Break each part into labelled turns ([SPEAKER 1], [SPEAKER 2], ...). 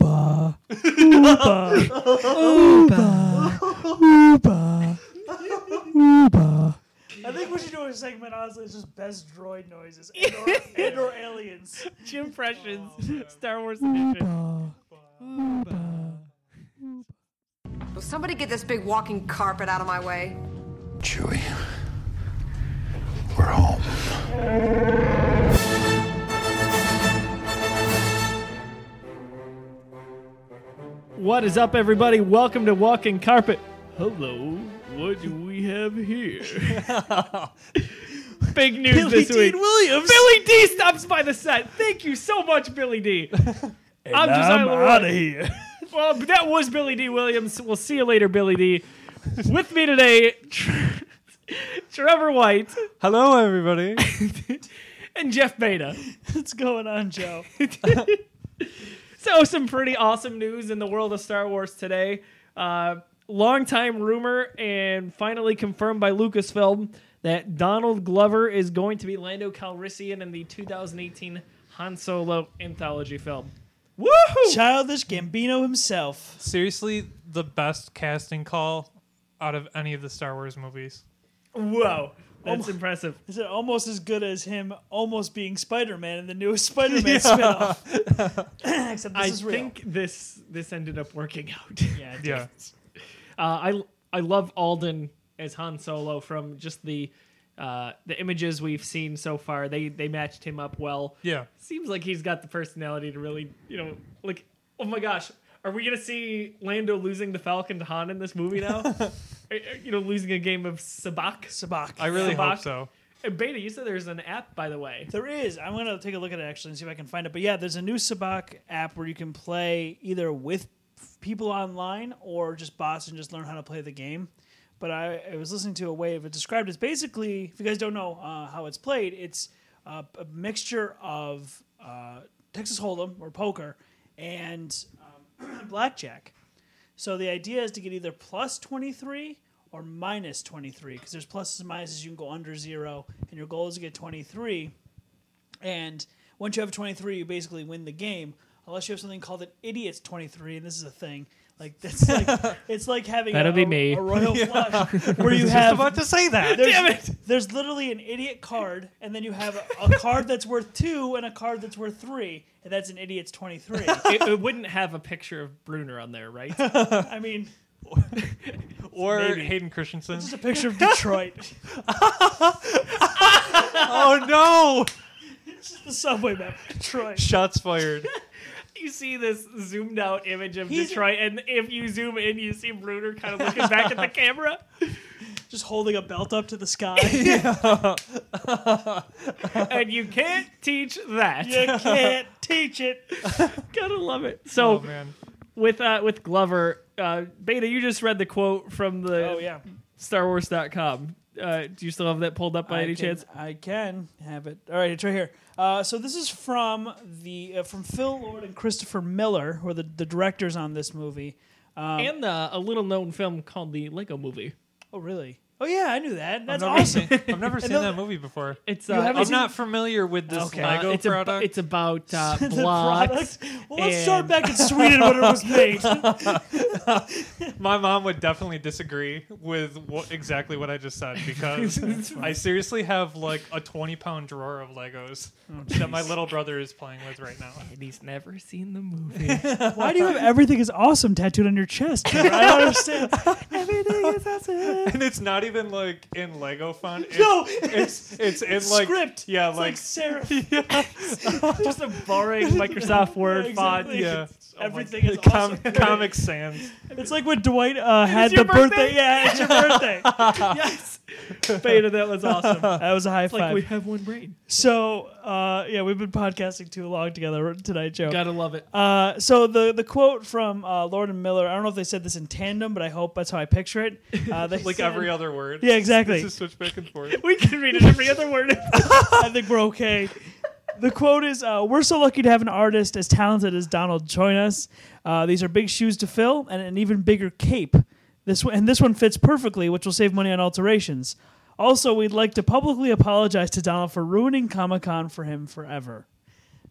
[SPEAKER 1] Ooba. Ooba. Ooba. Ooba. Ooba.
[SPEAKER 2] I think we should do a segment, honestly, it's just best droid noises and or, and or aliens.
[SPEAKER 3] Jim Freshens, Star Wars edition.
[SPEAKER 4] Will somebody get this big walking carpet out of my way?
[SPEAKER 5] Chewie, we're home.
[SPEAKER 3] What is up, everybody? Welcome to Walking Carpet. Hello, what do we have here? Big news
[SPEAKER 2] Billy
[SPEAKER 3] this week.
[SPEAKER 2] Dean Williams.
[SPEAKER 3] Billy D stops by the set. Thank you so much, Billy D. I'm
[SPEAKER 2] I'm
[SPEAKER 3] Josiah
[SPEAKER 2] out
[SPEAKER 3] Leroy.
[SPEAKER 2] of here.
[SPEAKER 3] Well, that was Billy D. Williams. We'll see you later, Billy D. With me today, Tre- Trevor White
[SPEAKER 6] Hello, everybody.
[SPEAKER 3] and Jeff Beta.
[SPEAKER 2] What's going on, Joe?
[SPEAKER 3] So, some pretty awesome news in the world of Star Wars today. Uh, longtime rumor and finally confirmed by Lucasfilm that Donald Glover is going to be Lando Calrissian in the 2018 Han Solo anthology film. Woohoo!
[SPEAKER 2] Childish Gambino himself.
[SPEAKER 7] Seriously, the best casting call out of any of the Star Wars movies.
[SPEAKER 3] Whoa, that's
[SPEAKER 2] Oh,
[SPEAKER 3] impressive.
[SPEAKER 2] Is it almost as good as him almost being Spider Man in the newest Spider Man spinoff? Except this
[SPEAKER 3] I
[SPEAKER 2] is real.
[SPEAKER 3] think this this ended up working out. Yeah,
[SPEAKER 7] Yeah.
[SPEAKER 3] Uh, I I love Alden as Han Solo from just the uh, the images we've seen so far. They they matched him up well.
[SPEAKER 7] Yeah.
[SPEAKER 3] Seems like he's got the personality to really you know like oh my gosh. Are we gonna see Lando losing the Falcon to Han in this movie now? Uh, uh, you know, losing a game of Sabak.
[SPEAKER 2] Sabak.
[SPEAKER 7] I really
[SPEAKER 3] Sabak.
[SPEAKER 7] hope so.
[SPEAKER 3] Uh, Beta, you said there's an app, by the way.
[SPEAKER 2] There is. I'm gonna take a look at it actually and see if I can find it. But yeah, there's a new Sabak app where you can play either with people online or just bots and just learn how to play the game. But I, I was listening to a way of it described as basically, if you guys don't know uh, how it's played, it's uh, a mixture of uh, Texas Hold'em or poker and um, blackjack. So the idea is to get either plus 23 or minus 23 because there's pluses and minuses. You can go under zero, and your goal is to get 23. And once you have 23, you basically win the game, unless you have something called an idiot's 23, and this is a thing. Like that's like it's like having
[SPEAKER 3] That'll
[SPEAKER 2] a,
[SPEAKER 3] be me.
[SPEAKER 2] a royal flush where you have
[SPEAKER 7] About to say that.
[SPEAKER 2] there's, there's literally an idiot card, and then you have a, a card that's worth two and a card that's worth three, and that's an idiot's 23.
[SPEAKER 3] it, it wouldn't have a picture of Bruner on there, right?
[SPEAKER 2] I mean,
[SPEAKER 7] Or
[SPEAKER 2] Maybe.
[SPEAKER 7] Hayden Christensen.
[SPEAKER 2] just a picture of Detroit.
[SPEAKER 7] oh no!
[SPEAKER 2] the subway map. Detroit.
[SPEAKER 7] Shots fired.
[SPEAKER 3] you see this zoomed out image of
[SPEAKER 2] He's-
[SPEAKER 3] Detroit, and if you zoom in, you see Bruner kind of looking back at the camera.
[SPEAKER 2] Just holding a belt up to the sky. you
[SPEAKER 3] And you can't teach that.
[SPEAKER 2] can't teach it.
[SPEAKER 3] Gotta love it. So
[SPEAKER 7] Oh man.
[SPEAKER 3] with uh, with Glover, uh, Beta, you just read the quote from the
[SPEAKER 2] Oh yeah.
[SPEAKER 3] StarWars.com. Uh, do you still have that pulled up by
[SPEAKER 2] I
[SPEAKER 3] any
[SPEAKER 2] can,
[SPEAKER 3] chance?
[SPEAKER 2] I can have it. All right, it's right here. Uh, so this is from the uh, from Phil Lord and Christopher Miller, who are the, the directors on this movie.
[SPEAKER 3] and uh, a little known film called the Lego Movie.
[SPEAKER 2] Oh really? Oh yeah, I knew that. That's
[SPEAKER 7] I've never
[SPEAKER 2] awesome.
[SPEAKER 7] seen, I've never seen
[SPEAKER 2] then-
[SPEAKER 7] that movie before.
[SPEAKER 3] It's
[SPEAKER 2] You
[SPEAKER 3] uh,
[SPEAKER 2] haven't
[SPEAKER 7] I'm
[SPEAKER 3] it's,
[SPEAKER 2] seen-
[SPEAKER 7] not familiar with this
[SPEAKER 2] Okay.
[SPEAKER 3] uh,
[SPEAKER 7] Lego
[SPEAKER 3] it's, ab-
[SPEAKER 7] product.
[SPEAKER 3] it's about uh,
[SPEAKER 2] The
[SPEAKER 3] blocks.
[SPEAKER 2] product. Well, let's start
[SPEAKER 3] and-
[SPEAKER 2] back in Sweden when it was made.
[SPEAKER 7] My mom would definitely disagree with what, exactly what I just said because I seriously have like a 20 pound drawer of Legos
[SPEAKER 2] Oh,
[SPEAKER 7] that my little brother is playing with right now.
[SPEAKER 3] And he's never seen the movie.
[SPEAKER 2] Why do you have everything is awesome tattooed on your chest? Trevor? I don't understand. everything is awesome.
[SPEAKER 7] And it's not even like in Lego font. It's,
[SPEAKER 2] No,
[SPEAKER 7] it's it's in like
[SPEAKER 2] script.
[SPEAKER 7] Yeah,
[SPEAKER 2] It's
[SPEAKER 7] like,
[SPEAKER 2] Oh, like Sarah.
[SPEAKER 3] just a boring Microsoft Word font.
[SPEAKER 2] exactly.
[SPEAKER 7] yeah.
[SPEAKER 2] Everything is
[SPEAKER 7] Com-
[SPEAKER 2] awesome.
[SPEAKER 7] Comic Sans.
[SPEAKER 2] It's like when Dwight uh, had
[SPEAKER 3] your
[SPEAKER 2] the birthday.
[SPEAKER 3] birthday?
[SPEAKER 2] Yeah, it's your birthday.
[SPEAKER 3] yes. Beta, that was awesome.
[SPEAKER 2] that was a high
[SPEAKER 3] like
[SPEAKER 2] five.
[SPEAKER 3] we have one brain.
[SPEAKER 2] so uh, yeah, we've been podcasting too long together tonight, Joe.
[SPEAKER 3] Gotta love it.
[SPEAKER 2] Uh, so the the quote from uh, Lord and Miller. I don't know if they said this in tandem, but I hope that's how I picture it. Uh, they
[SPEAKER 7] Like
[SPEAKER 2] said-
[SPEAKER 7] every other word.
[SPEAKER 2] Yeah, exactly.
[SPEAKER 7] Just switch back and forth.
[SPEAKER 3] we can read it every other word.
[SPEAKER 2] I think we're okay. The quote is uh, We're so lucky to have an artist as talented as Donald join us. Uh, these are big shoes to fill and an even bigger cape. This one, and this one fits perfectly, which will save money on alterations. Also, we'd like to publicly apologize to Donald for ruining Comic Con for him forever.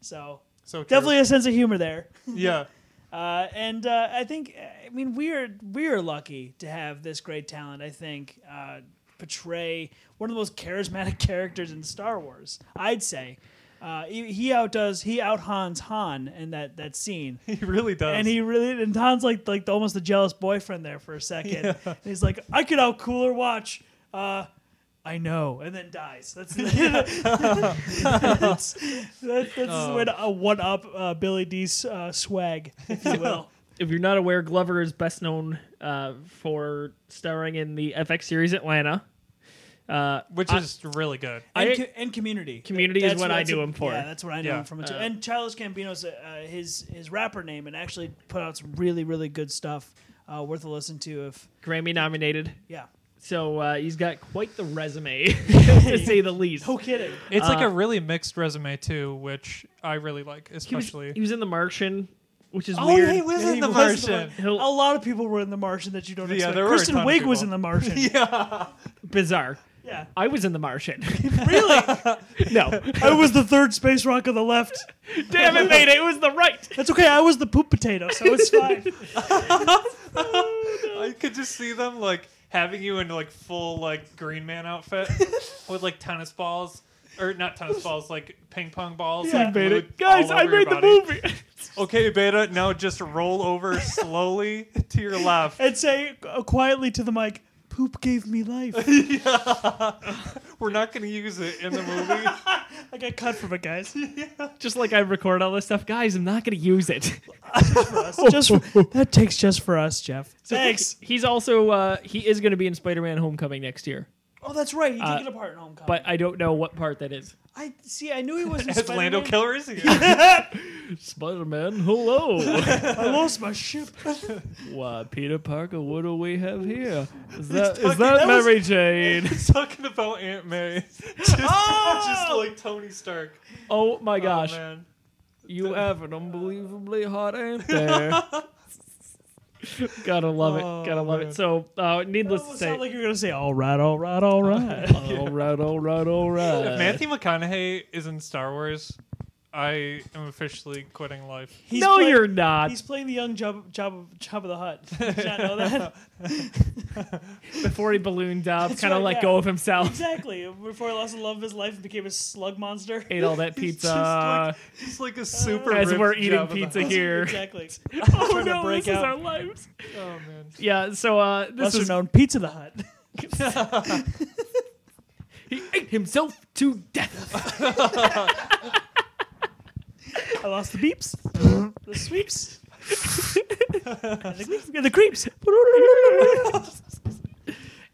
[SPEAKER 2] So,
[SPEAKER 7] So true.
[SPEAKER 2] definitely a sense of humor there.
[SPEAKER 7] Yeah.
[SPEAKER 2] Uh, and uh, I think, I mean, we are we are lucky to have this great talent. I think uh, portray one of the most charismatic characters in Star Wars. I'd say uh, he, he outdoes he out Hans Han in that that scene.
[SPEAKER 7] He really does.
[SPEAKER 2] And he really and Han's like like the, almost the jealous boyfriend there for a second. And he's like, I could out cool her. Watch, uh, I know, and then dies. That's that's, that's, that's
[SPEAKER 7] Oh.
[SPEAKER 2] when a one up uh, Billy D's uh, swag, if you will.
[SPEAKER 3] If you're not aware, Glover is best known uh, for starring in the FX series Atlanta. Uh,
[SPEAKER 7] which is really good.
[SPEAKER 2] And,
[SPEAKER 3] I-
[SPEAKER 2] co- and community.
[SPEAKER 3] Community is
[SPEAKER 2] That's
[SPEAKER 3] what I
[SPEAKER 2] that's
[SPEAKER 3] knew
[SPEAKER 2] a-
[SPEAKER 3] him for.
[SPEAKER 2] Yeah, that's what I knew
[SPEAKER 7] Yeah.
[SPEAKER 2] him from. too. and Childish Gambino's uh, uh, his his rapper name, and actually put out some really really good stuff, uh, worth a listen to. If
[SPEAKER 3] Grammy nominated.
[SPEAKER 2] yeah,
[SPEAKER 3] So uh, he's got quite the resume, to say the least.
[SPEAKER 2] no kidding.
[SPEAKER 7] It's like a really mixed resume too, which I really like,
[SPEAKER 3] He was,
[SPEAKER 7] especially.
[SPEAKER 3] he was in The Martian, which is
[SPEAKER 7] oh,
[SPEAKER 3] weird.
[SPEAKER 7] yeah, he was
[SPEAKER 2] And
[SPEAKER 7] in
[SPEAKER 2] he
[SPEAKER 7] The
[SPEAKER 2] was in
[SPEAKER 7] Martian.
[SPEAKER 2] The Mar- A
[SPEAKER 3] He'll-
[SPEAKER 2] lot of people were in The Martian that you don't
[SPEAKER 7] Yeah,
[SPEAKER 2] expect.
[SPEAKER 7] there were a
[SPEAKER 2] Kristen
[SPEAKER 7] ton of
[SPEAKER 2] Wiig was
[SPEAKER 7] people.
[SPEAKER 2] in The Martian.
[SPEAKER 3] Bizarre.
[SPEAKER 2] yeah.
[SPEAKER 3] I was in The Martian.
[SPEAKER 2] Really?
[SPEAKER 3] no.
[SPEAKER 2] I was the third space rock on the left.
[SPEAKER 3] Damn it, mate. It was the right.
[SPEAKER 2] That's okay. I was the poop potato, so it's fine.
[SPEAKER 7] I could just see them like having you in like full like Green Man outfit with like tennis balls. Or not tennis balls, like ping pong balls.
[SPEAKER 2] Yeah.
[SPEAKER 7] like,
[SPEAKER 2] Made
[SPEAKER 7] glued
[SPEAKER 3] Guys,
[SPEAKER 7] all
[SPEAKER 3] I
[SPEAKER 7] over your
[SPEAKER 3] made the
[SPEAKER 7] body.
[SPEAKER 3] movie.
[SPEAKER 7] Okay, Beta, now just roll over slowly to your left.
[SPEAKER 2] and say uh, quietly to the mic, "Poop gave me life."
[SPEAKER 7] We're not going to use it in the movie.
[SPEAKER 2] I got cut from it, guys.
[SPEAKER 3] Just like I record all this stuff. Guys, I'm not going to use it.
[SPEAKER 2] just for, that takes just for us, Jeff. Thanks.
[SPEAKER 3] He's also, uh, he is going to be in Spider Man Homecoming next year,
[SPEAKER 2] Oh, that's right. He did
[SPEAKER 3] Uh,
[SPEAKER 2] get a part in Homecoming.
[SPEAKER 3] but I don't know what part that is.
[SPEAKER 2] I see. I knew he wasn't.
[SPEAKER 7] As Lando
[SPEAKER 2] Spider-Man.
[SPEAKER 7] Calrissian.
[SPEAKER 3] Spider Man, hello.
[SPEAKER 2] I lost my ship.
[SPEAKER 3] What, Peter Parker, what do we have here? Is that, is that,
[SPEAKER 7] fucking- that was-
[SPEAKER 3] Mary Jane?
[SPEAKER 7] He's talking about Aunt May. Just, just like Tony Stark.
[SPEAKER 3] Oh my
[SPEAKER 7] Oh,
[SPEAKER 3] gosh,
[SPEAKER 7] man.
[SPEAKER 3] you have an unbelievably hot aunt there. gotta love it, gotta love it. So, uh, needless to
[SPEAKER 2] Almost
[SPEAKER 3] say,
[SPEAKER 2] sound like you're gonna say, "All right, all right, all right."
[SPEAKER 3] all right, all right, all right.
[SPEAKER 7] Matthew McConaughey is in Star Wars. I am officially quitting life.
[SPEAKER 2] He's
[SPEAKER 3] no,
[SPEAKER 2] playing-
[SPEAKER 3] you're not.
[SPEAKER 2] He's playing the young job job job of the hut. Did you not know that?
[SPEAKER 3] Before he ballooned up, kind of
[SPEAKER 2] right,
[SPEAKER 3] let
[SPEAKER 2] yeah.
[SPEAKER 3] go of himself,
[SPEAKER 2] exactly. Before he lost the love of his life and became a slug monster.
[SPEAKER 3] ate all that
[SPEAKER 7] He's just
[SPEAKER 3] pizza. uh,
[SPEAKER 7] like- He's like a super.
[SPEAKER 3] As
[SPEAKER 7] ripped
[SPEAKER 3] we're eating
[SPEAKER 7] Jabba the
[SPEAKER 3] pizza
[SPEAKER 7] Hutt.
[SPEAKER 3] here.
[SPEAKER 2] Exactly.
[SPEAKER 3] Oh
[SPEAKER 2] trying to
[SPEAKER 3] no,
[SPEAKER 2] break
[SPEAKER 3] this is
[SPEAKER 2] out.
[SPEAKER 3] our lives.
[SPEAKER 7] Oh man.
[SPEAKER 3] Yeah, so uh, this
[SPEAKER 2] Lesser
[SPEAKER 3] is
[SPEAKER 2] known Pizza the Hut.
[SPEAKER 3] he ate himself to death.
[SPEAKER 2] I lost the beeps, the sweeps, and the, creeps- and the creeps.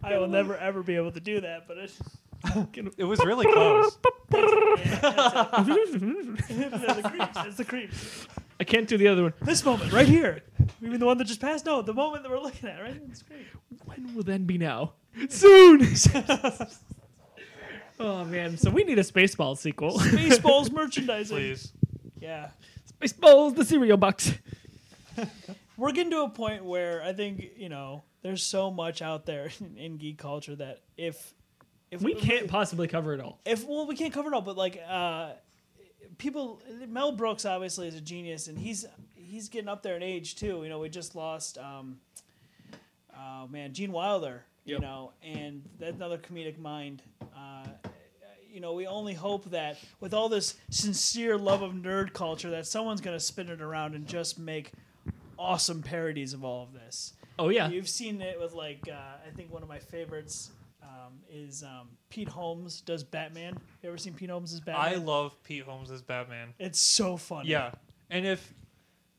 [SPEAKER 2] I will never ever be able to do that, but it's
[SPEAKER 7] It was really close.
[SPEAKER 2] it's the creeps. It's the creeps.
[SPEAKER 3] I can't do the other one.
[SPEAKER 2] This moment right here. You mean the one that just passed? No, the moment that we're looking at, right? It's great.
[SPEAKER 3] When will then be now? Soon. oh man, so we need a Spaceballs sequel.
[SPEAKER 2] Baseballs merchandising.
[SPEAKER 7] Please.
[SPEAKER 2] Yeah.
[SPEAKER 3] Spaceballs, the cereal box.
[SPEAKER 2] We're getting to a point where I think, you know, there's so much out there in, in geek culture that if if
[SPEAKER 3] We can't possibly cover it all.
[SPEAKER 2] if well we can't cover it all but like uh people mel brooks obviously is a genius and he's he's getting up there in age too you know we just lost um oh man gene wilder you
[SPEAKER 3] Yep.
[SPEAKER 2] know and that's another comedic mind uh you know, we only hope that with all this sincere love of nerd culture, that someone's going to spin it around and just make awesome parodies of all of this.
[SPEAKER 3] Oh yeah.
[SPEAKER 2] You've seen it with like uh, I think one of my favorites um, is um, Pete Holmes does Batman. You ever seen Pete Holmes as Batman?
[SPEAKER 7] I love Pete Holmes as Batman.
[SPEAKER 2] it's so funny.
[SPEAKER 7] Yeah. And if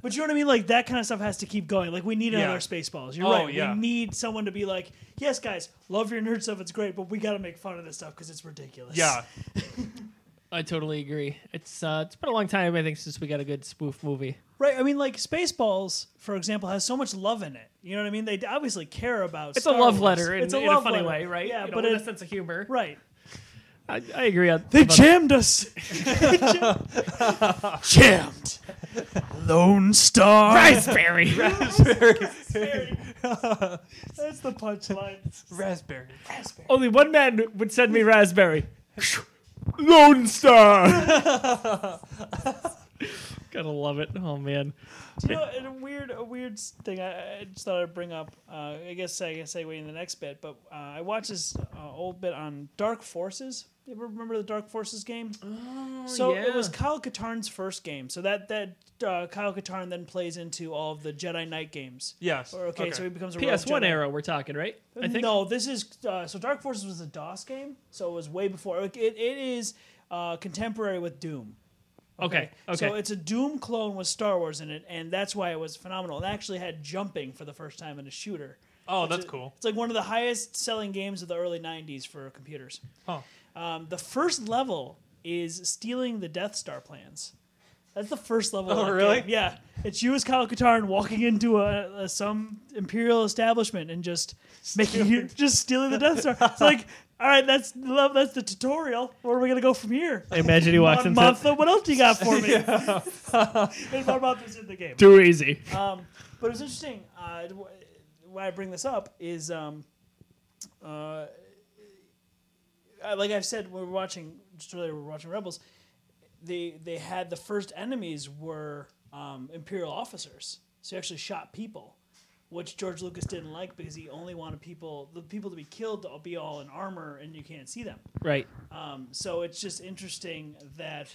[SPEAKER 2] But you know what I mean? Like that kind of stuff has to keep going. Like we need
[SPEAKER 7] Yeah.
[SPEAKER 2] another Spaceballs. You're
[SPEAKER 7] Oh,
[SPEAKER 2] right.
[SPEAKER 7] yeah.
[SPEAKER 2] We need someone to be like, yes, guys, love your nerd stuff. It's great, but we got to make fun of this stuff because it's ridiculous.
[SPEAKER 7] yeah,
[SPEAKER 3] I totally agree. It's uh, it's been a long time I think since we got a good spoof movie.
[SPEAKER 2] Right. I mean, like Spaceballs, for example, has so much love in it. You know what I mean? They obviously care about.
[SPEAKER 3] It's
[SPEAKER 2] Star
[SPEAKER 3] a love
[SPEAKER 2] Wars.
[SPEAKER 3] letter in,
[SPEAKER 2] it's
[SPEAKER 3] in
[SPEAKER 2] love
[SPEAKER 3] funny
[SPEAKER 2] letter.
[SPEAKER 3] way, right?
[SPEAKER 2] Yeah,
[SPEAKER 3] You know,
[SPEAKER 2] but
[SPEAKER 3] with a
[SPEAKER 2] it,
[SPEAKER 3] sense of humor.
[SPEAKER 2] right.
[SPEAKER 3] I, I agree. on-
[SPEAKER 2] They
[SPEAKER 3] about-
[SPEAKER 2] jammed us. jammed. Lone Star.
[SPEAKER 3] Raspberry.
[SPEAKER 2] That's the punchline.
[SPEAKER 7] raspberry.
[SPEAKER 3] Only one man would send me raspberry. Lone Star. Gotta love it. Oh man.
[SPEAKER 2] Do you know, and a weird, a weird s- thing I, I just thought I'd bring up. Uh, I guess I guess segue in the next bit, but uh, I watched this uh, old bit on Dark Forces. You ever remember the Dark Forces game?
[SPEAKER 3] Oh,
[SPEAKER 2] so it was Kyle Katarn's first game. So that that uh, Kyle Katarn then plays into all of the Jedi Knight games.
[SPEAKER 7] Yes.
[SPEAKER 2] Or, okay, so he becomes a rogue
[SPEAKER 3] PS1
[SPEAKER 2] Jedi.
[SPEAKER 3] era we're talking, right? I think
[SPEAKER 2] No, this is uh, so Dark Forces was a DOS game, so it was way before. It, it is uh, contemporary with Doom.
[SPEAKER 3] Okay. Okay.
[SPEAKER 2] So it's a Doom clone with Star Wars in it, and that's why it was phenomenal. It actually had jumping for the first time in a shooter.
[SPEAKER 7] oh,
[SPEAKER 2] Which
[SPEAKER 7] that's
[SPEAKER 2] is-
[SPEAKER 7] cool.
[SPEAKER 2] It's like one of the highest selling games of the early 90s for computers.
[SPEAKER 7] Huh.
[SPEAKER 2] Um, the first level is stealing the Death Star plans. That's the first level. of
[SPEAKER 7] Oh,
[SPEAKER 2] that
[SPEAKER 7] really?
[SPEAKER 2] game. Yeah. It's you as Kyle Katarn walking into a, a some imperial establishment and just making you just stealing the Death Star. It's like, all right, that's the level- that's the tutorial. Where are we gonna go from here?
[SPEAKER 3] imagine he walks
[SPEAKER 2] Mon-
[SPEAKER 3] into
[SPEAKER 2] Mothma, what else do you got for me? and Mon Mothma's in the game.
[SPEAKER 3] too easy.
[SPEAKER 2] But it's interesting. Uh, wh- why I bring this up is, um, uh, I- like I've said, when we we're watching just earlier, we we're watching Rebels. They they had the first enemies were um, Imperial officers, so you actually shot people, which George Lucas didn't like because he only wanted people the people to be killed to be all in armor and you can't see them.
[SPEAKER 3] right.
[SPEAKER 2] Um, so it's just interesting that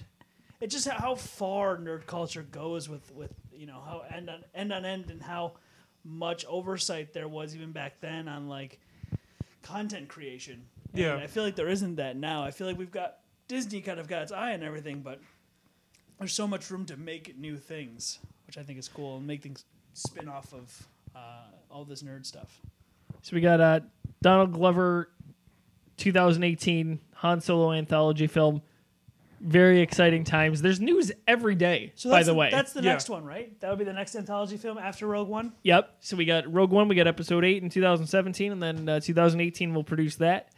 [SPEAKER 2] it's just how far nerd culture goes with with you know how end on end on end and how much oversight there was even back then on like content creation. And
[SPEAKER 7] Yeah.
[SPEAKER 2] I feel like there isn't that now. I feel like we've got Disney kind of got its eye on everything, but there's so much room to make new things, which I think is cool and make things spin off of uh, all this nerd stuff.
[SPEAKER 3] So we got uh, Donald Glover, 2018 Han Solo anthology film. Very exciting times. There's news every day.
[SPEAKER 2] So
[SPEAKER 3] by
[SPEAKER 2] that's
[SPEAKER 3] the way,
[SPEAKER 2] that's the
[SPEAKER 7] Yeah.
[SPEAKER 2] next one, right? That would be the next anthology film after Rogue One.
[SPEAKER 3] Yep. So we got Rogue One, we got episode 8 in 2017, and then uh, 2018 will produce that.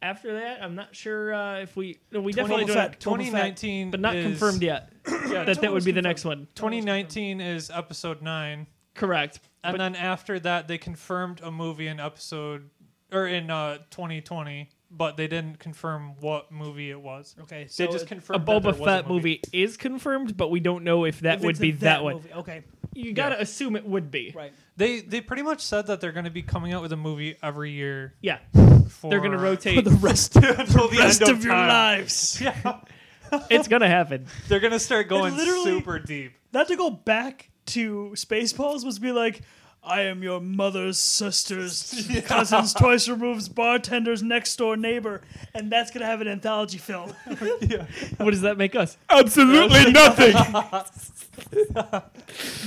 [SPEAKER 3] After that, I'm not sure uh, if we. No, we definitely don't.
[SPEAKER 2] Fett,
[SPEAKER 3] have-
[SPEAKER 7] 2019,
[SPEAKER 3] But not
[SPEAKER 7] is-
[SPEAKER 3] confirmed yet that that would be the next one.
[SPEAKER 7] 2019 is episode nine,
[SPEAKER 3] Correct.
[SPEAKER 7] and then after that, they confirmed a movie in episode or in uh, 2020, but they didn't confirm what movie it was.
[SPEAKER 2] Okay, so
[SPEAKER 7] They
[SPEAKER 2] it-
[SPEAKER 7] just
[SPEAKER 3] A
[SPEAKER 7] confirmed that there
[SPEAKER 3] Boba
[SPEAKER 7] was a
[SPEAKER 3] Fett movie. is confirmed, but we don't know if that
[SPEAKER 2] If
[SPEAKER 3] would
[SPEAKER 2] it's
[SPEAKER 3] be
[SPEAKER 2] in
[SPEAKER 3] that, one.
[SPEAKER 2] movie. Okay,
[SPEAKER 3] You gotta assume it would be.
[SPEAKER 2] right.
[SPEAKER 7] They they pretty much said that they're going to be coming out with a movie every year.
[SPEAKER 3] Yeah.
[SPEAKER 7] For,
[SPEAKER 3] They're gonna rotate.
[SPEAKER 2] rest,
[SPEAKER 7] until the end of, time.
[SPEAKER 2] lives.
[SPEAKER 7] Yeah,
[SPEAKER 3] it's gonna happen.
[SPEAKER 7] they're gonna start going
[SPEAKER 2] literally-
[SPEAKER 7] super deep.
[SPEAKER 2] Not to go back to Spaceballs was be like, I am your mother's sister's cousin's twice removes bartender's next door neighbor, and that's gonna have an anthology film.
[SPEAKER 3] What does that make us? Absolutely nothing.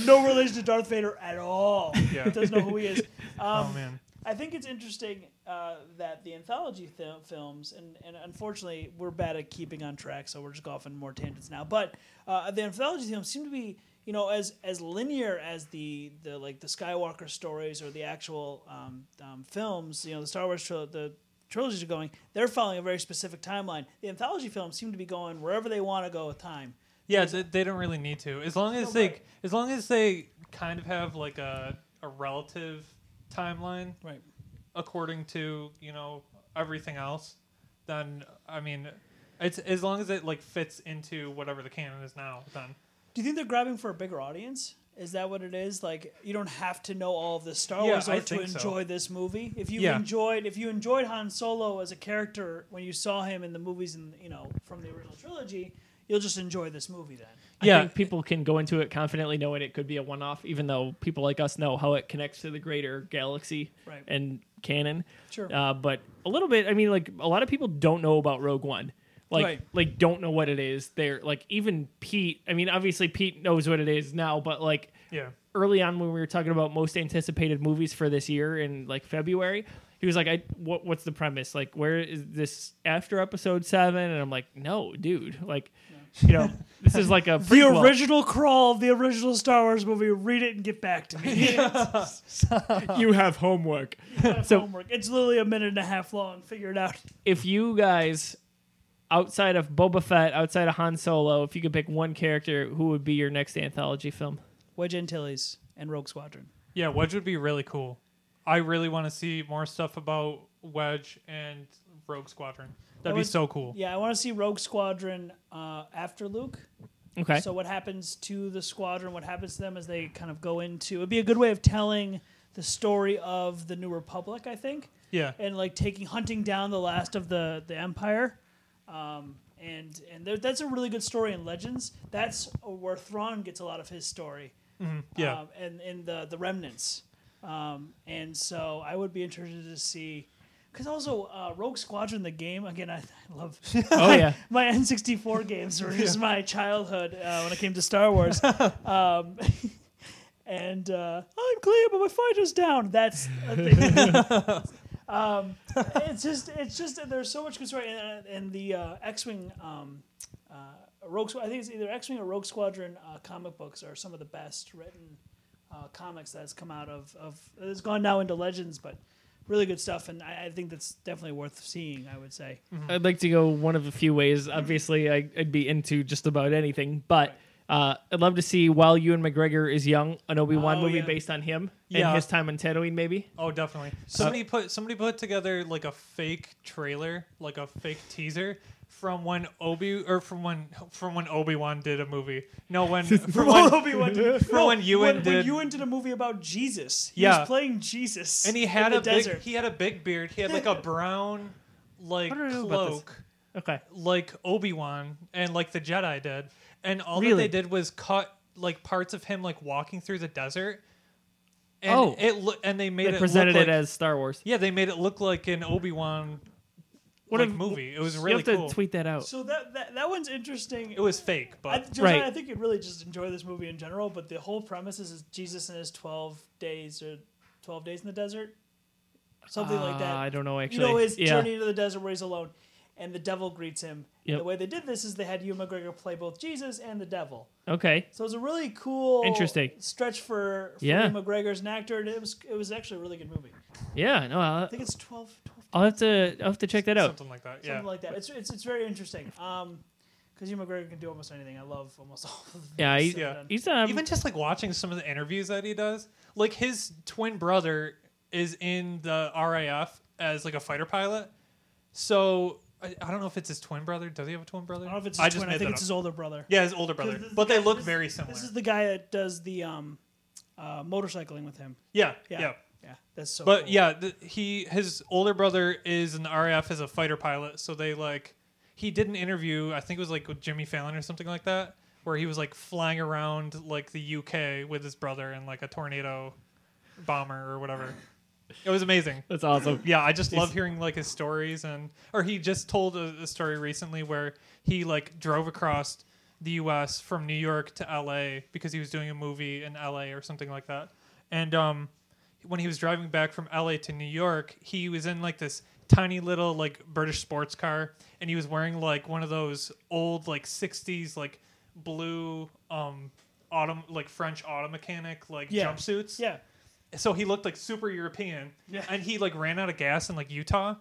[SPEAKER 2] no relation to Darth Vader at all.
[SPEAKER 7] Yeah.
[SPEAKER 2] Doesn't know who he is.
[SPEAKER 7] oh man.
[SPEAKER 2] I think it's interesting uh, that the anthology th- films, and, and unfortunately, we're bad at keeping on track, so we're just off on more tangents now. But uh, the anthology films seem to be, you know, as as linear as the the like the Skywalker stories or the actual um, um, films. You know, the Star Wars tril- the trilogies are going. They're following a very specific timeline. The anthology films seem to be going wherever they want to go with time.
[SPEAKER 7] Yeah, they, they don't really need to. As long as they, as long as they kind of have like a a relative timeline
[SPEAKER 2] Right.
[SPEAKER 7] according to you know everything else, then I mean, it's as long as it like fits into whatever the canon is now. Then
[SPEAKER 2] Do you think they're grabbing for a bigger audience? Is that what it is? Like you don't have to know all of the Star
[SPEAKER 7] Yeah,
[SPEAKER 2] Wars
[SPEAKER 7] I
[SPEAKER 2] or to
[SPEAKER 7] think so.
[SPEAKER 2] enjoy this movie. If you
[SPEAKER 7] Yeah.
[SPEAKER 2] enjoyed, if you enjoyed Han Solo as a character when you saw him in the movies and you know from the original trilogy, you'll just enjoy this movie then.
[SPEAKER 3] I think people can go into it confidently knowing it could be a one off, even though people like us know how it connects to the greater galaxy
[SPEAKER 2] Right.
[SPEAKER 3] and canon.
[SPEAKER 2] Sure.
[SPEAKER 3] Uh, but a little bit, I mean, like a lot of people don't know about Rogue One. Like,
[SPEAKER 2] Right.
[SPEAKER 3] like don't know what it is. They're like even Pete. I mean, obviously Pete knows what it is now, but like
[SPEAKER 7] yeah,
[SPEAKER 3] early on when we were talking about most anticipated movies for this year in like February, he was like, "I what, what's the premise? Like, where is this after episode seven? And I'm like, "No, dude. Like, you know, this is like a
[SPEAKER 2] The
[SPEAKER 3] prequel.
[SPEAKER 2] original crawl, the original Star Wars movie. Read it and get back to me.
[SPEAKER 3] You have homework.
[SPEAKER 2] so, homework. It's literally a minute and a half long. Figure it out.
[SPEAKER 3] If you guys, outside of Boba Fett, outside of Han Solo, if you could pick one character, who would be your next anthology film?
[SPEAKER 2] Wedge Antilles and Rogue Squadron.
[SPEAKER 7] yeah. Wedge would be really cool. I really want to see more stuff about Wedge and Rogue Squadron. That'd be
[SPEAKER 2] would-
[SPEAKER 7] so cool.
[SPEAKER 2] Yeah, I want to see Rogue Squadron uh, after Luke.
[SPEAKER 3] Okay.
[SPEAKER 2] So what happens to the squadron? What happens to them as they kind of go into? It'd be a good way of telling the story of the New Republic, I think,
[SPEAKER 7] Yeah.
[SPEAKER 2] and like taking hunting down the last of the the Empire. Um, and and there, that's a really good story in Legends. That's where Thrawn gets a lot of his story.
[SPEAKER 7] Yeah.
[SPEAKER 2] Um, and and the the remnants. Um, and so I would be interested to see. Because also uh, Rogue Squadron, the game again, I, I love
[SPEAKER 3] Oh yeah.
[SPEAKER 2] my N64 games were just my childhood uh, when it came to Star Wars. um, and uh, I'm clear, but my fighter's down. That's a thing. um, it's just it's just that there's so much good story, and, and the uh, X-wing. Um, uh, Rogue, Squ- I think it's either X-wing or Rogue Squadron uh, comic books are some of the best written uh, comics that's come out of of it's gone now into Legends, but really good stuff, and I, I think that's definitely worth seeing. I would say.
[SPEAKER 3] I'd like to go one of a few ways. Obviously, I, I'd be into just about anything, but uh, I'd love to see while Ewan McGregor is young, an Obi Wan
[SPEAKER 2] Oh,
[SPEAKER 3] movie
[SPEAKER 2] yeah.
[SPEAKER 3] based on him
[SPEAKER 7] Yeah.
[SPEAKER 3] and his time on Tatooine, maybe.
[SPEAKER 7] Oh, definitely. Somebody put somebody put together like a fake trailer, like a fake teaser from when Obi or from when from when Obi Wan did a movie. No, when from when Obi Wan from when Ewan
[SPEAKER 2] when,
[SPEAKER 7] did.
[SPEAKER 2] when Ewan did a movie about Jesus. He
[SPEAKER 7] Yeah.
[SPEAKER 2] was playing Jesus,
[SPEAKER 7] and he
[SPEAKER 2] in
[SPEAKER 7] had a
[SPEAKER 2] the desert.
[SPEAKER 7] big he had a big beard. He had like a brown like
[SPEAKER 3] I don't know about this.
[SPEAKER 7] cloak,
[SPEAKER 3] Okay.
[SPEAKER 7] like Obi Wan and like the Jedi did. And all that
[SPEAKER 3] Really?
[SPEAKER 7] they did was cut like parts of him like walking through the desert. And
[SPEAKER 3] Oh.
[SPEAKER 7] it lo- and they made
[SPEAKER 3] They
[SPEAKER 7] it look
[SPEAKER 3] presented it
[SPEAKER 7] like-
[SPEAKER 3] as Star Wars.
[SPEAKER 7] Yeah, they made it look like an Obi Wan
[SPEAKER 3] What
[SPEAKER 7] like
[SPEAKER 3] if-
[SPEAKER 7] movie. It was
[SPEAKER 3] you
[SPEAKER 7] really
[SPEAKER 3] have to
[SPEAKER 7] cool.
[SPEAKER 3] tweet that out.
[SPEAKER 2] so that, that that one's interesting.
[SPEAKER 7] It was fake,
[SPEAKER 2] I,
[SPEAKER 7] but
[SPEAKER 2] Josiah,
[SPEAKER 3] Right.
[SPEAKER 2] I think you'd really just enjoy this movie in general, but the whole premise is Jesus and his twelve days or twelve days in the desert, something like that.
[SPEAKER 3] Uh, I don't know actually.
[SPEAKER 2] you know his
[SPEAKER 3] yeah.
[SPEAKER 2] journey into the desert where he's alone, and the devil greets him. And
[SPEAKER 3] Yep.
[SPEAKER 2] the way they did this is they had Ewan McGregor play both Jesus and the devil.
[SPEAKER 3] Okay.
[SPEAKER 2] So it was a really cool,
[SPEAKER 3] Interesting.
[SPEAKER 2] stretch for, for
[SPEAKER 3] Yeah.
[SPEAKER 2] Ewan McGregor as an actor, and it was it was actually a really good movie.
[SPEAKER 3] Yeah. No. I'll,
[SPEAKER 2] I think it's 12, 12
[SPEAKER 3] I'll have to. I'll have to check that out.
[SPEAKER 7] something like that. Yeah.
[SPEAKER 2] something like that. It's it's it's very interesting. Um, because Hugh McGregor can do almost anything. I love almost all of the
[SPEAKER 3] Yeah. He,
[SPEAKER 2] stuff
[SPEAKER 7] Yeah.
[SPEAKER 2] done.
[SPEAKER 3] He's um,
[SPEAKER 7] Even just like watching some of the interviews that he does, like his twin brother is in the RAF as like a fighter pilot. So I, I don't know if it's his twin brother. Does he have a twin brother?
[SPEAKER 2] I don't know if it's
[SPEAKER 7] I
[SPEAKER 2] his
[SPEAKER 7] just
[SPEAKER 2] twin. I
[SPEAKER 7] made
[SPEAKER 2] think
[SPEAKER 7] that
[SPEAKER 2] it's
[SPEAKER 7] up.
[SPEAKER 2] his older brother.
[SPEAKER 7] yeah, his older brother.
[SPEAKER 2] This is
[SPEAKER 7] But
[SPEAKER 2] the
[SPEAKER 7] they
[SPEAKER 2] guy-
[SPEAKER 7] look
[SPEAKER 2] this-
[SPEAKER 7] very similar.
[SPEAKER 2] This is the guy that does the um, uh, motorcycling with him.
[SPEAKER 7] yeah, yeah,
[SPEAKER 2] Yeah, yeah. That's so.
[SPEAKER 7] But
[SPEAKER 2] cool.
[SPEAKER 7] yeah, th- he his older brother is an RAF as a fighter pilot. So they like he did an interview. I think it was like with Jimmy Fallon or something like that, where he was like flying around like the UK with his brother in like a tornado bomber or whatever. It was amazing.
[SPEAKER 3] That's awesome.
[SPEAKER 7] Yeah, I just love hearing like his stories and or he just told a, a story recently where he like drove across the U.S. from New York to L.A. because he was doing a movie in L.A. or something like that. And um, when he was driving back from L.A. to New York, he was in like this tiny little like British sports car, and he was wearing like one of those old like '60s like blue um autumn like French auto mechanic like
[SPEAKER 2] Yeah.
[SPEAKER 7] jumpsuits
[SPEAKER 2] yeah.
[SPEAKER 7] so he looked like super European,
[SPEAKER 2] Yeah.
[SPEAKER 7] and he like ran out of gas in like Utah,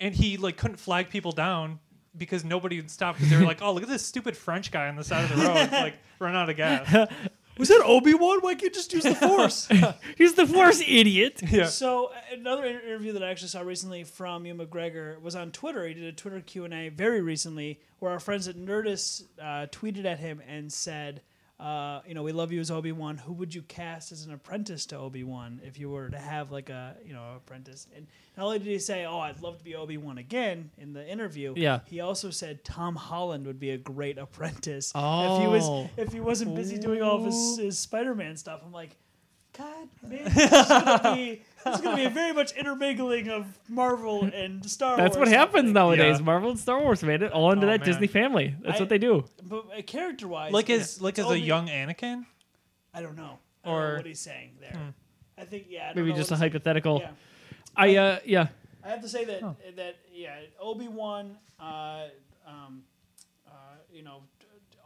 [SPEAKER 7] and he like couldn't flag people down because nobody would stop because they were like, "Oh, look at this stupid French guy on the side of the road, like run out of gas."
[SPEAKER 2] Was that Obi Wan? Why can't you just use the Force?
[SPEAKER 3] He's the Force idiot.
[SPEAKER 7] Yeah.
[SPEAKER 2] So uh, another inter- interview that I actually saw recently from Ewan McGregor was on Twitter. He did a Twitter Q and A very recently, where our friends at Nerdist uh, tweeted at him and said, uh, "You know, we love you as Obi Wan. Who would you cast as an apprentice to Obi Wan if you were to have like a you know apprentice?" And not only did he say, "Oh, I'd love to be Obi Wan again" in the interview,
[SPEAKER 3] Yeah.
[SPEAKER 2] he also said Tom Holland would be a great apprentice if he was
[SPEAKER 3] Oh.
[SPEAKER 2] if he wasn't busy doing all of his, his Spider Man stuff. I'm like. God, man, this is gonna be this is gonna be a very much intermingling of Marvel and Star Wars.
[SPEAKER 3] That's what happens nowadays.
[SPEAKER 7] Yeah.
[SPEAKER 3] Marvel and Star Wars made it all into
[SPEAKER 7] Oh,
[SPEAKER 3] that
[SPEAKER 7] man.
[SPEAKER 3] Disney family. That's
[SPEAKER 2] I-
[SPEAKER 3] what they do.
[SPEAKER 2] But uh, character-wise,
[SPEAKER 7] like
[SPEAKER 2] it's-
[SPEAKER 7] as like
[SPEAKER 2] it's
[SPEAKER 7] as a
[SPEAKER 2] only-
[SPEAKER 7] young Anakin.
[SPEAKER 2] I don't know. I don't know
[SPEAKER 7] or-
[SPEAKER 2] what he's saying there. I think yeah. I don't
[SPEAKER 3] hmm. Maybe
[SPEAKER 2] know
[SPEAKER 3] just a
[SPEAKER 2] what he's-
[SPEAKER 3] hypothetical.
[SPEAKER 2] Yeah.
[SPEAKER 3] I uh yeah.
[SPEAKER 2] I have to say that that yeah, Obi Wan, uh, um, uh, you know,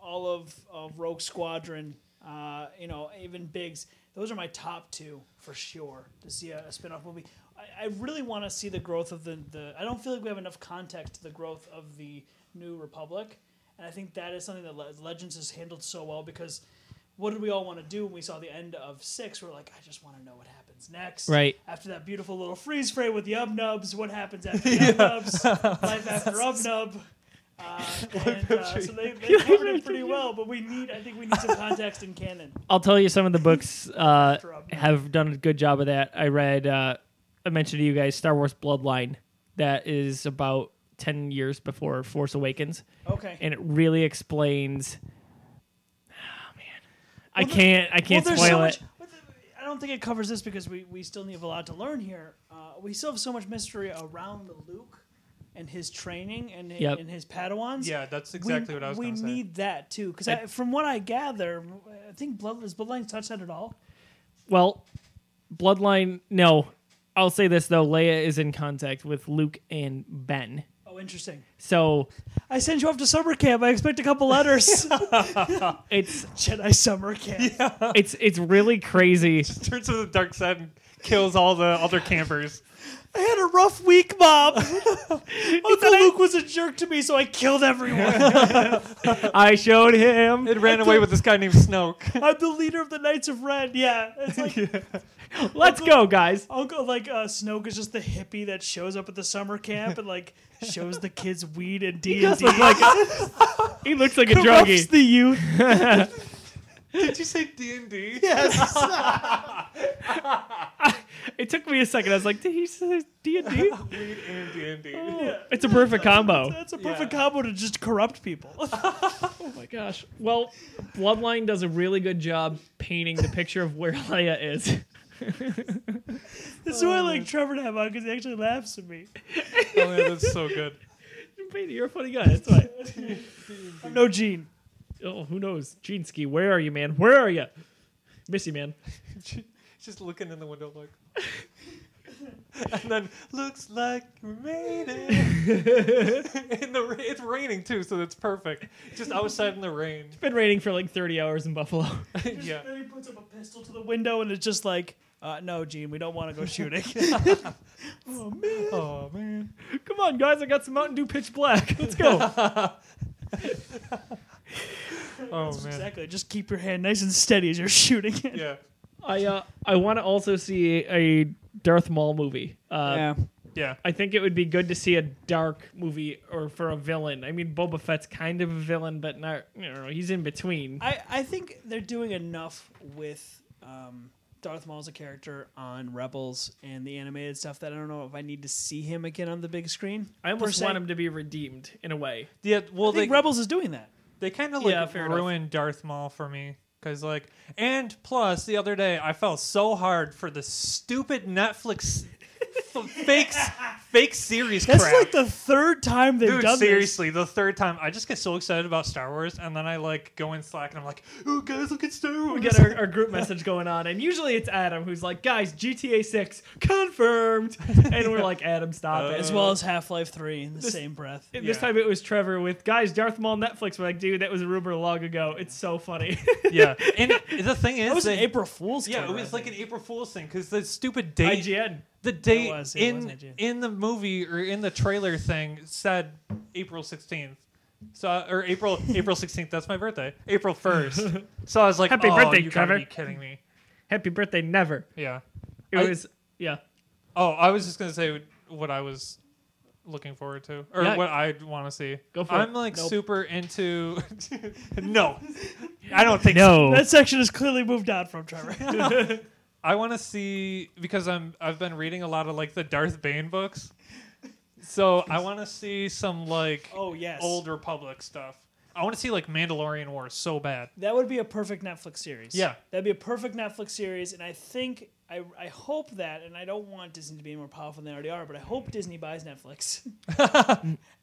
[SPEAKER 2] all of, of Rogue Squadron, uh, you know, even Biggs. Those are my top two for sure to see a, a spin-off movie. I, I really want to see the growth of the, the. I don't feel like we have enough context to the growth of the New Republic, and I think that is something that Le- Legends has handled so well because. What did we all want to do when we saw the end of six? We're like, I just want to know what happens next
[SPEAKER 3] Right.
[SPEAKER 2] after that beautiful little freeze frame with the ubnubs, what happens after the ubnubs? Life after ubnub. Uh, and, uh, so they, they covered it pretty well, but we need I think we need some context in canon.
[SPEAKER 3] I'll tell you some of the books uh,
[SPEAKER 2] Drop.
[SPEAKER 3] have done a good job of that. I read, uh, I mentioned to you guys, Star Wars Bloodline. That is about 10 years before Force Awakens.
[SPEAKER 2] Okay.
[SPEAKER 3] And it really explains. Oh, man. I can't, I can't
[SPEAKER 2] there's
[SPEAKER 3] spoil
[SPEAKER 2] so
[SPEAKER 3] it.
[SPEAKER 2] much- but the- I don't think it covers this because we, we still need a lot to learn here. Uh, we still have so much mystery around Luke and his training and,
[SPEAKER 3] Yep.
[SPEAKER 2] and his Padawans.
[SPEAKER 7] Yeah, that's exactly
[SPEAKER 2] we,
[SPEAKER 7] what I was
[SPEAKER 2] We
[SPEAKER 7] going to say.
[SPEAKER 2] need that too, because from what I gather, I think Blood is Bloodlines touched that at all.
[SPEAKER 3] Well, Bloodline, no. I'll say this, though. Leia is in contact with Luke and Ben.
[SPEAKER 2] Oh, interesting.
[SPEAKER 3] So
[SPEAKER 2] I send you off to summer camp. I expect a couple letters.
[SPEAKER 3] it's
[SPEAKER 2] Jedi summer camp.
[SPEAKER 3] it's it's really crazy.
[SPEAKER 7] Turns to the dark side and kills all the other campers.
[SPEAKER 2] I had a rough week, Mom. Uncle Luke was a jerk to me, so I killed everyone.
[SPEAKER 3] I showed him.
[SPEAKER 7] It ran away with this guy named Snoke.
[SPEAKER 2] I'm the leader of the Knights of Ren. Yeah, it's like
[SPEAKER 3] Let's go, guys.
[SPEAKER 2] Uncle like uh, Snoke is just the hippie that shows up at the summer camp and like shows the kids weed and D and
[SPEAKER 3] Just
[SPEAKER 2] D.
[SPEAKER 3] look like he looks like a
[SPEAKER 2] Corrupts
[SPEAKER 3] druggie.
[SPEAKER 2] the youth.
[SPEAKER 7] Did you say D and D?
[SPEAKER 2] Yes.
[SPEAKER 3] It took me a second. I was like, did he say D and D?
[SPEAKER 7] Weed and D and D. Oh,
[SPEAKER 3] It's a perfect combo.
[SPEAKER 2] That's a perfect combo to just corrupt people.
[SPEAKER 3] Oh my gosh. Well, Bloodline does a really good job painting the picture of where Leia is.
[SPEAKER 2] That's why I like Trevor to have on because he actually laughs at me.
[SPEAKER 7] Oh, yeah, that's so good.
[SPEAKER 3] You're a funny guy. That's why.
[SPEAKER 2] I'm no Gene.
[SPEAKER 3] Oh, who knows? Jeanski, where are you, man? Where are you? Missy, man.
[SPEAKER 7] Just looking in the window, like. And then looks like you made it. in the ra- it's raining too, so that's perfect. Just outside in the rain.
[SPEAKER 3] It's been raining for like 30 hours in Buffalo.
[SPEAKER 7] yeah.
[SPEAKER 2] Then he puts up a pistol to the window and it's just like, uh, no, Gene, we don't want to go shooting.
[SPEAKER 7] Oh man.
[SPEAKER 3] Come on, guys. I got some Mountain Dew pitch black. Let's go.
[SPEAKER 7] Oh man.
[SPEAKER 2] exactly. Just keep your hand nice and steady as you're shooting it.
[SPEAKER 7] Yeah.
[SPEAKER 3] I uh, I want to also see a Darth Maul movie. Uh,
[SPEAKER 7] Yeah.
[SPEAKER 3] I think it would be good to see a dark movie or for a villain. I mean, Boba Fett's kind of a villain, but not, you know, he's in between.
[SPEAKER 2] I, I think they're doing enough with um, Darth Maul as a character on Rebels and the animated stuff that I don't know if I need to see him again on the big screen.
[SPEAKER 3] I almost
[SPEAKER 2] per se.
[SPEAKER 3] want him to be redeemed in a way.
[SPEAKER 7] Yeah. Well,
[SPEAKER 2] I think
[SPEAKER 7] they
[SPEAKER 2] Rebels is doing that.
[SPEAKER 7] they kind of like
[SPEAKER 3] Yeah, fair enough.
[SPEAKER 7] ruined Darth Maul for me because like and plus the other day I fell so hard for the stupid Netflix f- fake s- fake series
[SPEAKER 2] That's
[SPEAKER 7] crap.
[SPEAKER 2] like the third time they've
[SPEAKER 7] Dude,
[SPEAKER 2] done
[SPEAKER 7] seriously, the third time I just get so excited about Star Wars, and then I like go in Slack and I'm like, "Oh, guys, look at Star Wars!"
[SPEAKER 3] We got our, our group message going on, and usually it's Adam who's like, "Guys, GTA Six confirmed," and we're like, "Adam, stop
[SPEAKER 7] Uh,
[SPEAKER 3] it."
[SPEAKER 2] this, as well as Half Life Three in the same breath.
[SPEAKER 3] And This
[SPEAKER 7] yeah.
[SPEAKER 3] time it was Trevor with guys Darth Maul Netflix. We're like, dude, that was a rumor long ago. It's so funny.
[SPEAKER 7] yeah, and the thing is,
[SPEAKER 2] That was an
[SPEAKER 7] they-
[SPEAKER 2] April Fool's.
[SPEAKER 7] yeah, it
[SPEAKER 2] Twitter, I
[SPEAKER 7] was like
[SPEAKER 2] think.
[SPEAKER 7] an April Fool's thing because the stupid date
[SPEAKER 3] IGN.
[SPEAKER 7] the date
[SPEAKER 2] was, it was
[SPEAKER 7] in
[SPEAKER 2] an idea.
[SPEAKER 7] in the movie or in the trailer thing said April 16th. So uh, or April April 16th, that's my birthday. April 1st. So I was like,
[SPEAKER 3] Happy
[SPEAKER 7] "Oh,
[SPEAKER 3] birthday,
[SPEAKER 7] you gotta
[SPEAKER 3] Trevor."
[SPEAKER 7] be kidding me."
[SPEAKER 3] Happy birthday, never.
[SPEAKER 7] Yeah.
[SPEAKER 3] It
[SPEAKER 7] I-
[SPEAKER 3] was yeah.
[SPEAKER 7] Oh, I was just going to say what I was looking forward to or
[SPEAKER 3] Yeah.
[SPEAKER 7] what I want to see.
[SPEAKER 3] Go for
[SPEAKER 7] I'm
[SPEAKER 3] it.
[SPEAKER 7] like
[SPEAKER 3] Nope.
[SPEAKER 7] super into No. I don't think so.
[SPEAKER 3] Oh.
[SPEAKER 2] that section has clearly moved on from Trevor.
[SPEAKER 7] I want to see because I'm I've been reading a lot of like the Darth Bane books. So I want to see some like
[SPEAKER 2] oh yes,
[SPEAKER 7] old Republic stuff. I want to see like Mandalorian War so bad.
[SPEAKER 2] That would be a perfect Netflix series.
[SPEAKER 7] Yeah.
[SPEAKER 2] That'd be a perfect Netflix series. And I think, I, I hope that, and I don't want Disney to be any more powerful than they already are, but I hope Disney buys Netflix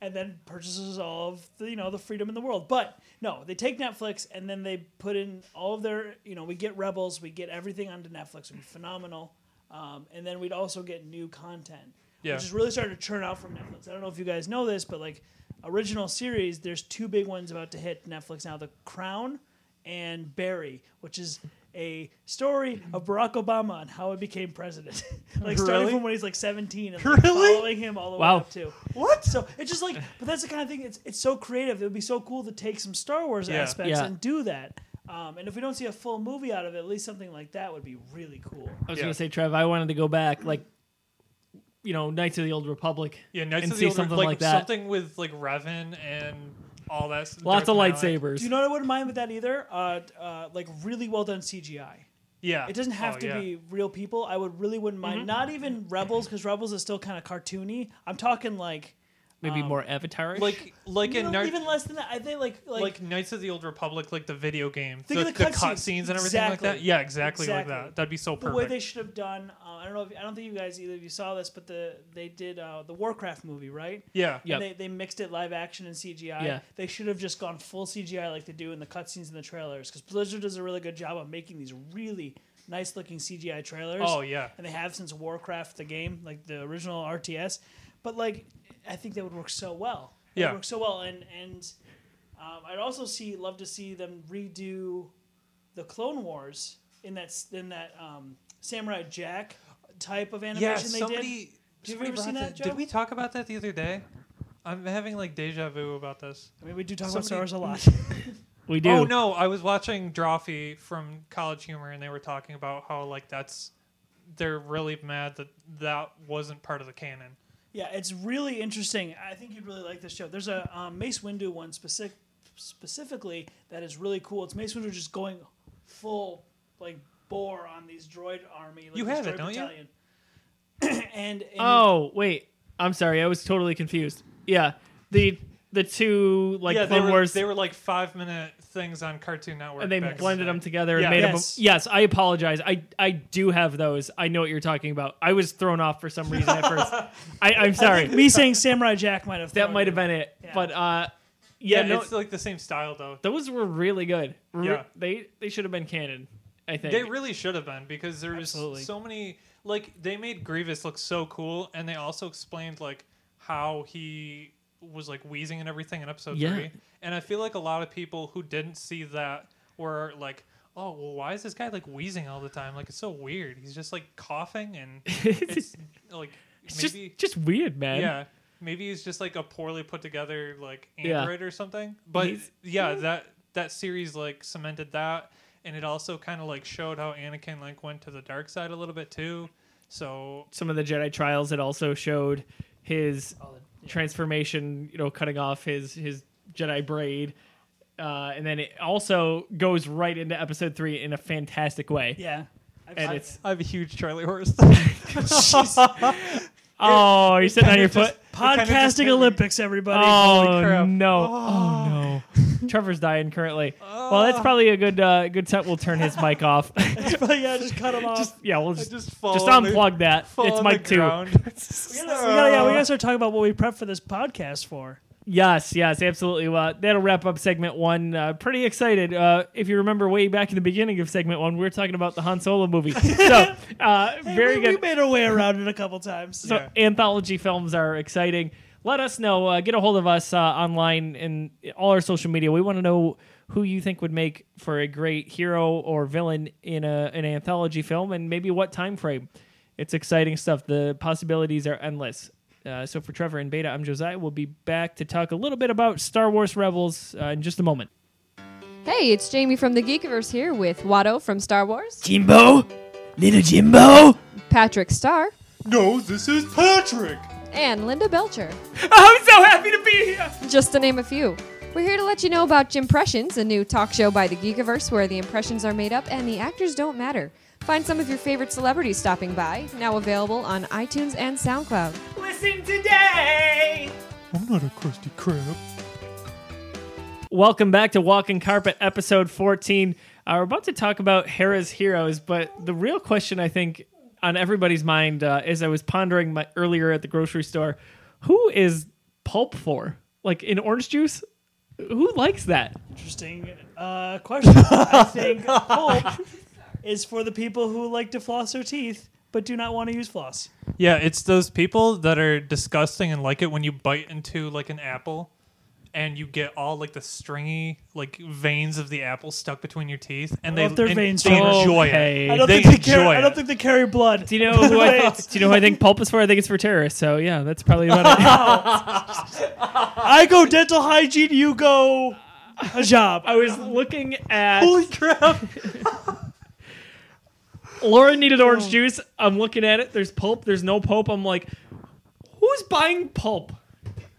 [SPEAKER 2] and then purchases all of the, you know, the freedom in the world. But no, they take Netflix and then they put in all of their, you know, we get Rebels, we get everything onto Netflix. It would be phenomenal. Um, and then we'd also get new content,
[SPEAKER 7] Yeah.
[SPEAKER 2] which is really starting to churn out from Netflix. I don't know if you guys know this, but like original series, there's two big ones about to hit Netflix now: The Crown and Barry, which is a story of Barack Obama and how he became president, like starting
[SPEAKER 7] Really?
[SPEAKER 2] from when he's like 17 and like,
[SPEAKER 7] Really?
[SPEAKER 2] following him all the
[SPEAKER 3] Wow.
[SPEAKER 2] way up to what. So it's just like, but that's the kind of thing. It's it's so creative. It would be so cool to take some Star Wars
[SPEAKER 7] Yeah.
[SPEAKER 2] aspects
[SPEAKER 3] Yeah.
[SPEAKER 2] and do that. Um, and if we don't see a full movie out of it, at least something like that would be really cool.
[SPEAKER 3] I was
[SPEAKER 7] Yeah.
[SPEAKER 3] gonna say, Trev, I wanted to go back. Like you know, Knights of the Old Republic.
[SPEAKER 7] Yeah, Knights
[SPEAKER 3] and
[SPEAKER 7] of
[SPEAKER 3] see
[SPEAKER 7] the Old
[SPEAKER 3] something
[SPEAKER 7] Republic,
[SPEAKER 3] like that.
[SPEAKER 7] something with like Revan and all that. s-
[SPEAKER 3] Lots of
[SPEAKER 7] Darth Malak.
[SPEAKER 3] lightsabers.
[SPEAKER 2] Do you know what I wouldn't mind with that either? Uh, uh, like really well done CGI.
[SPEAKER 7] Yeah,
[SPEAKER 2] It doesn't have
[SPEAKER 7] Oh,
[SPEAKER 2] to
[SPEAKER 7] yeah.
[SPEAKER 2] be real people. I would really wouldn't mind. Not even Rebels because Rebels is still kind of cartoony. I'm talking like
[SPEAKER 3] Maybe more Avatar.
[SPEAKER 7] like like in
[SPEAKER 2] even,
[SPEAKER 7] Knights-
[SPEAKER 2] even less than that. I think like like,
[SPEAKER 7] like Knights of the Old Republic, like the video game,
[SPEAKER 2] Think
[SPEAKER 7] the,
[SPEAKER 2] of the
[SPEAKER 7] the
[SPEAKER 2] cutscenes.
[SPEAKER 7] cutscenes and everything like that.
[SPEAKER 2] Exactly.
[SPEAKER 7] Yeah, exactly,
[SPEAKER 2] Exactly.
[SPEAKER 7] like that. That'd be so
[SPEAKER 2] the
[SPEAKER 7] perfect.
[SPEAKER 2] way they should have done. Uh, I don't know. If, I don't think you guys either of you saw this, but the they did uh, the Warcraft movie, right?
[SPEAKER 7] yeah,
[SPEAKER 2] And
[SPEAKER 3] Yep.
[SPEAKER 2] they, they mixed it live action and CGI.
[SPEAKER 3] Yeah.
[SPEAKER 2] They should have just gone full CGI like they do in the cutscenes and the trailers because Blizzard does a really good job of making these really nice looking CGI trailers.
[SPEAKER 7] Oh, yeah.
[SPEAKER 2] And they have since Warcraft the game, like the original RTS. But like, I think that would work so well. It
[SPEAKER 7] Yeah.
[SPEAKER 2] would work so well. And and um, I'd also see love to see them redo the Clone Wars in that s- in that um, Samurai Jack type of animation
[SPEAKER 7] yeah.
[SPEAKER 2] they
[SPEAKER 7] Somebody,
[SPEAKER 2] did. Have you
[SPEAKER 7] somebody
[SPEAKER 2] ever seen
[SPEAKER 7] brought
[SPEAKER 2] that,
[SPEAKER 7] that-
[SPEAKER 2] Joe?
[SPEAKER 7] Did we talk about that the other day? I'm having like deja vu about this.
[SPEAKER 2] I mean, we do talk about Star
[SPEAKER 7] somebody-
[SPEAKER 2] Wars a lot.
[SPEAKER 3] we do.
[SPEAKER 7] Oh no, I was watching Drawfee from College Humor, and they were talking about how like that's they're really mad that that wasn't part of the canon.
[SPEAKER 2] Yeah, it's really interesting. I think you'd really like this show. There's a um, Mace Windu one specific, specifically that is really cool. It's Mace Windu just going full like bore on these droid army. Like,
[SPEAKER 7] You
[SPEAKER 2] this
[SPEAKER 7] have
[SPEAKER 2] droid
[SPEAKER 7] it, don't you?
[SPEAKER 2] battalion. and, and
[SPEAKER 3] Oh wait, I'm sorry. I was totally confused. Yeah, the the two like
[SPEAKER 7] yeah, they
[SPEAKER 3] Clone
[SPEAKER 7] were
[SPEAKER 3] Wars,
[SPEAKER 7] they were like five minute things on Cartoon Network,
[SPEAKER 3] and they
[SPEAKER 7] back in the
[SPEAKER 3] blended
[SPEAKER 7] day.
[SPEAKER 3] them together and
[SPEAKER 7] Yeah.
[SPEAKER 3] made
[SPEAKER 2] Yes.
[SPEAKER 3] them. Yes, I apologize. I I do have those. I know what you're talking about. I was thrown off for some reason at first. I, I'm sorry.
[SPEAKER 2] me saying Samurai Jack might have
[SPEAKER 3] that
[SPEAKER 2] thrown
[SPEAKER 3] might have
[SPEAKER 2] you.
[SPEAKER 3] been it.
[SPEAKER 2] Yeah.
[SPEAKER 3] But uh, yeah,
[SPEAKER 7] Yeah,
[SPEAKER 3] no,
[SPEAKER 7] it's like the same style though.
[SPEAKER 3] those were really good. Re-
[SPEAKER 7] Yeah.
[SPEAKER 3] they they should have been canon. I think
[SPEAKER 7] They really should have been because there was
[SPEAKER 3] Absolutely.
[SPEAKER 7] so many. Like they made Grievous look so cool, and they also explained like how he was like wheezing and everything in episode
[SPEAKER 3] Yeah.
[SPEAKER 7] three. And I feel like a lot of people who didn't see that were like, "Oh, well, why is this guy like wheezing all the time? Like it's so weird. He's just like coughing and it's like
[SPEAKER 3] it's just
[SPEAKER 7] maybe
[SPEAKER 3] just weird, man.
[SPEAKER 7] yeah." Maybe he's just like a poorly put together like
[SPEAKER 3] Yeah.
[SPEAKER 7] android or something. But
[SPEAKER 3] He's-
[SPEAKER 7] yeah, that that series like cemented that, and it also kind of like showed how Anakin like went to the dark side a little bit too. So
[SPEAKER 3] Some of the Jedi trials it also showed his transformation. You know, cutting off his his Jedi braid. Uh, and then it also goes right into episode three in a fantastic way.
[SPEAKER 2] Yeah, I've
[SPEAKER 3] And
[SPEAKER 2] seen
[SPEAKER 3] it's
[SPEAKER 7] I have a huge Charlie horse.
[SPEAKER 3] oh, you're sitting on your foot.
[SPEAKER 2] it. podcasting Olympics, everybody.
[SPEAKER 3] Oh
[SPEAKER 7] Holy crap.
[SPEAKER 3] no! Oh, no! Trevor's dying currently. Well,
[SPEAKER 7] Oh.
[SPEAKER 3] that's probably a good uh, good set. We'll turn his mic off.
[SPEAKER 2] yeah, just cut him off.
[SPEAKER 3] yeah, we'll just
[SPEAKER 7] just
[SPEAKER 3] just,
[SPEAKER 7] fall on the-
[SPEAKER 3] unplug that. It's mic two.
[SPEAKER 2] we gotta, we gotta, yeah, we
[SPEAKER 3] uh.
[SPEAKER 2] gotta start talking about what we prep for this podcast for.
[SPEAKER 3] Yes, yes, absolutely. Well, that'll wrap up segment one. Uh, pretty excited. Uh, if you remember, way back in the beginning of segment one, we were talking about the Han Solo movie. So, uh, very
[SPEAKER 2] we,
[SPEAKER 3] good.
[SPEAKER 2] We made our way around it a couple times.
[SPEAKER 3] So anthology films are exciting. Let us know. Uh, get a hold of us uh, online and all our social media. We want to know who you think would make for a great hero or villain in a an anthology film, and maybe what time frame. It's exciting stuff. The possibilities are endless. Uh, so for Trevor and Beta, I'm Josiah. We'll be back to talk a little bit about Star Wars Rebels uh, in just a moment.
[SPEAKER 6] Hey, it's Jamie from the Geekiverse here with Watto from Star Wars,
[SPEAKER 1] Jimbo? Little Jimbo?
[SPEAKER 6] Patrick Starr,
[SPEAKER 7] No, this is Patrick.
[SPEAKER 6] and Linda Belcher,
[SPEAKER 3] I'm so happy to be here.
[SPEAKER 6] just to name a few. We're here to let you know about Jimpressions, a new talk show by the Geekiverse where the impressions are made up and the actors don't matter. Find some of your favorite celebrities stopping by, now available on iTunes and SoundCloud.
[SPEAKER 3] Listen today.
[SPEAKER 7] I'm not a crusty crab.
[SPEAKER 3] Welcome back to Walking Carpet, episode 14. Uh, we're about to talk about Hera's heroes, but the real question I think on everybody's mind uh, is I was pondering my earlier at the grocery store, who is pulp for? Like in orange juice? Who likes that?
[SPEAKER 2] Interesting uh, question. I think pulp is for the people who like to floss their teeth but do not want to use floss.
[SPEAKER 7] Yeah, it's those people that are disgusting and like it when you bite into like an apple and you get all like the stringy like veins of the apple stuck between your teeth and they,
[SPEAKER 2] love their
[SPEAKER 7] and
[SPEAKER 2] veins,
[SPEAKER 7] they
[SPEAKER 2] John.
[SPEAKER 7] enjoy
[SPEAKER 3] Okay.
[SPEAKER 7] it.
[SPEAKER 2] I don't
[SPEAKER 7] They
[SPEAKER 2] think they carry.
[SPEAKER 7] enjoy
[SPEAKER 2] I don't
[SPEAKER 7] it.
[SPEAKER 2] think they carry blood.
[SPEAKER 3] Do you know who I do you know who I think pulp is for? I think it's for terrorists. So yeah, that's probably about it.
[SPEAKER 2] I go dental hygiene. You go a job.
[SPEAKER 3] I was looking at
[SPEAKER 2] Holy crap!
[SPEAKER 3] Oh. Laura needed orange juice. I'm looking at it. There's pulp. There's no pulp. I'm like, Who's buying pulp?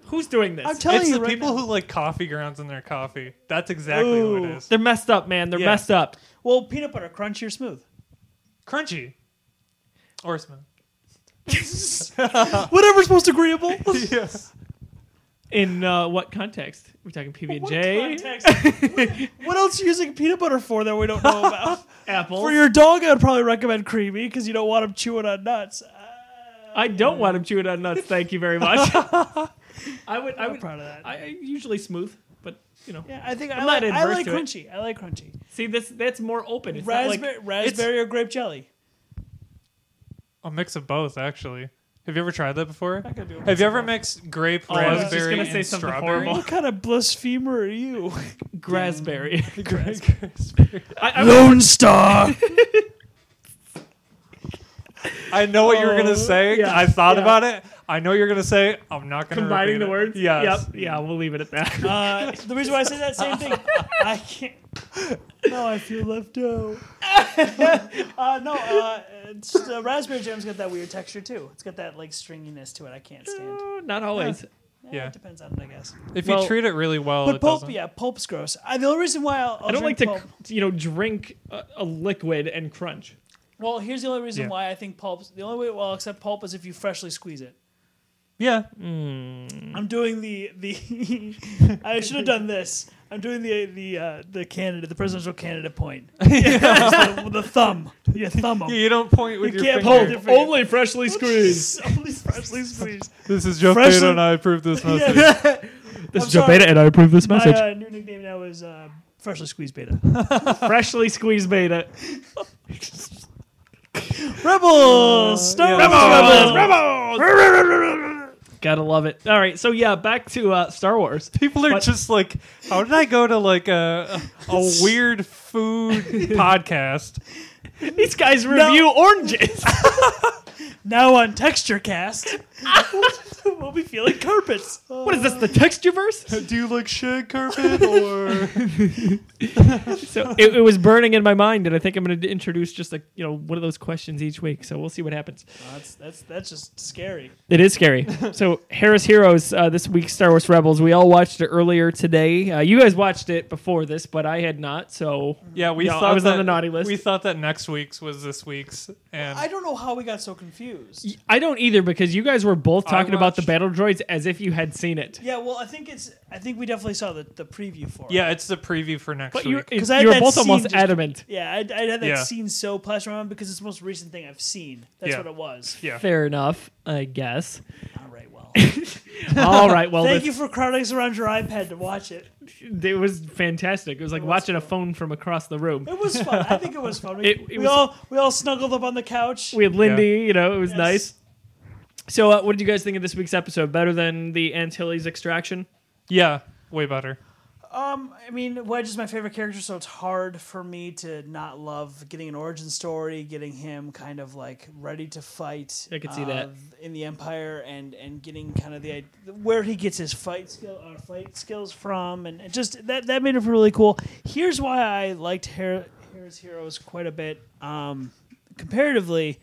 [SPEAKER 3] Who's doing this?
[SPEAKER 2] I'm telling
[SPEAKER 7] it's
[SPEAKER 2] you
[SPEAKER 7] the
[SPEAKER 2] right
[SPEAKER 7] people
[SPEAKER 2] now.
[SPEAKER 7] who like coffee grounds in their coffee. That's exactly who it
[SPEAKER 2] Ooh.
[SPEAKER 7] is.
[SPEAKER 3] They're messed up, man. They're
[SPEAKER 7] Yeah.
[SPEAKER 3] messed up.
[SPEAKER 2] Well, peanut butter, crunchy or smooth?
[SPEAKER 7] Crunchy. Or smooth.
[SPEAKER 2] Whatever's most agreeable.
[SPEAKER 7] Yes.
[SPEAKER 3] In uh, what context? We're talking PB and
[SPEAKER 2] What
[SPEAKER 3] J,
[SPEAKER 2] context? what else are you using peanut butter for that we don't know about?
[SPEAKER 3] Apple.
[SPEAKER 2] for your dog, I would probably recommend creamy because you don't want him chewing on nuts. Uh,
[SPEAKER 3] I don't want him chewing on nuts. Thank you very much. I would. I
[SPEAKER 2] I'm
[SPEAKER 3] would.
[SPEAKER 2] proud of that.
[SPEAKER 3] I I usually smooth, but you know.
[SPEAKER 2] yeah, I think i
[SPEAKER 3] I'm
[SPEAKER 2] like,
[SPEAKER 3] not
[SPEAKER 2] I
[SPEAKER 3] adverse
[SPEAKER 2] like
[SPEAKER 3] to it.
[SPEAKER 2] crunchy. I like crunchy.
[SPEAKER 3] See, this that's more open. It's not like-
[SPEAKER 2] raspberry, raspberry or grape jelly.
[SPEAKER 7] A mix of both, actually. Have you ever tried that before?
[SPEAKER 2] gonna do it
[SPEAKER 7] Have you ever mixed grape,
[SPEAKER 3] Oh, I was just
[SPEAKER 7] raspberry,
[SPEAKER 3] gonna say
[SPEAKER 7] and
[SPEAKER 3] something
[SPEAKER 7] strawberry?
[SPEAKER 3] horrible.
[SPEAKER 2] What kind of blasphemer are you?
[SPEAKER 3] raspberry.
[SPEAKER 7] Raspberry.
[SPEAKER 3] I, I would-
[SPEAKER 1] Lone Star.
[SPEAKER 7] I know what you were gonna say.
[SPEAKER 3] Oh. yeah,
[SPEAKER 7] I thought
[SPEAKER 3] yeah.
[SPEAKER 7] about it. I know you're gonna say. I'm not gonna
[SPEAKER 3] combining
[SPEAKER 7] repeat
[SPEAKER 3] the
[SPEAKER 7] it.
[SPEAKER 3] words.
[SPEAKER 7] Yes.
[SPEAKER 3] Yep. Yeah, we'll leave it at that.
[SPEAKER 2] Uh, the reason why I say that same thing, I can't. No, I feel left out. uh, no, uh, it's, uh, raspberry jam's got that weird texture too. It's got that like stringiness to it. I can't stand.
[SPEAKER 3] Uh, Not always.
[SPEAKER 7] Yeah.
[SPEAKER 2] It depends on it, I guess.
[SPEAKER 7] If
[SPEAKER 3] Well-
[SPEAKER 7] you treat it really well,
[SPEAKER 2] But
[SPEAKER 7] it
[SPEAKER 2] pulp,
[SPEAKER 7] doesn't.
[SPEAKER 2] yeah, pulp's gross. I, the only reason why I'll, I'll
[SPEAKER 3] I don't like
[SPEAKER 2] drink
[SPEAKER 3] to,
[SPEAKER 2] pulp,
[SPEAKER 3] you know, drink a, a liquid and crunch.
[SPEAKER 2] Well, here's the only reason
[SPEAKER 7] Yeah.
[SPEAKER 2] why I think pulp's the only way well will accept pulp is if you freshly squeeze it.
[SPEAKER 7] Yeah. Hmm.
[SPEAKER 2] I'm doing the the. I should have done this. I'm doing the the uh, the candidate, the presidential candidate point. Just the, the thumb, your thumb. 'em.
[SPEAKER 7] Yeah, You don't point with
[SPEAKER 2] You
[SPEAKER 7] your
[SPEAKER 2] can't
[SPEAKER 7] finger.
[SPEAKER 2] hold it. Different.
[SPEAKER 3] Only freshly squeezed.
[SPEAKER 2] Only freshly squeezed.
[SPEAKER 7] This is Jeff
[SPEAKER 2] Freshly-
[SPEAKER 7] Beta, and I approve this message.
[SPEAKER 3] This
[SPEAKER 2] is Joe sorry. Beta,
[SPEAKER 3] and I approve this
[SPEAKER 2] My uh, new nickname now is uh, freshly squeezed beta.
[SPEAKER 3] freshly squeezed beta. Uh,
[SPEAKER 2] Rebels, Star Wars Rebels.
[SPEAKER 3] Gotta love it. All right, so yeah, back to uh, Star Wars.
[SPEAKER 7] People are
[SPEAKER 3] But-
[SPEAKER 7] just like, how did I go to like a a weird food podcast?
[SPEAKER 3] These guys review oranges.
[SPEAKER 2] Now on Texture Cast, we'll be feeling carpets.
[SPEAKER 3] what is this, the textureverse?
[SPEAKER 7] Do you like shag carpet or?
[SPEAKER 3] So it, it was burning in my mind, and I think I'm going to introduce just like you know one of those questions each week. So we'll see what happens.
[SPEAKER 2] That's that's that's just scary.
[SPEAKER 3] It is scary. so Harris Heroes uh, this week's Star Wars Rebels. We all watched it earlier today. Uh, you guys watched it before this, but I had not. So
[SPEAKER 7] Yeah, we
[SPEAKER 3] No, I
[SPEAKER 7] thought
[SPEAKER 3] was
[SPEAKER 7] that,
[SPEAKER 3] on the naughty list.
[SPEAKER 7] We thought that next week's was this week's, and
[SPEAKER 2] I don't know how we got so confused.
[SPEAKER 3] I don't either because you guys were both talking about the
[SPEAKER 7] watched-
[SPEAKER 3] battle droids as if you had seen it.
[SPEAKER 2] Yeah, well, I think it's. I think we definitely saw the, the preview for it.
[SPEAKER 7] yeah, it's the preview for next
[SPEAKER 3] But you,
[SPEAKER 7] week.
[SPEAKER 3] you
[SPEAKER 2] I had
[SPEAKER 3] were
[SPEAKER 2] that
[SPEAKER 3] both
[SPEAKER 2] scene
[SPEAKER 3] almost
[SPEAKER 2] just-
[SPEAKER 3] adamant.
[SPEAKER 2] Yeah, I, I had that
[SPEAKER 7] Yeah.
[SPEAKER 2] scene so plush around because it's the most recent thing I've seen. That's
[SPEAKER 7] Yeah.
[SPEAKER 2] what it was.
[SPEAKER 7] Yeah.
[SPEAKER 3] Fair enough, I guess.
[SPEAKER 2] All right, well.
[SPEAKER 3] All right, well,
[SPEAKER 2] Thank
[SPEAKER 3] this,
[SPEAKER 2] you for crowding around your iPad to watch it.
[SPEAKER 3] it was fantastic. It was like watching a phone from across the room.
[SPEAKER 2] It was fun. I think it was fun. We,
[SPEAKER 3] It- it
[SPEAKER 2] we
[SPEAKER 3] was-
[SPEAKER 2] all we all snuggled up on the couch.
[SPEAKER 3] We had Lindy, you know, it was
[SPEAKER 2] Yes.
[SPEAKER 3] nice. So, uh, what did you guys think of this week's episode? Better than the Antilles extraction?
[SPEAKER 7] yeah, way better.
[SPEAKER 2] Um, I mean, Wedge is my favorite character, so it's hard for me to not love getting an origin story, getting him kind of like ready to fight. uh,
[SPEAKER 3] I could see that.
[SPEAKER 2] in the Empire, and and getting kind of the id- where he gets his fight skill or fight skills from, and it just that that made it really cool. Here's why I liked Har- Harris Heroes quite a bit. Um, comparatively,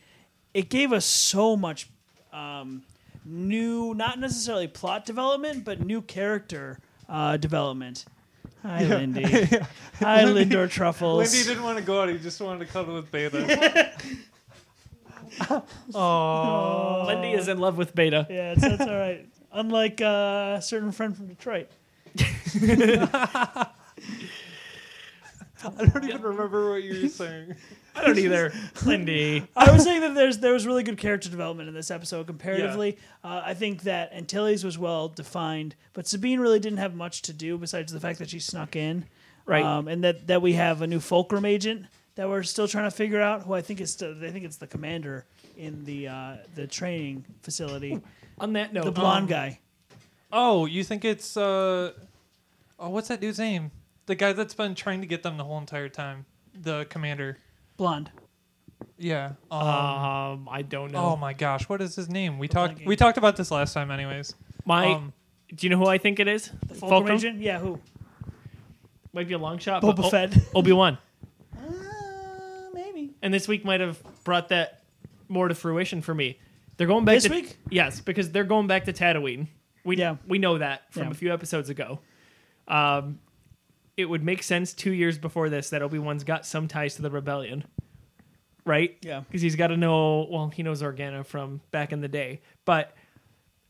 [SPEAKER 2] it gave us so much um, new, not necessarily plot development, but new character uh, development. Hi, Lindy. Hi, Lindor Truffles.
[SPEAKER 7] Lindy didn't want to go out; he just wanted to cuddle with Beta.
[SPEAKER 2] Uh,
[SPEAKER 3] Lindy is in love with Beta.
[SPEAKER 2] yeah, it's, that's all right. Unlike uh, a certain friend from Detroit.
[SPEAKER 7] I don't even remember what you were saying.
[SPEAKER 3] I don't either. Lindy.
[SPEAKER 2] I was saying that there's there was really good character development in this episode comparatively. Uh, I think that Antilles was well defined, but Sabine really didn't have much to do besides the fact that she snuck in,
[SPEAKER 3] Right.
[SPEAKER 2] Um, and that that we have a new Fulcrum agent that we're still trying to figure out. Who I think is still, I think it's the commander in the uh, the training facility,
[SPEAKER 3] On that note,
[SPEAKER 2] the blonde
[SPEAKER 3] um,
[SPEAKER 2] guy.
[SPEAKER 7] Oh, you think it's uh, oh, what's that dude's name? The guy that's been trying to get them the whole entire time, the commander.
[SPEAKER 2] Blonde.
[SPEAKER 7] Yeah. Um,
[SPEAKER 3] Um, I don't know.
[SPEAKER 7] oh my gosh, what is his name? We talked.
[SPEAKER 2] blanking.
[SPEAKER 7] We talked about this last time, anyways.
[SPEAKER 3] my,
[SPEAKER 7] um,
[SPEAKER 3] do you know who I think it is? The
[SPEAKER 2] Fulcrum, agent? Yeah, who?
[SPEAKER 3] Might be a long shot.
[SPEAKER 2] Boba
[SPEAKER 3] but O-
[SPEAKER 2] Fett.
[SPEAKER 3] Obi Wan.
[SPEAKER 2] Oh, Uh, maybe.
[SPEAKER 3] And this week might have brought that more to fruition for me. They're going back
[SPEAKER 2] This
[SPEAKER 3] to,
[SPEAKER 2] week?
[SPEAKER 3] Yes, because they're going back to Tatooine. We
[SPEAKER 2] Yeah.
[SPEAKER 3] we know that from
[SPEAKER 2] Yeah.
[SPEAKER 3] a few episodes ago. Um, it would make sense two years before this that Obi Wan's got some ties to the rebellion, right?
[SPEAKER 2] Yeah.
[SPEAKER 3] because he's got to know. Well, he knows Organa from back in the day, but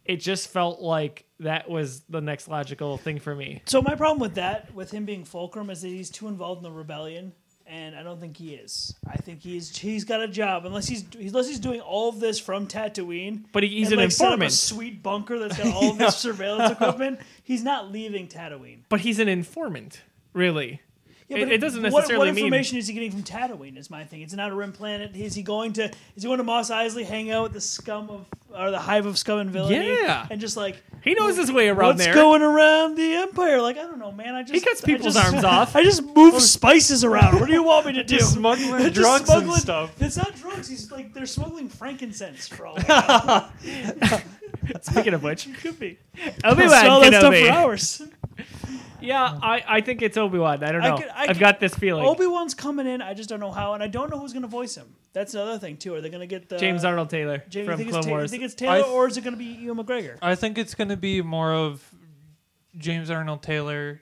[SPEAKER 3] it just felt like that was the next logical thing for me.
[SPEAKER 2] So my problem with that, with him being Fulcrum, is that he's too involved in the rebellion, and I don't think he is. I think he's he's got a job unless he's unless he's doing all of this from Tatooine.
[SPEAKER 3] But he- he's
[SPEAKER 2] and,
[SPEAKER 3] an
[SPEAKER 2] like, set up
[SPEAKER 3] informant.
[SPEAKER 2] a sweet bunker that's got all of this surveillance equipment. He's not leaving Tatooine.
[SPEAKER 3] But he's an informant, really.
[SPEAKER 2] Yeah,
[SPEAKER 3] It- it doesn't
[SPEAKER 2] what-
[SPEAKER 3] necessarily
[SPEAKER 2] what,
[SPEAKER 3] mean-
[SPEAKER 2] information is he getting from Tatooine? Is my thing. It's an outer rim planet. Is he going to? Is he going to Moss Isley, hang out with the scum of or the hive of scum and villainy?
[SPEAKER 3] Yeah.
[SPEAKER 2] and just like
[SPEAKER 3] He knows his way around
[SPEAKER 2] What's
[SPEAKER 3] there.
[SPEAKER 2] going around the empire? Like I don't know, man. I just
[SPEAKER 3] cuts
[SPEAKER 2] I
[SPEAKER 3] people's
[SPEAKER 2] just-
[SPEAKER 3] arms off.
[SPEAKER 2] I just move spices around. What do you want me to do?
[SPEAKER 7] Just smuggling
[SPEAKER 2] Just
[SPEAKER 7] drugs
[SPEAKER 2] smuggling-
[SPEAKER 7] and stuff.
[SPEAKER 2] It's not drugs. He's like they're smuggling frankincense for all. I know.
[SPEAKER 3] Speaking of which,
[SPEAKER 2] Could be.
[SPEAKER 3] Obi
[SPEAKER 2] Smell
[SPEAKER 3] Wan
[SPEAKER 2] that stuff
[SPEAKER 3] Kenobi.
[SPEAKER 2] for hours.
[SPEAKER 3] Yeah, I, I think it's Obi Wan. I don't
[SPEAKER 2] I
[SPEAKER 3] know. I
[SPEAKER 2] could- I
[SPEAKER 3] have
[SPEAKER 2] could-
[SPEAKER 3] got this feeling.
[SPEAKER 2] Obi Wan's coming in. I just don't know how, and I don't know who's going to voice him. That's another thing too. Are they going to get the
[SPEAKER 3] James Arnold Taylor
[SPEAKER 2] James, you
[SPEAKER 3] from
[SPEAKER 2] think
[SPEAKER 3] Clone
[SPEAKER 2] it's Ta- you
[SPEAKER 3] Wars.
[SPEAKER 2] think it's Taylor,
[SPEAKER 7] I-
[SPEAKER 2] or is it going to be Ewan McGregor?
[SPEAKER 7] I think it's going to be more of James Arnold Taylor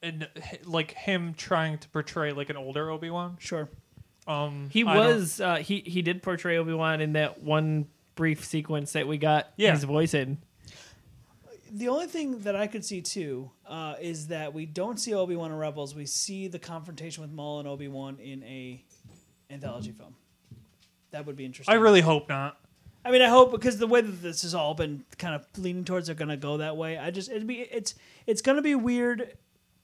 [SPEAKER 7] and h- like him trying to portray like an older Obi Wan.
[SPEAKER 2] Sure.
[SPEAKER 7] Um,
[SPEAKER 3] he
[SPEAKER 7] I don't-
[SPEAKER 3] was uh, he he did portray Obi Wan in that one brief sequence that we got
[SPEAKER 7] Yeah.
[SPEAKER 3] his voice in.
[SPEAKER 2] The only thing that I could see too uh, is that we don't see Obi Wan in Rebels. We see the confrontation with Maul and Obi Wan in a anthology film. That would be interesting.
[SPEAKER 7] I really hope not.
[SPEAKER 2] I mean, I hope because the way that this has all been kind of leaning towards, they're gonna go that way. I just, it'd be, it's, it's gonna be weird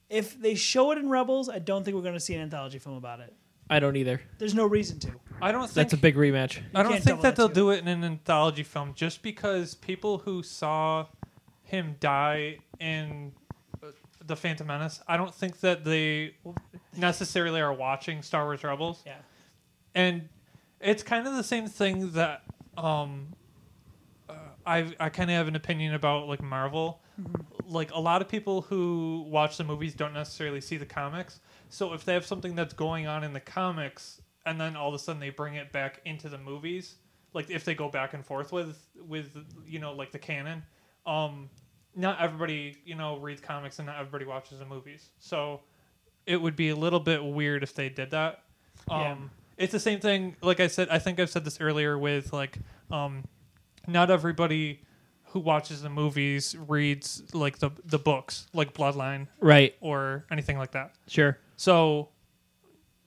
[SPEAKER 2] if they show it in Rebels. I don't think we're gonna see an anthology film about it.
[SPEAKER 3] I don't either.
[SPEAKER 2] There's no reason to.
[SPEAKER 7] I don't think
[SPEAKER 3] That's a big rematch.
[SPEAKER 7] I don't
[SPEAKER 2] can't
[SPEAKER 7] think
[SPEAKER 2] double
[SPEAKER 7] that
[SPEAKER 2] that
[SPEAKER 7] they'll
[SPEAKER 2] too.
[SPEAKER 7] do it in an anthology film just because people who saw him die in uh, The Phantom Menace, I don't think that they necessarily are watching Star Wars Rebels.
[SPEAKER 2] Yeah.
[SPEAKER 7] And it's kind of the same thing that um, uh, I I kind of have an opinion about like Marvel. Like a lot of people who watch the movies don't necessarily see the comics. So if they have something that's going on in the comics and then all of a sudden they bring it back into the movies, like if they go back and forth with with you know like the canon, um not everybody, you know, reads comics and not everybody watches the movies. So it would be a little bit weird if they did that. Um it's the same thing like I said I think I've said this earlier with like um not everybody who watches the movies reads like the the books like Bloodline
[SPEAKER 3] Right.
[SPEAKER 7] or anything like that.
[SPEAKER 3] Sure.
[SPEAKER 7] So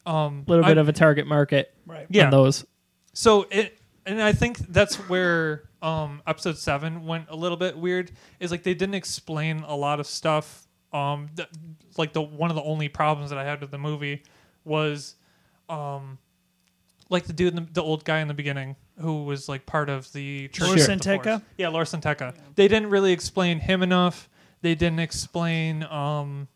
[SPEAKER 7] um
[SPEAKER 3] A little
[SPEAKER 7] I-
[SPEAKER 3] bit of a target market
[SPEAKER 2] Right.
[SPEAKER 7] yeah.
[SPEAKER 3] on those.
[SPEAKER 7] So it and I think that's where um episode 7 went a little bit weird is like they didn't explain a lot of stuff um th- like the one of the only problems that I had with the movie was um like the dude in the, the old guy in the beginning who was like part of the church
[SPEAKER 2] Lor
[SPEAKER 7] of the
[SPEAKER 2] Santeca?
[SPEAKER 7] Force. Yeah, Lor Santeca. They didn't really explain him enough. They didn't explain um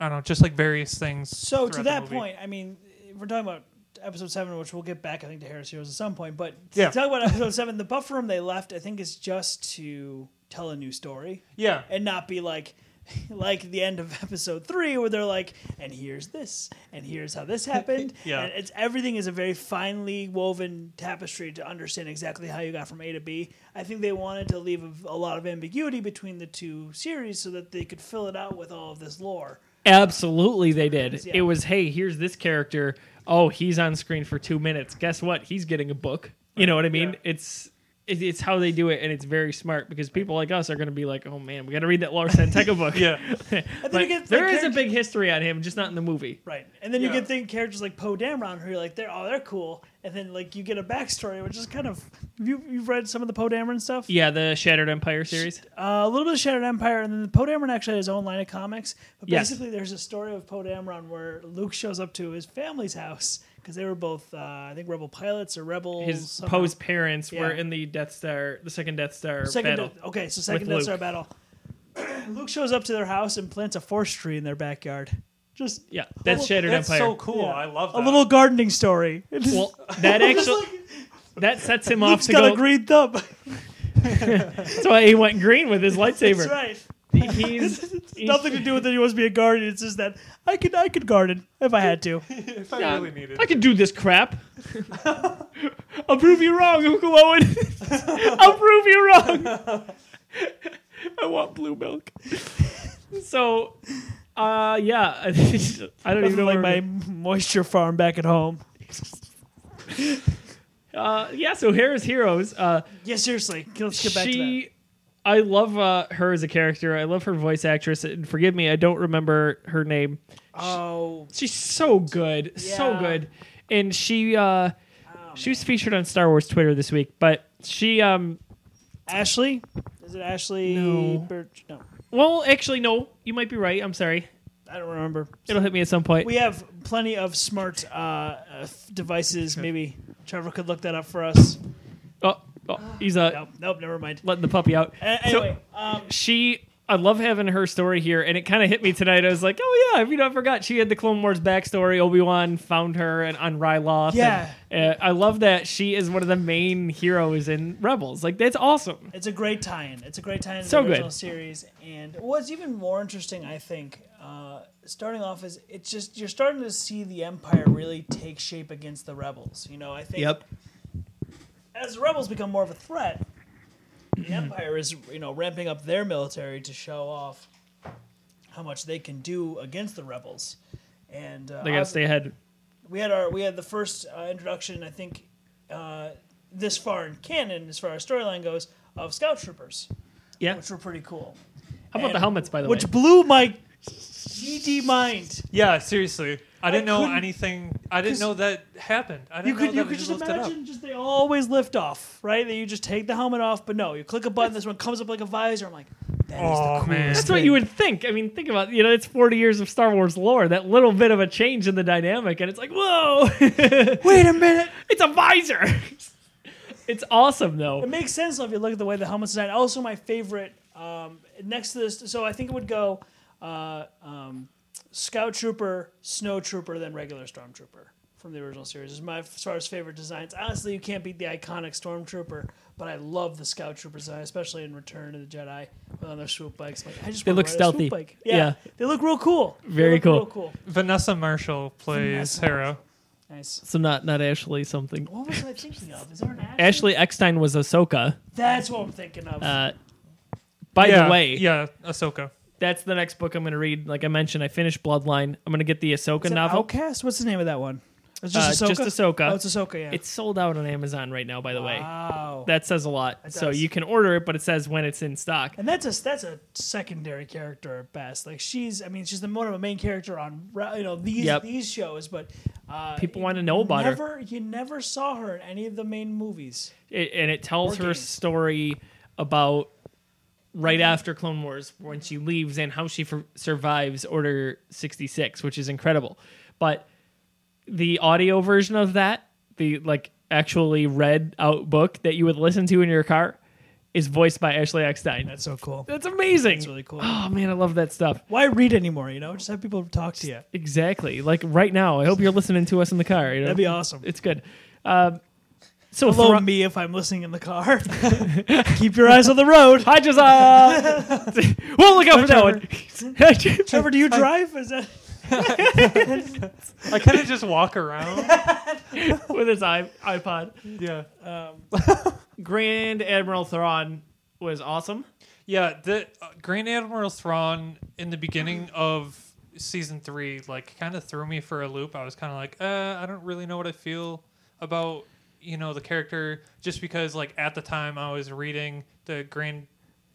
[SPEAKER 7] I don't know, just like various things.
[SPEAKER 2] So to
[SPEAKER 7] throughout the
[SPEAKER 2] that
[SPEAKER 7] movie.
[SPEAKER 2] point, I mean, we're talking about episode seven, which we'll get back, I think, to Harris Heroes at some point. But
[SPEAKER 7] Yeah.
[SPEAKER 2] to talk about episode seven, the buffer room they left, I think, is just to tell a new story
[SPEAKER 7] yeah,
[SPEAKER 2] and not be like, like the end of episode three, where they're like, and here's this, and here's how this happened.
[SPEAKER 7] Yeah.
[SPEAKER 2] and it's everything is a very finely woven tapestry to understand exactly how you got from A to B. I think they wanted to leave a, a lot of ambiguity between the two series so that they could fill it out with all of this lore.
[SPEAKER 3] Absolutely, they did.
[SPEAKER 2] Yeah.
[SPEAKER 3] It was, hey, here's this character. Oh, he's on screen for two minutes. Guess what? He's getting a book. You know what I mean?
[SPEAKER 7] Yeah.
[SPEAKER 3] It's it, it's how they do it, and it's very smart because people like us are going to be like, oh man, we got to read that Lars Santeca book.
[SPEAKER 7] yeah.
[SPEAKER 2] And then
[SPEAKER 3] Like,
[SPEAKER 2] you get, like,
[SPEAKER 3] there is a
[SPEAKER 2] characters-
[SPEAKER 3] big history on him, just not in the movie.
[SPEAKER 2] Right, and then you
[SPEAKER 7] Yeah.
[SPEAKER 2] get think characters like Poe Dameron, who you're like, they're oh, they're cool, and then like you get a backstory, which is kind of you you've read some of the Poe Dameron stuff,
[SPEAKER 3] Yeah, the Shattered Empire series.
[SPEAKER 2] uh, a little bit of Shattered Empire, and then the Poe Dameron actually had his own line of comics. But
[SPEAKER 3] Yes.
[SPEAKER 2] basically, there's a story of Poe Dameron where Luke shows up to his family's house because they were both, uh, I think, rebel pilots or rebels.
[SPEAKER 3] His
[SPEAKER 2] somehow.
[SPEAKER 3] Poe's parents were
[SPEAKER 2] Yeah.
[SPEAKER 3] in the Death Star, the second Death Star
[SPEAKER 2] second
[SPEAKER 3] battle.
[SPEAKER 2] Death- okay, so second
[SPEAKER 3] with
[SPEAKER 2] Death
[SPEAKER 3] Luke.
[SPEAKER 2] Star battle. Luke shows up to their house and plants a forest tree in their backyard. Just
[SPEAKER 3] yeah, that's Shattered
[SPEAKER 7] That's
[SPEAKER 3] Empire.
[SPEAKER 7] so cool. I love that.
[SPEAKER 2] a little gardening story.
[SPEAKER 3] Well, that actually that sets him off
[SPEAKER 2] Luke's
[SPEAKER 3] to
[SPEAKER 2] got
[SPEAKER 3] go.
[SPEAKER 2] a green thumb.
[SPEAKER 3] That's why he went green with his lightsaber.
[SPEAKER 2] That's right.
[SPEAKER 3] he's, he's
[SPEAKER 2] Nothing to do with that he wants to be a guardian. It's just that I could I could garden if I had to.
[SPEAKER 7] if I really needed
[SPEAKER 3] I can do this crap. I'll prove you wrong, Uncle Owen. I'll prove you wrong. I want blue milk. So, uh, yeah, I don't even know
[SPEAKER 2] like my
[SPEAKER 3] where
[SPEAKER 2] moisture farm back at home.
[SPEAKER 3] Uh, yeah, so Harris Heroes. Uh,
[SPEAKER 2] Yeah, seriously. Let's get back
[SPEAKER 3] she, I love uh, her as a character. I love her voice actress. And forgive me, I don't remember her name.
[SPEAKER 2] to that. Oh,
[SPEAKER 3] She's so good, so
[SPEAKER 2] Yeah. Oh,
[SPEAKER 3] good. And she uh, she was featured on Star Wars Twitter this week, but she um
[SPEAKER 2] Ashley? Is it Ashley
[SPEAKER 3] No.
[SPEAKER 2] Birch? No.
[SPEAKER 3] well actually no, you might be right. I'm sorry.
[SPEAKER 2] I don't remember.
[SPEAKER 3] It'll hit me at some point.
[SPEAKER 2] We have plenty of smart uh, uh, f- devices. Maybe Trevor could look that up for us.
[SPEAKER 3] oh, oh, he's uh,
[SPEAKER 2] Nope, nope, never mind.
[SPEAKER 3] letting the puppy out.
[SPEAKER 2] A- anyway, um,
[SPEAKER 3] she I love having her story here, and it kind of hit me tonight. I was like, oh yeah, I mean, I forgot she had the Clone Wars backstory. Obi Wan found her and on Ryloth.
[SPEAKER 2] Yeah.
[SPEAKER 3] and, uh, I love that she is one of the main heroes in Rebels. Like that's awesome.
[SPEAKER 2] It's a great tie-in. It's a great tie-in to
[SPEAKER 3] So
[SPEAKER 2] the
[SPEAKER 3] good.
[SPEAKER 2] original series. And what's even more interesting, I think, uh, starting off is it's just you're starting to see the Empire really take shape against the rebels. You know, I think as the rebels become more of a threat, the Empire is you know ramping up their military to show off how much they can do against the rebels. And uh,
[SPEAKER 3] They gotta
[SPEAKER 2] obvi-
[SPEAKER 3] stay ahead.
[SPEAKER 2] we had our we had the first uh, introduction I think uh, this far in canon as far as storyline goes of scout troopers
[SPEAKER 3] Yeah.
[SPEAKER 2] which were pretty cool
[SPEAKER 3] How about the
[SPEAKER 2] and-
[SPEAKER 3] helmets, by the
[SPEAKER 2] which
[SPEAKER 3] way?
[SPEAKER 2] blew my GD mind
[SPEAKER 7] Yeah, seriously. I didn't know
[SPEAKER 2] couldn't-
[SPEAKER 7] anything. I didn't know that happened. I didn't
[SPEAKER 2] you could
[SPEAKER 7] know
[SPEAKER 2] you
[SPEAKER 7] that
[SPEAKER 2] could
[SPEAKER 7] it
[SPEAKER 2] just
[SPEAKER 7] was lifted up.
[SPEAKER 2] imagine just they always lift off right that you just take the helmet off but no you click a button this one comes up like a visor I'm like that is the
[SPEAKER 7] Oh,
[SPEAKER 2] coolest
[SPEAKER 7] man.
[SPEAKER 3] That's what you would think. I mean, think about you know, it's forty years of Star Wars lore. That little bit of a change in the dynamic, and it's like, whoa,
[SPEAKER 2] wait a minute
[SPEAKER 3] it's a visor. it's awesome though.
[SPEAKER 2] It makes sense though, if you look at the way the helmet's designed. Also, my favorite um, next to this, so I think it would go uh, um, scout trooper, snow trooper, then regular stormtrooper from the original series. Is my as far as favorite designs. Honestly, you can't beat the iconic stormtrooper, but I love the scout trooper design, especially in Return of the Jedi with on their swoop bikes. Like, I just
[SPEAKER 3] They
[SPEAKER 2] wanna
[SPEAKER 3] look
[SPEAKER 2] ride a swoop
[SPEAKER 3] stealthy.
[SPEAKER 2] bike. Yeah,
[SPEAKER 3] Yeah.
[SPEAKER 2] they look real cool. They
[SPEAKER 3] Very
[SPEAKER 2] look
[SPEAKER 3] cool.
[SPEAKER 2] Real cool.
[SPEAKER 7] Vanessa Marshall plays Hera.
[SPEAKER 2] Nice.
[SPEAKER 3] So not not Ashley something.
[SPEAKER 2] What was I thinking of? Is there an Ashley?
[SPEAKER 3] Ashley Eckstein was Ahsoka.
[SPEAKER 2] That's what I'm thinking of.
[SPEAKER 3] Uh, by
[SPEAKER 7] yeah,
[SPEAKER 3] the way,
[SPEAKER 7] yeah, Ahsoka.
[SPEAKER 3] that's the next book I'm going to read. Like I mentioned, I finished Bloodline. I'm going to get the Ahsoka
[SPEAKER 2] Is it
[SPEAKER 3] novel.
[SPEAKER 2] Outcast? What's the name of that one? It's
[SPEAKER 3] Uh, just Ahsoka.
[SPEAKER 2] Oh, it's Ahsoka. Yeah.
[SPEAKER 3] It's sold out on Amazon right now. By the way,
[SPEAKER 2] wow.
[SPEAKER 3] that says a lot. So
[SPEAKER 2] does.
[SPEAKER 3] you can order it, but it says when it's in stock.
[SPEAKER 2] and that's a that's a secondary character at best. Like she's, I mean, she's the more of a main character on ra- you know these
[SPEAKER 3] Yep.
[SPEAKER 2] these shows, but uh,
[SPEAKER 3] People wanna know about her.
[SPEAKER 2] never, her. You never saw her in any of the main movies.
[SPEAKER 3] It, and it tells
[SPEAKER 2] Or
[SPEAKER 3] her
[SPEAKER 2] games.
[SPEAKER 3] story about
[SPEAKER 2] Mm-hmm.
[SPEAKER 3] right after Clone Wars when she leaves and how she fr- survives Order 66, which is incredible. But the audio version of that, the like actually read out book that you would listen to in your car, is voiced by Ashley Eckstein.
[SPEAKER 2] That's so cool.
[SPEAKER 3] That's amazing.
[SPEAKER 2] That's really cool.
[SPEAKER 3] Oh man, I love that stuff.
[SPEAKER 2] Why read anymore? You know, just have people talk to you.
[SPEAKER 3] Exactly. Like right now, I hope you're listening to us in the car. You know?
[SPEAKER 2] That'd be awesome.
[SPEAKER 3] It's good. Um, so
[SPEAKER 2] Hello,
[SPEAKER 3] Thra-
[SPEAKER 2] me if I'm listening in the car. Keep your eyes on the road.
[SPEAKER 3] Hi, Josiah. we'll look out for that one.
[SPEAKER 2] Trevor, do you drive? Is that
[SPEAKER 7] I kind of just walk around.
[SPEAKER 3] with his i- iPod.
[SPEAKER 7] Yeah,
[SPEAKER 3] Grand Admiral Thrawn was awesome.
[SPEAKER 7] yeah. The uh, Grand Admiral Thrawn in the beginning of season three, like, kind of threw me for a loop. I was kind of like, uh, I don't really know what I feel about you know the character, just because like at the time I was reading the Grand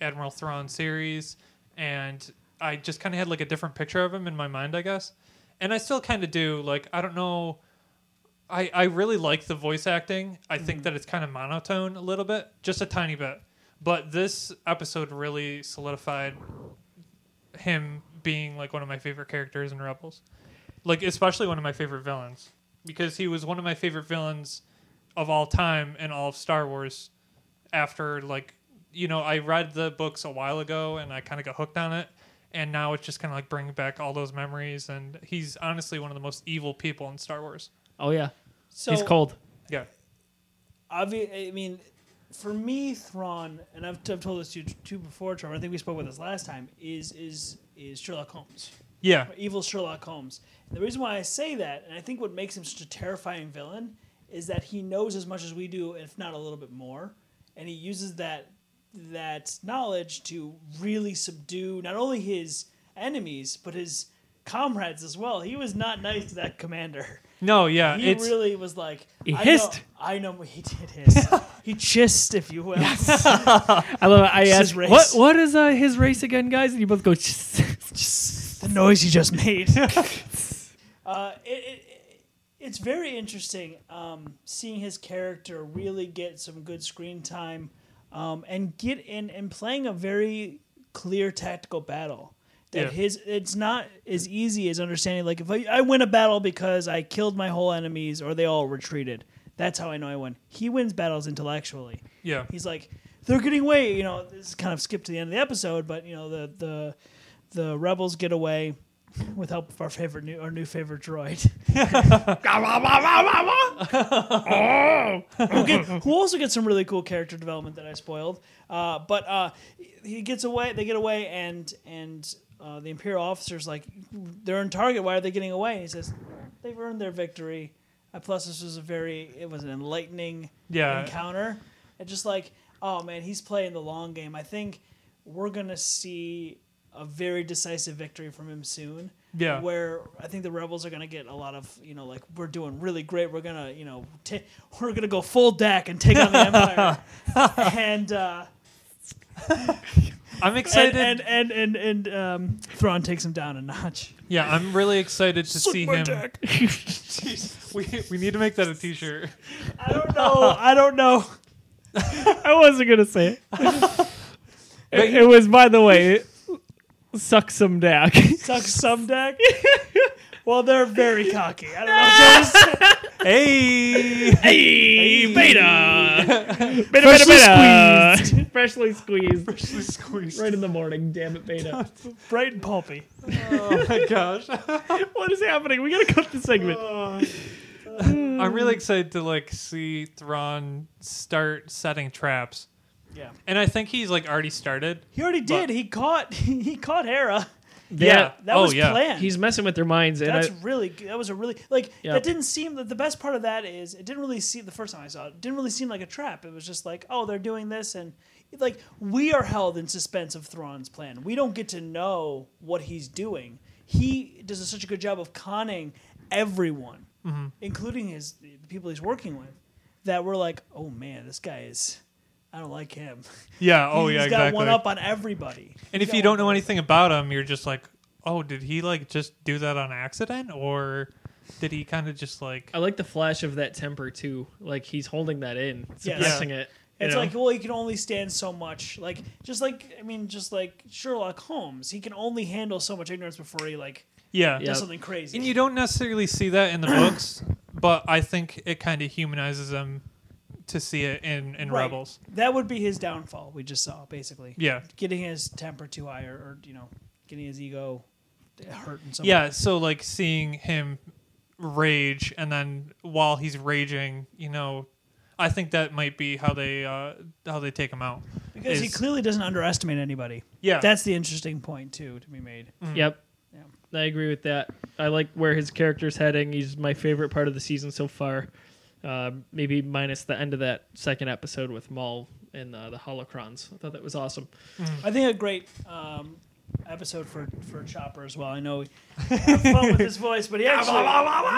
[SPEAKER 7] Admiral Thrawn series, and I just kind of had like a different picture of him in my mind, I guess. And I still kind of do. Like, I don't know. I, I really like the voice acting. I think that it's kind of monotone a little bit, just a tiny bit. But this episode really solidified him being like one of my favorite characters in Rebels. Like especially one of my favorite villains because he was one of my favorite villains of all time in all of Star Wars after like you know, I read the books a while ago and I kind of got hooked on it and now it's just kind of like bringing back all those memories and he's honestly one of the most evil people in Star Wars.
[SPEAKER 3] Oh yeah,
[SPEAKER 2] so
[SPEAKER 3] he's cold.
[SPEAKER 7] Yeah.
[SPEAKER 2] obvi- I mean, for me, Thrawn, and I've, I've told this to you too before, Trevor. I think we spoke about this last time. Is is is Sherlock Holmes?
[SPEAKER 7] Yeah.
[SPEAKER 2] evil Sherlock Holmes. And the reason why I say that, and I think what makes him such a terrifying villain, is that he knows as much as we do, if not a little bit more, and he uses that that knowledge to really subdue not only his enemies but his comrades as well. He was not nice to that commander.
[SPEAKER 7] No, yeah.
[SPEAKER 2] He
[SPEAKER 7] it's
[SPEAKER 2] really was like
[SPEAKER 3] He
[SPEAKER 2] I
[SPEAKER 3] hissed.
[SPEAKER 2] Know, I know he did hiss. he chissed, if you will.
[SPEAKER 3] I love it. I
[SPEAKER 2] It's his
[SPEAKER 3] asked,
[SPEAKER 2] race.
[SPEAKER 3] what what is uh, his race again, guys? And you both go.
[SPEAKER 2] the noise you just made. uh, it, it, it's very interesting um, seeing his character really get some good screen time um, and get in and playing a very clear tactical battle. That
[SPEAKER 7] Yeah.
[SPEAKER 2] his it's not as easy as understanding. Like if I, I win a battle because I killed my whole enemies or they all retreated. That's how I know I won. He wins battles intellectually.
[SPEAKER 7] yeah.
[SPEAKER 2] He's like, they're getting away. You know, this is kind of skipped to the end of the episode, but you know, the the the rebels get away with help of our favorite new our new favorite droid. who, get- who also gets some really cool character development that I spoiled. Uh, but uh, he gets away. They get away, and and uh, the imperial officer's like, they're in target. Why are they getting away? And he says, they've earned their victory. Uh, plus, this was a very it was an enlightening
[SPEAKER 7] Yeah.
[SPEAKER 2] encounter. And just like, oh man, he's playing the long game. I think we're gonna see a very decisive victory from him soon.
[SPEAKER 7] Yeah.
[SPEAKER 2] Where I think the rebels are gonna get a lot of you know like we're doing really great. We're gonna you know ta we're gonna go full deck and take on the empire. and uh,
[SPEAKER 7] I'm excited.
[SPEAKER 2] and and and and, and um, Thrawn takes him down a notch.
[SPEAKER 7] yeah, I'm really excited to see
[SPEAKER 2] my
[SPEAKER 7] him. we, we need to make that a T-shirt.
[SPEAKER 2] I don't know. I don't know.
[SPEAKER 3] I wasn't gonna say it. it. it was, by the way, suck some dack.
[SPEAKER 2] Suck some deck. well, they're very cocky. I don't know. James.
[SPEAKER 7] Hey,
[SPEAKER 3] hey, beta, beta, beta,
[SPEAKER 2] Freshly
[SPEAKER 3] beta. freshly squeezed,
[SPEAKER 7] squeezed.
[SPEAKER 3] right in the morning. Damn it, beta.
[SPEAKER 2] Bright and pulpy.
[SPEAKER 7] Oh my gosh.
[SPEAKER 3] what is happening? We gotta cut the segment.
[SPEAKER 7] I'm really excited to like see Thrawn start setting traps.
[SPEAKER 2] Yeah.
[SPEAKER 7] And I think he's like already started.
[SPEAKER 2] He already did.
[SPEAKER 7] But-
[SPEAKER 2] he caught. He caught Hera.
[SPEAKER 3] Yeah,
[SPEAKER 2] That
[SPEAKER 7] oh
[SPEAKER 2] was
[SPEAKER 7] yeah.
[SPEAKER 2] planned.
[SPEAKER 3] He's messing with their minds, and
[SPEAKER 2] That's
[SPEAKER 3] I,
[SPEAKER 2] really good. That was a really like
[SPEAKER 3] Yeah.
[SPEAKER 2] that didn't seem that the best part of that is it didn't really seem the first time I saw it, it didn't really seem like a trap. It was just like, oh, they're doing this and like we are held in suspense of Thrawn's plan. We don't get to know what he's doing. He does such a good job of conning everyone,
[SPEAKER 7] Mm-hmm.
[SPEAKER 2] including his the people he's working with, that we're like, oh man, this guy is I don't like him.
[SPEAKER 7] Yeah. Oh
[SPEAKER 2] He's
[SPEAKER 7] yeah.
[SPEAKER 2] got
[SPEAKER 7] Exactly.
[SPEAKER 2] one up on everybody.
[SPEAKER 7] and
[SPEAKER 2] He's
[SPEAKER 7] if
[SPEAKER 2] got
[SPEAKER 7] you don't
[SPEAKER 2] one
[SPEAKER 7] know
[SPEAKER 2] up.
[SPEAKER 7] anything about him, you're just like, oh, did he like just do that on accident, or did he kind of just like?
[SPEAKER 3] I like the flash of that temper too. Like he's holding that in,
[SPEAKER 2] Yeah.
[SPEAKER 3] suppressing it. you
[SPEAKER 2] It's
[SPEAKER 3] know?
[SPEAKER 2] like, well, he can only stand so much. Like, just like, I mean, just like Sherlock Holmes, he can only handle so much ignorance before he like
[SPEAKER 7] Yeah.
[SPEAKER 3] Yeah.
[SPEAKER 2] does something crazy.
[SPEAKER 7] And you don't necessarily see that in the books, but I think it kind of humanizes him to see it in in
[SPEAKER 2] Right.
[SPEAKER 7] Rebels.
[SPEAKER 2] That would be his downfall. We just saw basically.
[SPEAKER 7] Yeah.
[SPEAKER 2] Getting his temper too high, or, or you know, getting his ego hurt in some. way.
[SPEAKER 7] Yeah, so like seeing him rage, and then while he's raging, you know, I think that might be how they uh, how they take him out.
[SPEAKER 2] because he
[SPEAKER 7] is-
[SPEAKER 2] clearly doesn't underestimate anybody.
[SPEAKER 7] Yeah.
[SPEAKER 2] That's the interesting point too to be made.
[SPEAKER 3] Yep.
[SPEAKER 2] Yeah.
[SPEAKER 3] I agree with that. I like where his character's heading. He's my favorite part of the season so far. Uh, maybe minus the end of that second episode with Maul and uh, the Holocrons. I thought that was awesome.
[SPEAKER 2] I think a great um, episode for for Chopper as well. I know he have fun with his voice, but he actually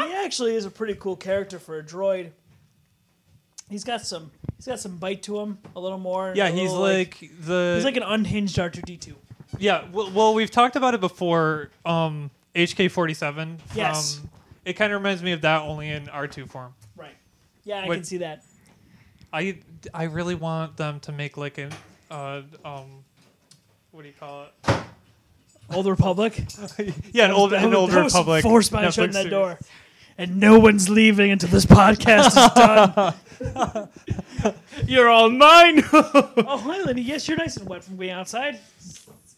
[SPEAKER 2] he actually is a pretty cool character for a droid. He's got some he's got some bite to him a little more.
[SPEAKER 7] Yeah,
[SPEAKER 2] a
[SPEAKER 7] he's
[SPEAKER 2] little,
[SPEAKER 7] like, the
[SPEAKER 2] he's like an unhinged R two D two.
[SPEAKER 7] yeah. Well, well, we've talked about it before. Um, HK forty seven.
[SPEAKER 2] Yes.
[SPEAKER 7] It kind of reminds me of that, only in R two form.
[SPEAKER 2] Right. Yeah, I
[SPEAKER 7] What-
[SPEAKER 2] can see that.
[SPEAKER 7] I I really want them to make like an uh, um, what do you call it?
[SPEAKER 2] Old Republic.
[SPEAKER 7] Yeah, an old
[SPEAKER 2] That
[SPEAKER 7] an
[SPEAKER 2] was-
[SPEAKER 7] old
[SPEAKER 2] that was
[SPEAKER 7] Republic.
[SPEAKER 2] Forced by
[SPEAKER 7] Netflix
[SPEAKER 2] shutting that
[SPEAKER 7] series.
[SPEAKER 2] door. And no one's leaving until this podcast is done.
[SPEAKER 3] You're all mine.
[SPEAKER 2] oh, hi, Lenny. Yes, you're nice and wet from being outside.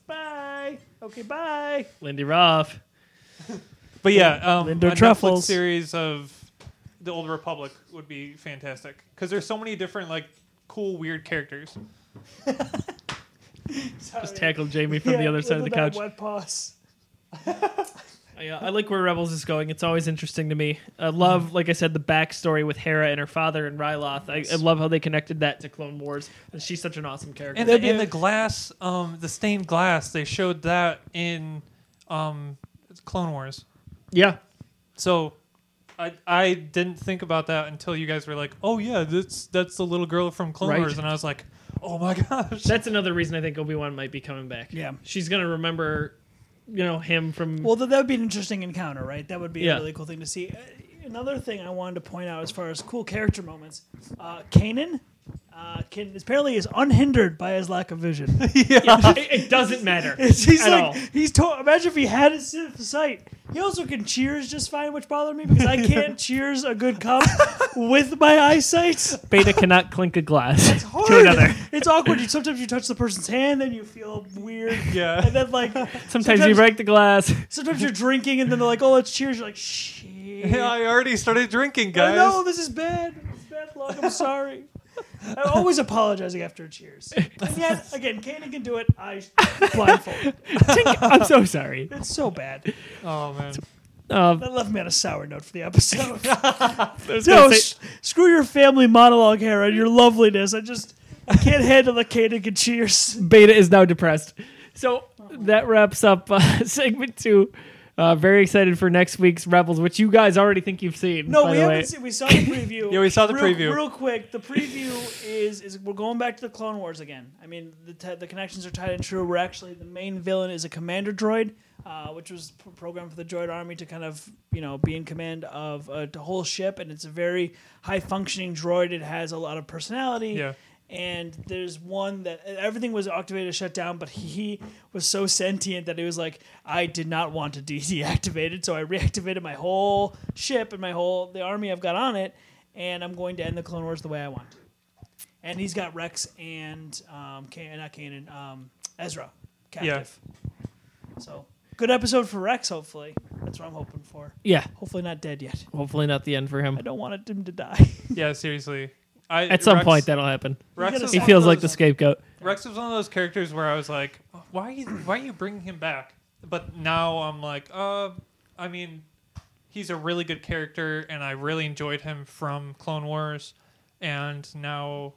[SPEAKER 2] Bye. Okay, bye.
[SPEAKER 3] Lindy Roth.
[SPEAKER 7] But yeah, um,
[SPEAKER 2] Lindo
[SPEAKER 7] a Netflix
[SPEAKER 2] Truffles.
[SPEAKER 7] series of the Old Republic would be fantastic because there's so many different like cool, weird characters.
[SPEAKER 3] Just tackled Jamie from the
[SPEAKER 2] Yeah,
[SPEAKER 3] other side of the
[SPEAKER 2] look at
[SPEAKER 3] couch.
[SPEAKER 2] That wet paws.
[SPEAKER 3] Yeah, I like where Rebels is going. It's always interesting to me. I love, like I said, the backstory with Hera and her father and Ryloth. I, I love how they connected that to Clone Wars. And she's such an awesome character.
[SPEAKER 7] And the, and the glass, um, the stained glass, they showed that in um, Clone Wars.
[SPEAKER 3] yeah,
[SPEAKER 7] So I I didn't think about that until you guys were like, "Oh yeah, that's that's the little girl from Clone
[SPEAKER 3] Right.
[SPEAKER 7] Wars," and I was like, "Oh my gosh."
[SPEAKER 3] that's another reason I think Obi Wan might be coming back.
[SPEAKER 2] Yeah.
[SPEAKER 3] she's gonna remember, you know, him from.
[SPEAKER 2] Well, th- that would be an interesting encounter, right? That would be
[SPEAKER 3] Yeah.
[SPEAKER 2] a really cool thing to see. Uh, Another thing I wanted to point out as far as cool character moments, uh, Kanan uh, can apparently is unhindered by his lack of vision.
[SPEAKER 3] it, it doesn't matter.
[SPEAKER 2] he's
[SPEAKER 3] at
[SPEAKER 2] like
[SPEAKER 3] all.
[SPEAKER 2] he's to- imagine if he had his sight. He also can cheers just fine, which bothered me because I can't cheers a good cup with my eyesight.
[SPEAKER 3] Beta cannot clink a glass
[SPEAKER 2] Hard.
[SPEAKER 3] to another.
[SPEAKER 2] It's awkward. You, sometimes you touch the person's hand, then you feel weird.
[SPEAKER 7] Yeah.
[SPEAKER 2] And then like
[SPEAKER 3] Sometimes, you break the glass.
[SPEAKER 2] Sometimes you're drinking, and then they're like, "Oh, let's cheers." You're like, "Shit."
[SPEAKER 7] I already started drinking,
[SPEAKER 2] I
[SPEAKER 7] guys.
[SPEAKER 2] know this is bad. It's bad luck. I'm sorry. I'm always apologizing after cheers. And yet, again, Kanan can do it. I blindfolded.
[SPEAKER 3] Tink. I'm so sorry.
[SPEAKER 2] It's so bad.
[SPEAKER 7] Oh man.
[SPEAKER 3] Uh,
[SPEAKER 2] That left me on a sour note for the episode.
[SPEAKER 3] I was
[SPEAKER 2] no,
[SPEAKER 3] gonna
[SPEAKER 2] s-
[SPEAKER 3] say-
[SPEAKER 2] screw your family monologue, Hera, and your loveliness. I just I can't handle the Kanan can cheers.
[SPEAKER 3] Beta is now depressed. So that wraps up uh, segment two. Uh, very excited for next week's Rebels, which you guys already think you've seen.
[SPEAKER 2] No,
[SPEAKER 3] by
[SPEAKER 2] we
[SPEAKER 3] the
[SPEAKER 2] haven't
[SPEAKER 3] way.
[SPEAKER 2] seen. We saw the preview.
[SPEAKER 7] Yeah, we saw the
[SPEAKER 2] real,
[SPEAKER 7] preview.
[SPEAKER 2] Real quick, the preview is is we're going back to the Clone Wars again. I mean, the t- the connections are tied and true. We're actually the main villain is a commander droid, uh, which was p- programmed for the droid army to kind of you know be in command of a t- whole ship, and it's a very high functioning droid. It has a lot of personality.
[SPEAKER 7] Yeah.
[SPEAKER 2] And there's one that everything was activated, shut down, but he was so sentient that he was like, I did not want to de- deactivate it, so I reactivated my whole ship and my whole the army I've got on it, and I'm going to end the Clone Wars the way I want to. And he's got Rex and um, Can- not Kanan, um, Ezra captive. So good episode for Rex. Hopefully, that's what I'm hoping for.
[SPEAKER 3] yeah,
[SPEAKER 2] Hopefully, not dead yet.
[SPEAKER 3] hopefully not the end for him.
[SPEAKER 2] I don't want him to die.
[SPEAKER 7] Yeah, seriously. I,
[SPEAKER 3] At some
[SPEAKER 7] Rex-
[SPEAKER 3] point, that'll happen.
[SPEAKER 7] Rex
[SPEAKER 2] He
[SPEAKER 7] is
[SPEAKER 3] He
[SPEAKER 7] one of
[SPEAKER 3] feels like the
[SPEAKER 7] those-
[SPEAKER 3] scapegoat.
[SPEAKER 7] Rex was one of those characters where I was like, why are you, why are you bringing him back? But now I'm like, uh, I mean, he's a really good character, and I really enjoyed him from Clone Wars, and now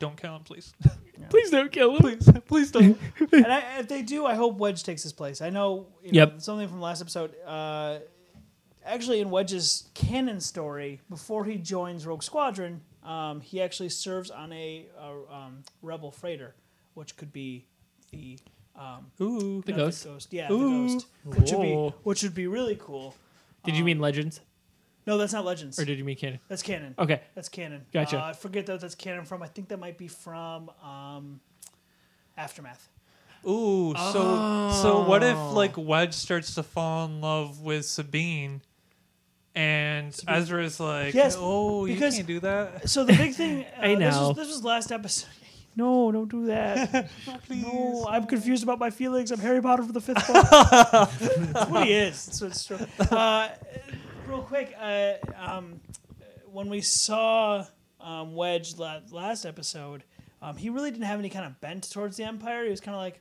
[SPEAKER 7] don't kill him, please.
[SPEAKER 3] Please don't kill him.
[SPEAKER 7] please, please don't.
[SPEAKER 2] and I, if they do, I hope Wedge takes his place. I know, you know
[SPEAKER 3] Yep.
[SPEAKER 2] something from last episode. Uh, actually, in Wedge's canon story, before he joins Rogue Squadron, um, he actually serves on a, a um, Rebel freighter, which could be the um,
[SPEAKER 3] Ooh, the
[SPEAKER 2] not the
[SPEAKER 3] ghost.
[SPEAKER 2] Yeah, the ghost, which would be
[SPEAKER 3] Whoa.
[SPEAKER 2] which would be really cool.
[SPEAKER 3] Did you mean Legends
[SPEAKER 2] No, that's not Legends.
[SPEAKER 3] or did you mean canon?
[SPEAKER 2] that's canon.
[SPEAKER 3] Okay,
[SPEAKER 2] That's canon.
[SPEAKER 3] Gotcha.
[SPEAKER 2] Uh, I forget that that's canon from. I think that might be from um, Aftermath.
[SPEAKER 7] Ooh, so so what if
[SPEAKER 2] Oh.
[SPEAKER 7] like Wedge starts to fall in love with Sabine, and Ezra's like,
[SPEAKER 2] Yes,
[SPEAKER 7] oh, you
[SPEAKER 2] because-
[SPEAKER 7] can't do that.
[SPEAKER 2] So the big thing. Uh,
[SPEAKER 3] I
[SPEAKER 2] This
[SPEAKER 3] know.
[SPEAKER 2] was, this was last episode. No, don't do that. No, I'm confused about my feelings. I'm Harry Potter for the fifth book. That's what he is. That's what's true. Uh, real quick, uh, um, when we saw um, Wedge la- last episode, um, he really didn't have any kind of bent towards the Empire. He was kind of like,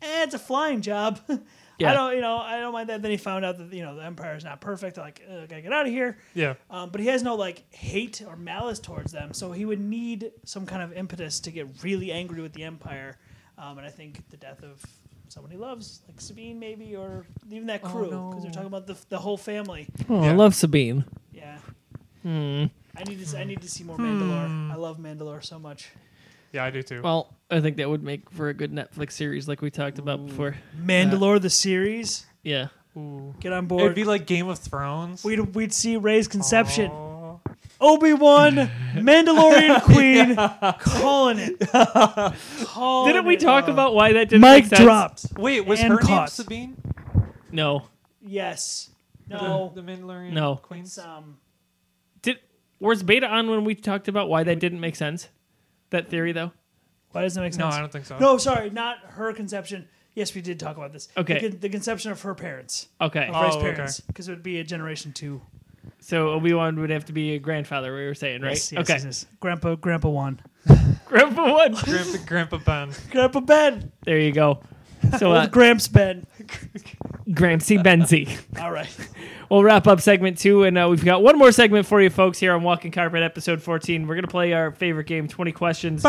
[SPEAKER 2] eh, it's a flying job.
[SPEAKER 3] Yeah.
[SPEAKER 2] I don't, you know, I don't mind that. Then he found out that you know the Empire is not perfect. Like, "Ugh, I gotta get out of here.
[SPEAKER 7] Yeah,
[SPEAKER 2] Um, but he has no like hate or malice towards them, so he would need some kind of impetus to get really angry with the Empire. Um, and I think the death of someone he loves, like Sabine, maybe, or even that crew, because they're talking about the, the whole family.
[SPEAKER 3] Oh, I
[SPEAKER 7] Yeah.
[SPEAKER 3] love Sabine.
[SPEAKER 2] Yeah. I need to. s- I need to see more Mandalore. I love Mandalore so much.
[SPEAKER 7] yeah, I do too.
[SPEAKER 3] Well, I think that would make for a good Netflix series, like we talked about before.
[SPEAKER 2] Mandalore the series.
[SPEAKER 3] Yeah,
[SPEAKER 2] Get on
[SPEAKER 7] It'd
[SPEAKER 2] board.
[SPEAKER 7] be like Game of Thrones.
[SPEAKER 2] we'd we'd see Ray's conception. Obi Wan, Mandalorian Queen, calling it. Calling
[SPEAKER 3] didn't we
[SPEAKER 2] it.
[SPEAKER 3] talk about why that didn't
[SPEAKER 2] Mic
[SPEAKER 3] make sense?
[SPEAKER 2] dropped.
[SPEAKER 7] Wait, was
[SPEAKER 2] And
[SPEAKER 7] her name
[SPEAKER 2] caught.
[SPEAKER 7] Sabine?
[SPEAKER 3] No,
[SPEAKER 2] Yes. No.
[SPEAKER 7] The Mandalorian
[SPEAKER 3] No.
[SPEAKER 7] Queen?
[SPEAKER 2] it's, um,
[SPEAKER 3] did was Beta on when we talked about why that didn't make sense? That theory though.
[SPEAKER 2] why doesn't that make
[SPEAKER 7] No,
[SPEAKER 2] sense?
[SPEAKER 7] I don't think so.
[SPEAKER 2] No, sorry, not her conception. Yes, we did talk about this.
[SPEAKER 3] Okay.
[SPEAKER 2] The, con- the conception of her parents,
[SPEAKER 3] Okay,
[SPEAKER 2] of Ray's
[SPEAKER 7] Oh, okay.
[SPEAKER 2] parents, because it would be a generation two.
[SPEAKER 3] so Obi Wan would have to be a grandfather. We were saying, right?
[SPEAKER 2] Yes, yes,
[SPEAKER 3] okay,
[SPEAKER 2] yes, yes. Grandpa, Grandpa one.
[SPEAKER 3] Grandpa one.
[SPEAKER 7] Grandpa, Grandpa Ben.
[SPEAKER 2] Grandpa Ben.
[SPEAKER 3] There you go. So uh,
[SPEAKER 2] Old Gramps Ben.
[SPEAKER 3] Grampsy Benzie.
[SPEAKER 2] All right.
[SPEAKER 3] We'll wrap up segment two, and uh, we've got one more segment for you folks here on Walking Carpet, episode 14. We're going to play our favorite game, 20 Questions.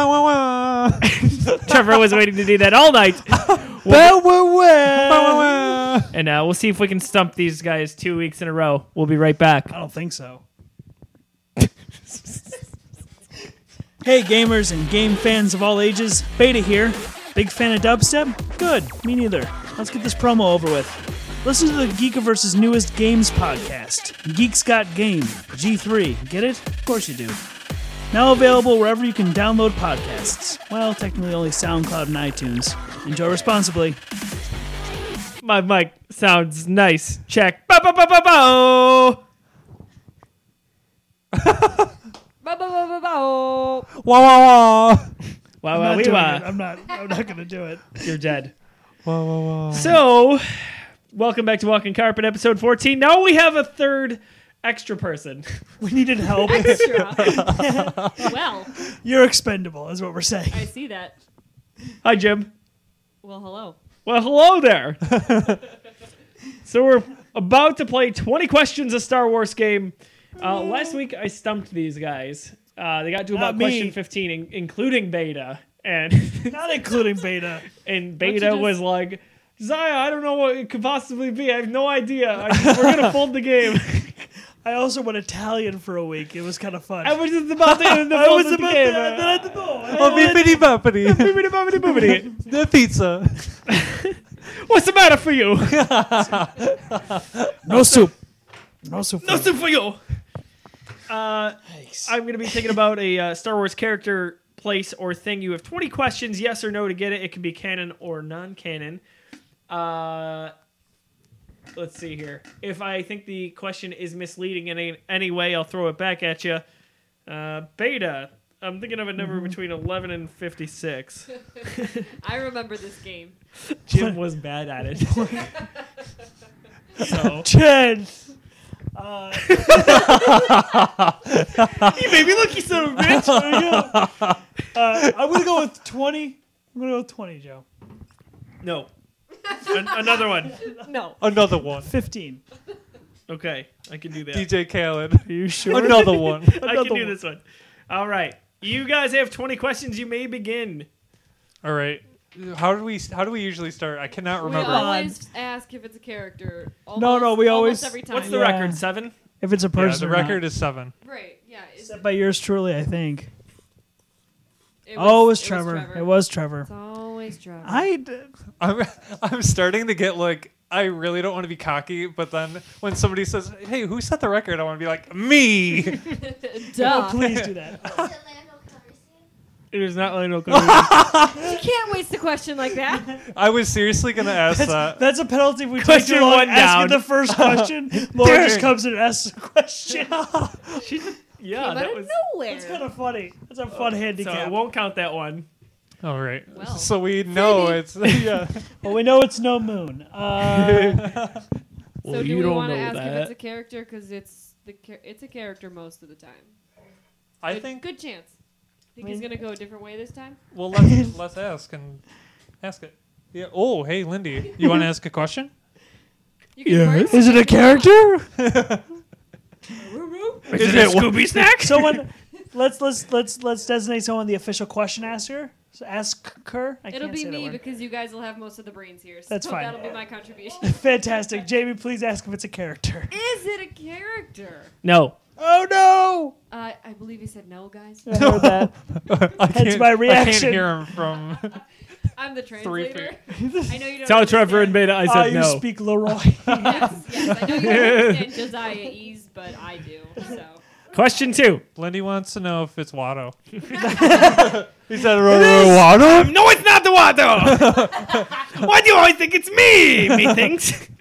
[SPEAKER 3] Trevor was waiting to do that all night. And uh, we'll see if we can stump these guys two weeks in a row. We'll be right back.
[SPEAKER 2] I don't think so. hey, gamers and game fans of all ages, Beta here. Big fan of dubstep? Good, me neither. Let's get this promo over with. Listen to the Geekiverse's newest games podcast, Geeks Got Game, G3. Get it? Of course you do. Now available wherever you can download podcasts. Well, technically only SoundCloud and iTunes. Enjoy responsibly.
[SPEAKER 3] My mic sounds nice. Check. Ba ba ba oh. ba ba.
[SPEAKER 6] Ba-ba-ba-ba-bo.
[SPEAKER 7] Wah wah
[SPEAKER 3] Wow,
[SPEAKER 7] wah.
[SPEAKER 2] I'm
[SPEAKER 3] wow,
[SPEAKER 2] not
[SPEAKER 3] we
[SPEAKER 2] doing
[SPEAKER 3] wow.
[SPEAKER 2] it. I'm not, I'm not going to do it.
[SPEAKER 3] You're dead. So, welcome back to Walking Carpet, episode 14. Now we have a third extra person.
[SPEAKER 2] We needed help.
[SPEAKER 8] Extra. well,
[SPEAKER 2] You're expendable, is what we're saying.
[SPEAKER 8] I see that.
[SPEAKER 3] Hi, Jim.
[SPEAKER 8] Well, hello.
[SPEAKER 3] Well, hello there. so we're about to play 20 questions a Star Wars game. Uh, last week I stumped these guys. Uh, they got to about
[SPEAKER 2] Not me.
[SPEAKER 3] question 15, in- including Beta, and
[SPEAKER 2] Not including Beta.
[SPEAKER 3] and
[SPEAKER 8] you
[SPEAKER 3] Beta
[SPEAKER 8] just-
[SPEAKER 3] was like, "Zaya, I don't know what it could possibly be. I have no idea. I, we're gonna fold the game."
[SPEAKER 2] I also went Italian for a week. It was kind of fun.
[SPEAKER 3] I was just about to end the
[SPEAKER 2] I
[SPEAKER 3] fold
[SPEAKER 2] was
[SPEAKER 3] the
[SPEAKER 2] about
[SPEAKER 3] game.
[SPEAKER 8] uh,
[SPEAKER 2] to- then I had to go. I
[SPEAKER 7] Oh,
[SPEAKER 2] went-
[SPEAKER 7] bippity boppity.
[SPEAKER 3] Bibbidi bobbidi bobbidi.
[SPEAKER 7] The pizza.
[SPEAKER 3] What's the matter for you?
[SPEAKER 2] No soup. No soup. No
[SPEAKER 3] Nothing for you. Uh, I'm going to be thinking about a uh, Star Wars character, place, or thing. You have 20 questions, yes or no, to get it. It can be canon or non canon. Uh, let's see here. If I think the question is misleading in any, any way, I'll throw it back at you. Uh, beta. I'm thinking of a number between 11 and 56.
[SPEAKER 8] I remember this game.
[SPEAKER 3] Jim was bad at it. so
[SPEAKER 2] Chen. uh,
[SPEAKER 3] you made me look, you son of a bitch.
[SPEAKER 2] There you go. Uh, I'm gonna go with 20. I'm gonna go with 20, Joe.
[SPEAKER 3] No. An- another one.
[SPEAKER 8] No.
[SPEAKER 7] Another one.
[SPEAKER 2] 15.
[SPEAKER 3] Okay, I can do that.
[SPEAKER 7] DJ Khaled.
[SPEAKER 2] Are you sure?
[SPEAKER 7] Another one.
[SPEAKER 3] I can do this one. All right. You guys have 20 questions. You may begin.
[SPEAKER 7] All right. How do we how do we usually start? I cannot remember.
[SPEAKER 8] We always ask if it's a character. Almost,
[SPEAKER 2] no, we always-
[SPEAKER 8] almost every time.
[SPEAKER 3] What's the
[SPEAKER 2] Uh, Yeah.
[SPEAKER 3] record? Seven?
[SPEAKER 2] If it's a
[SPEAKER 7] yeah,
[SPEAKER 2] person,
[SPEAKER 7] the
[SPEAKER 2] or not.
[SPEAKER 7] record is seven.
[SPEAKER 8] Right. Yeah. It's,
[SPEAKER 2] Set by yours truly, I think.
[SPEAKER 8] it
[SPEAKER 2] oh, it was,
[SPEAKER 8] it
[SPEAKER 2] Trevor. It was Trevor.
[SPEAKER 8] It's always Trevor.
[SPEAKER 2] I. d-
[SPEAKER 7] I'm I'm starting to get like I really don't want to be cocky, but then when somebody says, "Hey, who set the record?" I want to be like, "Me."
[SPEAKER 8] Duh.
[SPEAKER 2] Please do that.
[SPEAKER 3] It is not Lionel
[SPEAKER 8] you can't waste a question like
[SPEAKER 3] Oh,
[SPEAKER 8] that.
[SPEAKER 7] I was seriously gonna ask that.
[SPEAKER 2] That's a penalty if we take
[SPEAKER 3] Question
[SPEAKER 2] too long
[SPEAKER 3] one down.
[SPEAKER 2] asking the first question. Laura
[SPEAKER 7] Dang.
[SPEAKER 2] just comes in and asks a question.
[SPEAKER 3] yeah,
[SPEAKER 8] Out
[SPEAKER 3] that
[SPEAKER 8] of
[SPEAKER 3] was. Uh,
[SPEAKER 8] nowhere.
[SPEAKER 2] That's kind of funny. That's a fun
[SPEAKER 3] So
[SPEAKER 2] handicap.
[SPEAKER 3] I won't count that one.
[SPEAKER 7] All right.
[SPEAKER 8] Well.
[SPEAKER 7] so we know
[SPEAKER 8] Maybe.
[SPEAKER 7] it's yeah.
[SPEAKER 2] Well, we know it's no moon. Uh,
[SPEAKER 8] so do we want to ask if it's a character because it's the char- it's a character most of the time.
[SPEAKER 7] I
[SPEAKER 8] Good-
[SPEAKER 7] think
[SPEAKER 8] good chance. Think he's gonna go a different way this time.
[SPEAKER 7] well let's let's ask and ask it. Yeah. Oh, hey, Lindy, you want to ask a question?
[SPEAKER 8] You can first.
[SPEAKER 2] is it a character?
[SPEAKER 7] Is, it Scooby Snack?
[SPEAKER 2] Someone, let's let's let's let's designate someone the official question asker. So ask her. I
[SPEAKER 8] It'll
[SPEAKER 2] can't
[SPEAKER 8] be
[SPEAKER 2] say that
[SPEAKER 8] me
[SPEAKER 2] word.
[SPEAKER 8] because you guys will have most of the brains here. So
[SPEAKER 2] That's fine.
[SPEAKER 8] That'll be my contribution.
[SPEAKER 2] Fantastic, Jamie. Please ask if it's a character.
[SPEAKER 8] Is it a character?
[SPEAKER 3] No.
[SPEAKER 2] Oh no!
[SPEAKER 8] Uh, I believe he said no, guys.
[SPEAKER 2] I heard that.
[SPEAKER 7] I can't,
[SPEAKER 2] my
[SPEAKER 7] I can't
[SPEAKER 2] reaction.
[SPEAKER 7] hear him from.
[SPEAKER 8] I'm the translator. I know you don't.
[SPEAKER 3] Tell Trevor and
[SPEAKER 8] understand.
[SPEAKER 3] Beta I
[SPEAKER 2] Ah,
[SPEAKER 3] said
[SPEAKER 2] you
[SPEAKER 3] no.
[SPEAKER 2] speak Leroy.
[SPEAKER 8] Yes, yes, I know you don't understand Josiah Ease, but I do. So
[SPEAKER 3] Question two.
[SPEAKER 7] Lindy wants to know if it's Watto.
[SPEAKER 2] Is that
[SPEAKER 7] Watto?
[SPEAKER 3] Oh, No, it's not the water. Why do you always think it's me? Methinks.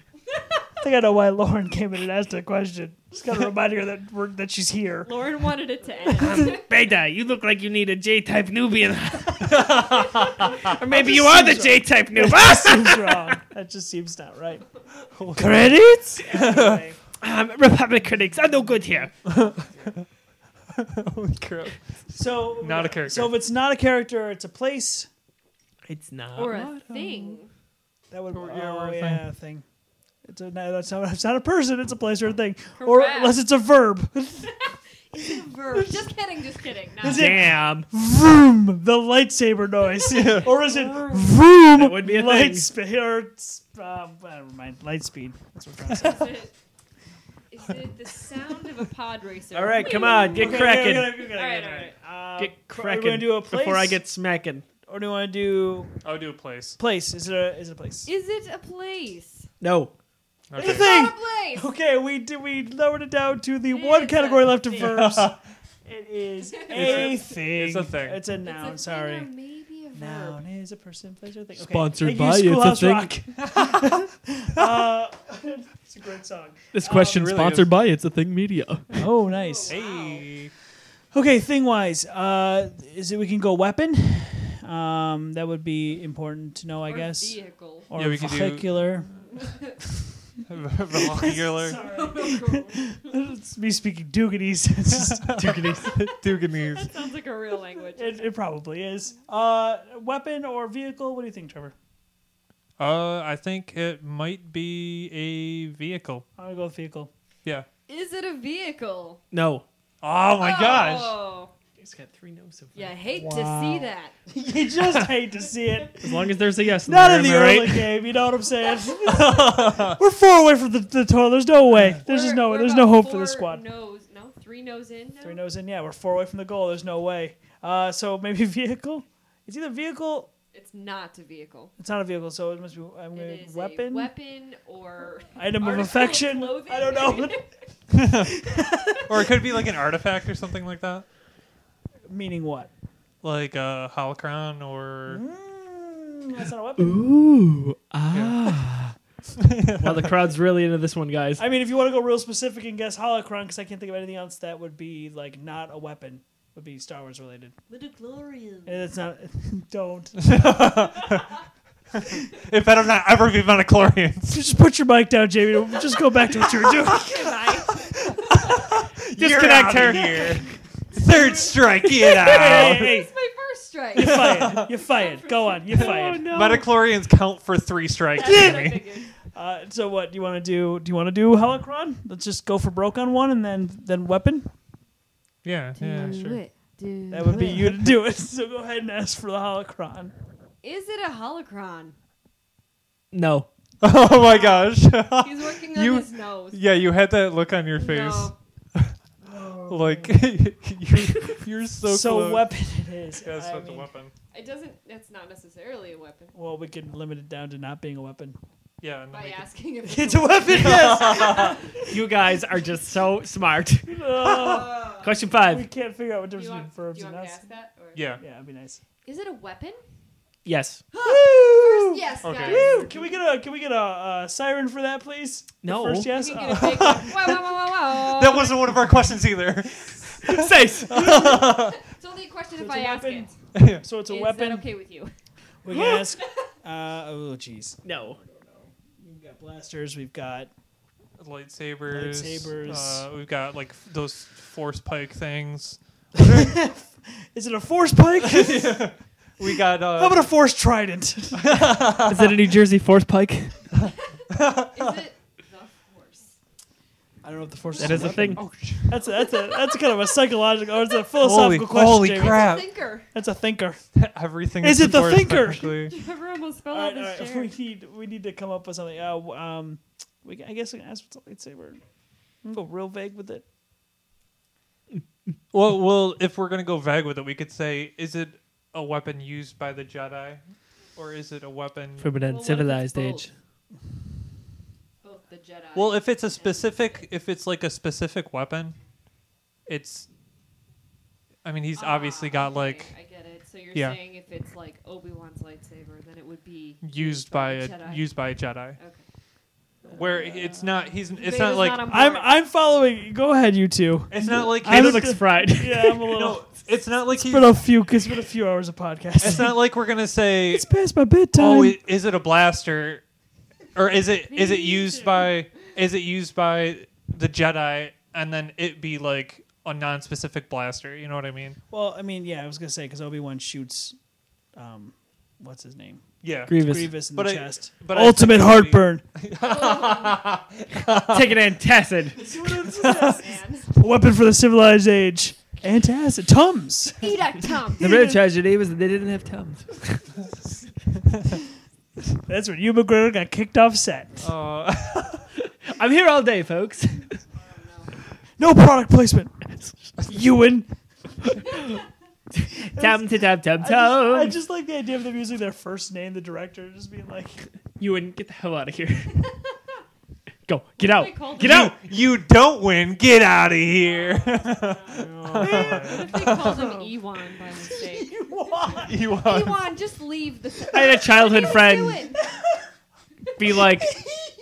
[SPEAKER 2] I think I know why Lauren came in and asked a question. Just gotta remind her that we're, that she's here.
[SPEAKER 8] Lauren wanted it to end.
[SPEAKER 3] Beta, you look like you need a J-type Nubian. or maybe you are the J-type noob.
[SPEAKER 2] Seems wrong. That just seems not right. Credits.
[SPEAKER 3] um, Republic critics are no good here.
[SPEAKER 7] Holy crap.
[SPEAKER 2] So
[SPEAKER 7] Not a character.
[SPEAKER 2] So if it's not a character, it's a place.
[SPEAKER 3] It's not.
[SPEAKER 8] or a thing.
[SPEAKER 2] That would
[SPEAKER 7] Or-
[SPEAKER 2] be
[SPEAKER 7] yeah, or
[SPEAKER 2] oh,
[SPEAKER 7] a
[SPEAKER 2] yeah, thing. It's a, no, that's not, it's not a person. It's a place or a thing, or
[SPEAKER 8] Correct.
[SPEAKER 2] unless it's a verb.
[SPEAKER 8] Verb. just kidding, just kidding. No.
[SPEAKER 2] Is it
[SPEAKER 3] Damn.
[SPEAKER 2] vroom? The lightsaber noise, or is it vroom?
[SPEAKER 3] That would be a thing.
[SPEAKER 2] light speed. Or it's, uh, never mind, light speed. That's what I'm trying to say.
[SPEAKER 8] Is it, is it the sound of a pod racer?
[SPEAKER 3] All right, come on, get
[SPEAKER 2] Okay,
[SPEAKER 3] cracking.
[SPEAKER 2] okay, okay, okay, okay,
[SPEAKER 8] All right,
[SPEAKER 2] okay,
[SPEAKER 8] all
[SPEAKER 2] okay. Uh, are we
[SPEAKER 3] get
[SPEAKER 2] gonna
[SPEAKER 3] cracking.
[SPEAKER 2] do a
[SPEAKER 3] before I
[SPEAKER 2] place?
[SPEAKER 3] get smacking.
[SPEAKER 2] or do you want to do
[SPEAKER 7] I would do a place.
[SPEAKER 2] place? Is it a is it a place?
[SPEAKER 8] Is it a place?
[SPEAKER 3] No.
[SPEAKER 2] It's a
[SPEAKER 7] Okay.
[SPEAKER 2] thing.
[SPEAKER 8] Not a place.
[SPEAKER 2] Okay, we did, we lowered it down to the
[SPEAKER 8] It
[SPEAKER 2] one
[SPEAKER 8] is
[SPEAKER 2] category
[SPEAKER 8] a
[SPEAKER 2] left of
[SPEAKER 8] thing.
[SPEAKER 2] verbs. It is a thing.
[SPEAKER 7] it's a thing.
[SPEAKER 2] It's a noun.
[SPEAKER 8] It's a thing
[SPEAKER 2] sorry.
[SPEAKER 8] or Maybe a verb.
[SPEAKER 2] Noun is a person, place, or thing. Okay.
[SPEAKER 1] Sponsored
[SPEAKER 2] Thank you,
[SPEAKER 1] by It's
[SPEAKER 2] Schoolhouse
[SPEAKER 1] a Thing.
[SPEAKER 2] Rock. uh, it's a great song.
[SPEAKER 1] This question
[SPEAKER 7] really
[SPEAKER 1] sponsored
[SPEAKER 7] is.
[SPEAKER 1] by It's a Thing Media.
[SPEAKER 2] Oh, nice.
[SPEAKER 7] Hey.
[SPEAKER 2] Okay, thing wise, uh, is it we can go weapon? Um, that would be important to know, I
[SPEAKER 8] Or
[SPEAKER 2] guess.
[SPEAKER 8] Vehicle.
[SPEAKER 2] Or
[SPEAKER 7] Yeah, we could do-
[SPEAKER 2] vehicular.
[SPEAKER 7] Vehicular.
[SPEAKER 8] Oh,
[SPEAKER 2] It's me speaking Duganese. It's just-
[SPEAKER 7] Duganese. Duganese.
[SPEAKER 8] Sounds like a real language.
[SPEAKER 2] it, it probably is. Uh, weapon or vehicle? What do you think, Trevor?
[SPEAKER 7] Uh, I think it might be a vehicle.
[SPEAKER 2] I'm gonna go with vehicle.
[SPEAKER 7] Yeah.
[SPEAKER 8] Is it a vehicle?
[SPEAKER 3] No.
[SPEAKER 7] Oh my gosh.
[SPEAKER 8] Oh,
[SPEAKER 3] He's got three no so far.
[SPEAKER 8] you hate to see that.
[SPEAKER 2] you just hate to see it.
[SPEAKER 3] As long as there's a yes. in
[SPEAKER 2] Not
[SPEAKER 3] there,
[SPEAKER 2] in the
[SPEAKER 3] am I right?
[SPEAKER 2] early game, you know what I'm saying? We're far away from the, the total. There's no way. There's just
[SPEAKER 8] We're-
[SPEAKER 2] no
[SPEAKER 8] we're
[SPEAKER 2] There's
[SPEAKER 8] about
[SPEAKER 2] no hope for
[SPEAKER 8] four
[SPEAKER 2] this squad.
[SPEAKER 8] Nose, no, three nose in. Now?
[SPEAKER 2] Three no's in. Yeah, we're four away from the goal. There's no way. Uh, so maybe vehicle. It's either vehicle.
[SPEAKER 8] It's not a vehicle.
[SPEAKER 2] It's not a vehicle, so it must be. I'm gonna
[SPEAKER 8] It is
[SPEAKER 2] weapon.
[SPEAKER 8] a weapon or
[SPEAKER 2] Item of
[SPEAKER 8] article
[SPEAKER 2] affection.
[SPEAKER 8] clothing.
[SPEAKER 2] I don't know.
[SPEAKER 7] Or it could be like an artifact or something like that.
[SPEAKER 2] Meaning what?
[SPEAKER 7] Like a holocron or.
[SPEAKER 2] Mm, that's not a weapon.
[SPEAKER 1] Ooh, ah.
[SPEAKER 3] Wow, the crowd's really into this one, guys.
[SPEAKER 2] I mean, if you want to go real specific and guess holocron, because I can't think of anything else that would be like not a weapon, would be Star Wars related.
[SPEAKER 8] Little Glorian.
[SPEAKER 2] And it's not. don't.
[SPEAKER 7] It better not ever be Metachlorians.
[SPEAKER 2] Just put your mic down, Jamie. Just go back to what you were doing.
[SPEAKER 7] Disconnect her. Here. Third strike,
[SPEAKER 2] hey,
[SPEAKER 7] get
[SPEAKER 2] hey,
[SPEAKER 7] out.
[SPEAKER 2] hey.
[SPEAKER 8] It's my first strike.
[SPEAKER 2] You're fired. You're fired. Go on. You're fired.
[SPEAKER 7] Metachlorians count for three strikes.
[SPEAKER 8] I
[SPEAKER 7] Jimmy.
[SPEAKER 8] figured.
[SPEAKER 2] Uh, so what do you want to do? Do you want to do Helicron? Let's just go for broke on one and then then weapon.
[SPEAKER 7] Yeah, yeah, sure.
[SPEAKER 8] it. Do
[SPEAKER 2] That would be you to do it. So go ahead and ask for the Helicron.
[SPEAKER 8] Is it a holocron?
[SPEAKER 3] No.
[SPEAKER 7] Oh my gosh.
[SPEAKER 8] He's working on
[SPEAKER 7] You-
[SPEAKER 8] his nose.
[SPEAKER 7] yeah, you had that look on your face.
[SPEAKER 8] No.
[SPEAKER 7] Like, you're, you're so
[SPEAKER 2] So,
[SPEAKER 7] close.
[SPEAKER 2] weapon it is.
[SPEAKER 7] Yeah, it's
[SPEAKER 2] I
[SPEAKER 7] such a
[SPEAKER 2] mean,
[SPEAKER 7] weapon.
[SPEAKER 8] It doesn't. That's not necessarily a weapon.
[SPEAKER 2] Well, we can limit it down to not being a weapon.
[SPEAKER 7] Yeah, and then
[SPEAKER 8] By
[SPEAKER 7] we could-
[SPEAKER 8] asking if
[SPEAKER 2] It's a weapon. Yes.
[SPEAKER 3] You guys are just so smart. Question
[SPEAKER 2] we
[SPEAKER 3] five.
[SPEAKER 2] can't figure out what difference
[SPEAKER 8] Do you
[SPEAKER 2] between
[SPEAKER 8] want, do
[SPEAKER 2] verbs
[SPEAKER 8] you
[SPEAKER 2] and
[SPEAKER 8] want me to
[SPEAKER 2] nouns.
[SPEAKER 8] ask that? Or?
[SPEAKER 7] yeah.
[SPEAKER 2] Yeah, that'd be nice.
[SPEAKER 8] Is it a weapon?
[SPEAKER 3] Yes.
[SPEAKER 8] Yes,
[SPEAKER 7] Okay.
[SPEAKER 8] guys.
[SPEAKER 2] Woo! Can we get a can we get a uh, siren for that, please? The
[SPEAKER 3] No.
[SPEAKER 2] first yes.
[SPEAKER 8] You
[SPEAKER 2] Oh.
[SPEAKER 8] can get a big one. Wow, wow, wow, wow, wow.
[SPEAKER 7] That wasn't one of our questions either.
[SPEAKER 3] Says.
[SPEAKER 8] It's only a question if
[SPEAKER 2] it's a
[SPEAKER 8] I ask
[SPEAKER 2] weapon.
[SPEAKER 8] it.
[SPEAKER 2] So it's a
[SPEAKER 8] Is
[SPEAKER 2] weapon.
[SPEAKER 8] that okay with you?
[SPEAKER 2] We can ask. Uh, oh, jeez.
[SPEAKER 3] No.
[SPEAKER 2] We've got blasters. We've got
[SPEAKER 7] Lightsabers.
[SPEAKER 2] Lightsabers.
[SPEAKER 7] Uh, we've got, like, f- those force pike things.
[SPEAKER 2] Is it a force pike? How
[SPEAKER 7] We got, uh...
[SPEAKER 2] about a force trident?
[SPEAKER 3] Is it a New Jersey force pike?
[SPEAKER 8] Is it the force?
[SPEAKER 2] I don't know if the force
[SPEAKER 3] That is a thing.
[SPEAKER 7] Oh, shit.
[SPEAKER 2] That's a, that's a that's a kind of a psychological or it's a
[SPEAKER 7] Holy,
[SPEAKER 2] philosophical question.
[SPEAKER 7] holy
[SPEAKER 2] Jamie.
[SPEAKER 7] crap.
[SPEAKER 8] Thinker.
[SPEAKER 2] That's a thinker.
[SPEAKER 7] uh, Everything
[SPEAKER 2] Is it the
[SPEAKER 7] force,
[SPEAKER 2] thinker?
[SPEAKER 7] technically.
[SPEAKER 8] Trevor almost fell
[SPEAKER 2] All
[SPEAKER 8] out
[SPEAKER 2] right,
[SPEAKER 8] of
[SPEAKER 2] all right.
[SPEAKER 8] his chair.
[SPEAKER 2] We need we need to come up with something. Uh, w- um, we can- I guess we can ask what's a lightsaber. I'm gonna hmm, go real vague with it.
[SPEAKER 7] Well, well, if we're gonna go vague with it, we could say, is it a weapon used by the Jedi, or is it a weapon?
[SPEAKER 3] From an
[SPEAKER 8] Well, what if it's
[SPEAKER 3] uncivilized
[SPEAKER 8] both?
[SPEAKER 3] age.
[SPEAKER 8] Both the Jedi.
[SPEAKER 7] well, if it's a specific, if it's like a specific weapon, it's. I mean, he's obviously got like
[SPEAKER 8] Ah, I get it. So you're
[SPEAKER 7] Yeah.
[SPEAKER 8] saying if it's like Obi Wan's lightsaber, then it would be.
[SPEAKER 7] used by a
[SPEAKER 8] Jedi.
[SPEAKER 7] used by a Jedi,
[SPEAKER 8] Okay.
[SPEAKER 7] where it's not. He's it's
[SPEAKER 8] Vader's
[SPEAKER 7] not like
[SPEAKER 8] not on
[SPEAKER 2] I'm
[SPEAKER 8] board.
[SPEAKER 2] I'm following. Go ahead, you two.
[SPEAKER 7] it's not like
[SPEAKER 2] I'm
[SPEAKER 3] It
[SPEAKER 7] he's-
[SPEAKER 2] a-
[SPEAKER 3] looks fried.
[SPEAKER 2] Yeah, I'm a little.
[SPEAKER 7] no, it's not like
[SPEAKER 2] it's
[SPEAKER 7] he's,
[SPEAKER 2] been a few. It's been a few hours of podcast.
[SPEAKER 7] it's not like we're gonna say,
[SPEAKER 2] It's past my bedtime.
[SPEAKER 7] oh, i- is it a blaster, or is it is it used by is it used by the Jedi, and then it be like a non-specific blaster. You know what I mean?
[SPEAKER 2] Well, I mean, yeah, I was gonna say because Obi Wan shoots, um, what's his name,
[SPEAKER 7] Yeah.
[SPEAKER 3] Grievous.
[SPEAKER 2] Grievous in
[SPEAKER 7] But
[SPEAKER 2] the
[SPEAKER 7] I-
[SPEAKER 2] chest.
[SPEAKER 7] but I
[SPEAKER 2] Ultimate
[SPEAKER 7] think that would be-
[SPEAKER 2] heartburn.
[SPEAKER 3] Take an antacid.
[SPEAKER 8] man.
[SPEAKER 2] A weapon for the civilized age. Antacid. Tums.
[SPEAKER 8] Eat a cum.
[SPEAKER 3] The real tragedy was that they didn't have tums.
[SPEAKER 2] That's when Hugh McGregor got kicked off set.
[SPEAKER 7] Uh,
[SPEAKER 3] I'm here all day, folks.
[SPEAKER 2] No product placement. Ewan.
[SPEAKER 3] Tum to tum tum
[SPEAKER 2] I
[SPEAKER 3] tum.
[SPEAKER 2] just like the idea of them using their first name, the director, just being like,
[SPEAKER 3] You wouldn't get the hell out of here. Go, get out,
[SPEAKER 8] they called
[SPEAKER 3] get
[SPEAKER 8] it-
[SPEAKER 3] out.
[SPEAKER 7] you don't win. Get out of here.
[SPEAKER 8] What if they called him Ewan by mistake?
[SPEAKER 2] "Why?"
[SPEAKER 7] you are.
[SPEAKER 8] Ewan, just leave the set.
[SPEAKER 3] I had a childhood friend be like,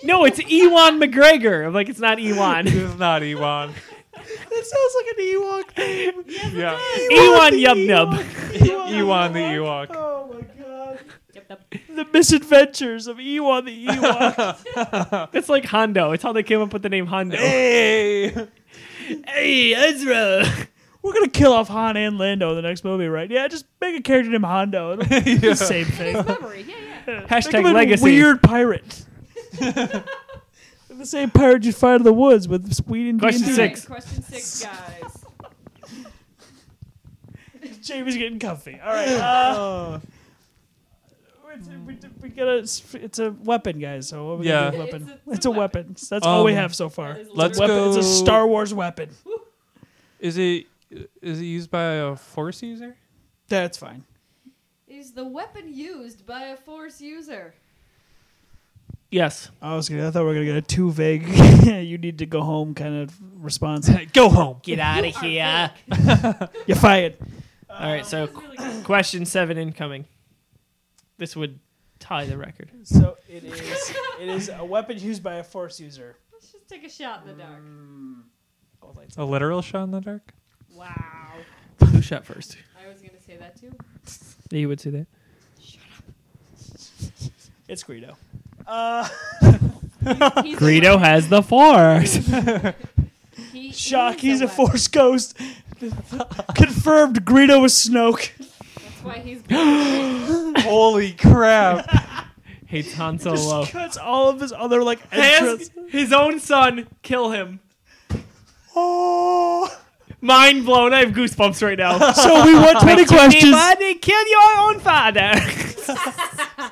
[SPEAKER 3] "No, it's Ewan McGregor." I'm like, "It's not
[SPEAKER 7] This
[SPEAKER 3] Ewan.
[SPEAKER 7] is not Ewan.
[SPEAKER 2] That sounds like an Ewok name.
[SPEAKER 7] Yeah.
[SPEAKER 3] Ewan Yub Nub."
[SPEAKER 7] Ewan the Ewok.
[SPEAKER 2] Oh my god.
[SPEAKER 8] Yep, yep.
[SPEAKER 2] The misadventures of Ewan the Ewok.
[SPEAKER 3] It's like Hondo. It's how they came up with the name Hondo.
[SPEAKER 7] Hey.
[SPEAKER 2] Oh.
[SPEAKER 3] Hey, Ezra.
[SPEAKER 2] We're gonna kill off Han and Lando in the next movie, right? Yeah, just make a character named Hondo. It'll be the same thing.
[SPEAKER 8] His memory. Yeah, yeah.
[SPEAKER 2] Make him
[SPEAKER 3] Hashtag
[SPEAKER 2] a
[SPEAKER 3] legacy.
[SPEAKER 2] weird pirate. the same pirate you'd find in the woods with Sweden.
[SPEAKER 3] Question
[SPEAKER 8] All
[SPEAKER 2] D&D.
[SPEAKER 3] six.
[SPEAKER 8] right, question six, guys.
[SPEAKER 2] Jamie's getting comfy. All right. Uh, we, we, we gotta. It's a weapon, guys. So what are we gonna
[SPEAKER 7] Yeah.
[SPEAKER 2] do with weapon? It's a, weapon. So that's all
[SPEAKER 7] Um,
[SPEAKER 2] we have so far.
[SPEAKER 8] That is
[SPEAKER 7] Let's
[SPEAKER 8] literally-
[SPEAKER 2] Weapon. It's a
[SPEAKER 7] go-
[SPEAKER 2] Star Wars weapon.
[SPEAKER 7] Is it is it used by a force user?
[SPEAKER 2] That's fine.
[SPEAKER 8] Is the weapon used by a force user?
[SPEAKER 3] Yes.
[SPEAKER 2] I was gonna. I thought we were gonna get a too vague. you need to go home kind of response.
[SPEAKER 7] Go home.
[SPEAKER 3] Get out of here.
[SPEAKER 2] You're fired.
[SPEAKER 3] All right. So, question seven incoming. This would tie the record.
[SPEAKER 2] So it is. It is a weapon used by a force user.
[SPEAKER 8] Let's just take a shot in the dark.
[SPEAKER 2] Both lights.
[SPEAKER 7] A literal shot in the dark.
[SPEAKER 8] Wow.
[SPEAKER 3] Who shot first?
[SPEAKER 8] I was gonna say that too.
[SPEAKER 3] You would say that.
[SPEAKER 2] It's Greedo. Uh,
[SPEAKER 8] He's
[SPEAKER 3] Greedo has the force.
[SPEAKER 8] A, he,
[SPEAKER 2] shock.
[SPEAKER 8] he is
[SPEAKER 2] He's a
[SPEAKER 8] weapon.
[SPEAKER 2] force ghost. Confirmed. Greedo was Snoke.
[SPEAKER 8] That's why he's.
[SPEAKER 7] Holy crap!
[SPEAKER 3] Hates Han
[SPEAKER 2] Just
[SPEAKER 3] Solo.
[SPEAKER 2] cuts all of his other like entrance.
[SPEAKER 3] Has his own son kill him.
[SPEAKER 2] Oh.
[SPEAKER 3] Mind blown. I have goosebumps right now.
[SPEAKER 2] So we want 20 questions.
[SPEAKER 3] Anybody kill your own father?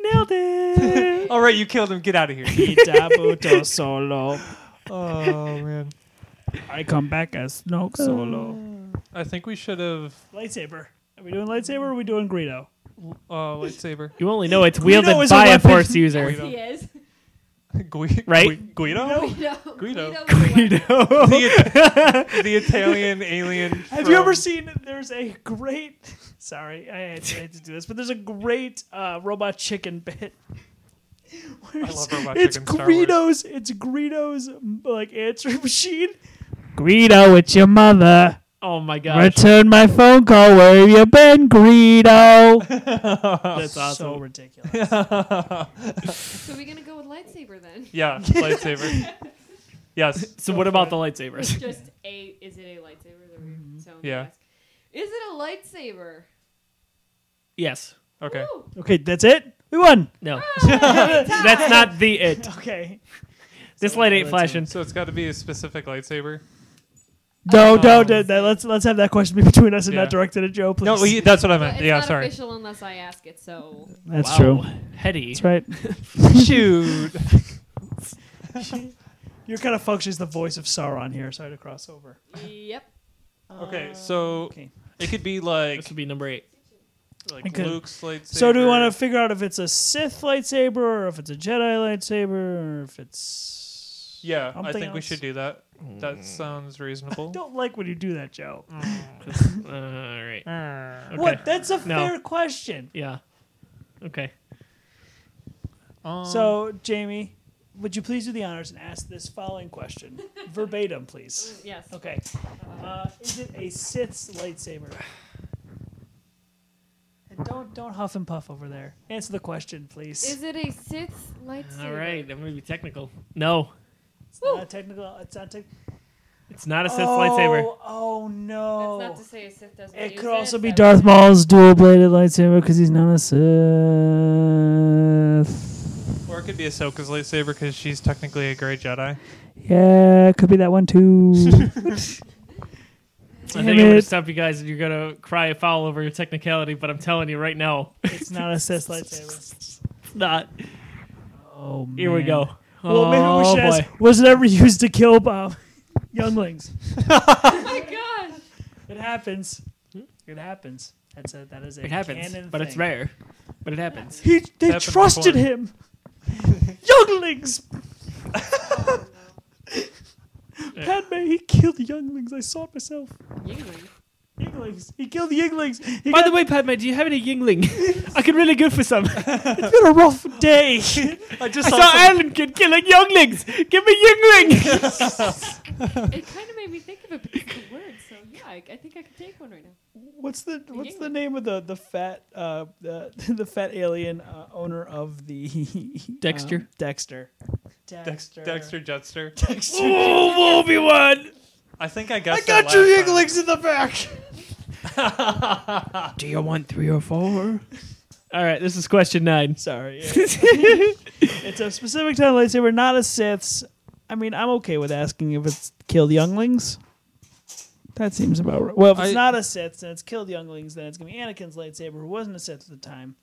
[SPEAKER 3] Nailed it.
[SPEAKER 7] All right, you killed him. Get out of here.
[SPEAKER 2] solo.
[SPEAKER 7] Oh man.
[SPEAKER 2] I come back as Snoke solo.
[SPEAKER 7] I think we should have
[SPEAKER 2] Lightsaber. Are we doing lightsaber or are we doing Greedo?
[SPEAKER 7] uh, lightsaber.
[SPEAKER 3] You only know it's
[SPEAKER 2] Guido
[SPEAKER 3] wielded
[SPEAKER 2] is a
[SPEAKER 3] by a,
[SPEAKER 2] weapon.
[SPEAKER 3] force user.
[SPEAKER 8] he is.
[SPEAKER 7] Gui-
[SPEAKER 3] Right?
[SPEAKER 7] Guido.
[SPEAKER 8] Guido.
[SPEAKER 7] Guido.
[SPEAKER 8] Guido.
[SPEAKER 3] Guido.
[SPEAKER 7] The, the Italian alien.
[SPEAKER 2] Have you ever seen? There's a great. Sorry, I hate to, I hate to do this, but there's a great uh, robot chicken bit. Where
[SPEAKER 7] I love Robot
[SPEAKER 2] it's
[SPEAKER 7] Chicken, Star
[SPEAKER 2] Greedo's. It's Greedo's like answering machine. Greedo, it's your mother.
[SPEAKER 3] Oh my gosh.
[SPEAKER 2] Return my phone call. Where you been, Greedo? That's so
[SPEAKER 3] awesome.
[SPEAKER 2] ridiculous.
[SPEAKER 8] So we're gonna go with lightsaber then.
[SPEAKER 7] Yeah, lightsaber. yes.
[SPEAKER 3] So what about the lightsabers?
[SPEAKER 8] Just a. Is it a lightsaber? That we so
[SPEAKER 7] Yeah.
[SPEAKER 8] Ask. Is it a lightsaber?
[SPEAKER 3] Yes.
[SPEAKER 7] Okay.
[SPEAKER 8] Woo!
[SPEAKER 2] Okay, that's it. We won.
[SPEAKER 3] No.
[SPEAKER 2] Ah.
[SPEAKER 3] That's not the it.
[SPEAKER 2] Okay.
[SPEAKER 3] This light ain't flashing.
[SPEAKER 7] So it's got to be a specific lightsaber.
[SPEAKER 2] No, no, no, no, let's let's have that question be between us and
[SPEAKER 7] Um, Yeah.
[SPEAKER 2] not directed at Joe, please.
[SPEAKER 7] No, we, that's what I
[SPEAKER 8] But
[SPEAKER 7] meant.
[SPEAKER 8] it's
[SPEAKER 7] Yeah,
[SPEAKER 8] not
[SPEAKER 7] sorry.
[SPEAKER 8] official unless I ask it. So
[SPEAKER 2] that's
[SPEAKER 3] Wow.
[SPEAKER 2] true.
[SPEAKER 3] Heady.
[SPEAKER 2] That's right.
[SPEAKER 7] Shoot.
[SPEAKER 2] Your kind of functions the voice of Sauron here, so I had to cross over.
[SPEAKER 8] yep.
[SPEAKER 7] Okay, so
[SPEAKER 2] okay.
[SPEAKER 7] it could be like
[SPEAKER 3] This would be number eight.
[SPEAKER 7] like
[SPEAKER 2] Okay.
[SPEAKER 7] Luke's lightsaber.
[SPEAKER 2] So do we want to figure out if it's a Sith lightsaber or if it's a Jedi lightsaber or if it's
[SPEAKER 7] Yeah, I
[SPEAKER 2] something
[SPEAKER 7] think we
[SPEAKER 2] else?
[SPEAKER 7] should do that. That sounds reasonable.
[SPEAKER 2] Don't like when you do that, Joe.
[SPEAKER 7] Mm,
[SPEAKER 3] All right.
[SPEAKER 7] Uh,
[SPEAKER 2] Hmm. What? That's a
[SPEAKER 3] No.
[SPEAKER 2] fair question.
[SPEAKER 3] Yeah. Okay.
[SPEAKER 7] um,
[SPEAKER 2] So, Jamie, would you please do the honors and ask this following question verbatim, please?
[SPEAKER 8] Yes.
[SPEAKER 2] Okay. Uh, is it a Sith's lightsaber? And don't don't huff and puff over there. Answer the question, please.
[SPEAKER 8] Is it a Sith lightsaber?
[SPEAKER 3] All right. I'm gonna be technical. No.
[SPEAKER 2] it's not technical. It's not technical.
[SPEAKER 3] It's not a Sith lightsaber.
[SPEAKER 2] Oh, oh no.
[SPEAKER 8] That's not to say a Sith doesn't
[SPEAKER 2] It
[SPEAKER 8] use
[SPEAKER 2] could also be
[SPEAKER 8] that
[SPEAKER 2] Darth
[SPEAKER 8] would-
[SPEAKER 2] Maul's dual bladed lightsaber because he's not a Sith.
[SPEAKER 7] Or it could be Ahsoka's lightsaber because she's technically a gray Jedi.
[SPEAKER 2] Yeah, could be that one too.
[SPEAKER 3] I
[SPEAKER 2] Damn
[SPEAKER 3] think I'm gonna
[SPEAKER 2] it.
[SPEAKER 3] stop you guys. and You're gonna cry foul over your technicality, but I'm telling you right now,
[SPEAKER 2] it's not a Sith lightsaber.
[SPEAKER 3] it's not.
[SPEAKER 2] Oh, man.
[SPEAKER 3] Here we go.
[SPEAKER 2] Well, maybe we
[SPEAKER 3] Oh,
[SPEAKER 2] should
[SPEAKER 3] boy.
[SPEAKER 2] ask was it ever used to kill Bob? Younglings.
[SPEAKER 8] Oh my gosh.
[SPEAKER 2] It happens. It happens. That's a, that is a
[SPEAKER 3] It happens,
[SPEAKER 2] canon
[SPEAKER 3] but it's
[SPEAKER 2] thing.
[SPEAKER 3] rare. But it happens.
[SPEAKER 2] He, they
[SPEAKER 7] Happened
[SPEAKER 2] trusted
[SPEAKER 7] before.
[SPEAKER 2] him. younglings. Padme, he killed the younglings. I saw it myself.
[SPEAKER 8] Yingling.
[SPEAKER 2] Yinglings. He killed the Yinglings. He
[SPEAKER 3] By
[SPEAKER 2] got,
[SPEAKER 3] the way, Padme, do you have any Yingling? I could really go for some.
[SPEAKER 2] it's been a rough day.
[SPEAKER 7] I
[SPEAKER 3] I
[SPEAKER 7] just
[SPEAKER 3] saw Island Kid killing younglings. Give me Yingling.
[SPEAKER 8] It kind of made me think of it because of the word, so yeah, I, I think I could take one right now.
[SPEAKER 2] what's the what's the
[SPEAKER 8] Yingling.
[SPEAKER 2] name of the the fat uh the, the fat alien uh, owner of the
[SPEAKER 3] Dexter?
[SPEAKER 2] um, Dexter. Dexter.
[SPEAKER 7] Dexter Jetster.
[SPEAKER 3] oh, Obi Wan.
[SPEAKER 7] I think I guessed
[SPEAKER 2] Got
[SPEAKER 7] that
[SPEAKER 2] your
[SPEAKER 7] last time.
[SPEAKER 2] Yinglings in the back.
[SPEAKER 1] Do you want three or four?
[SPEAKER 3] All right, this is question nine.
[SPEAKER 2] Sorry. yeah. it's a specific type of lightsaber, not a Sith's. I mean, I'm okay with asking if it's killed younglings. That seems about right. Well, if it's
[SPEAKER 7] I-
[SPEAKER 2] not a Sith's and it's killed younglings, then it's going to be Anakin's lightsaber, who wasn't a Sith at the time.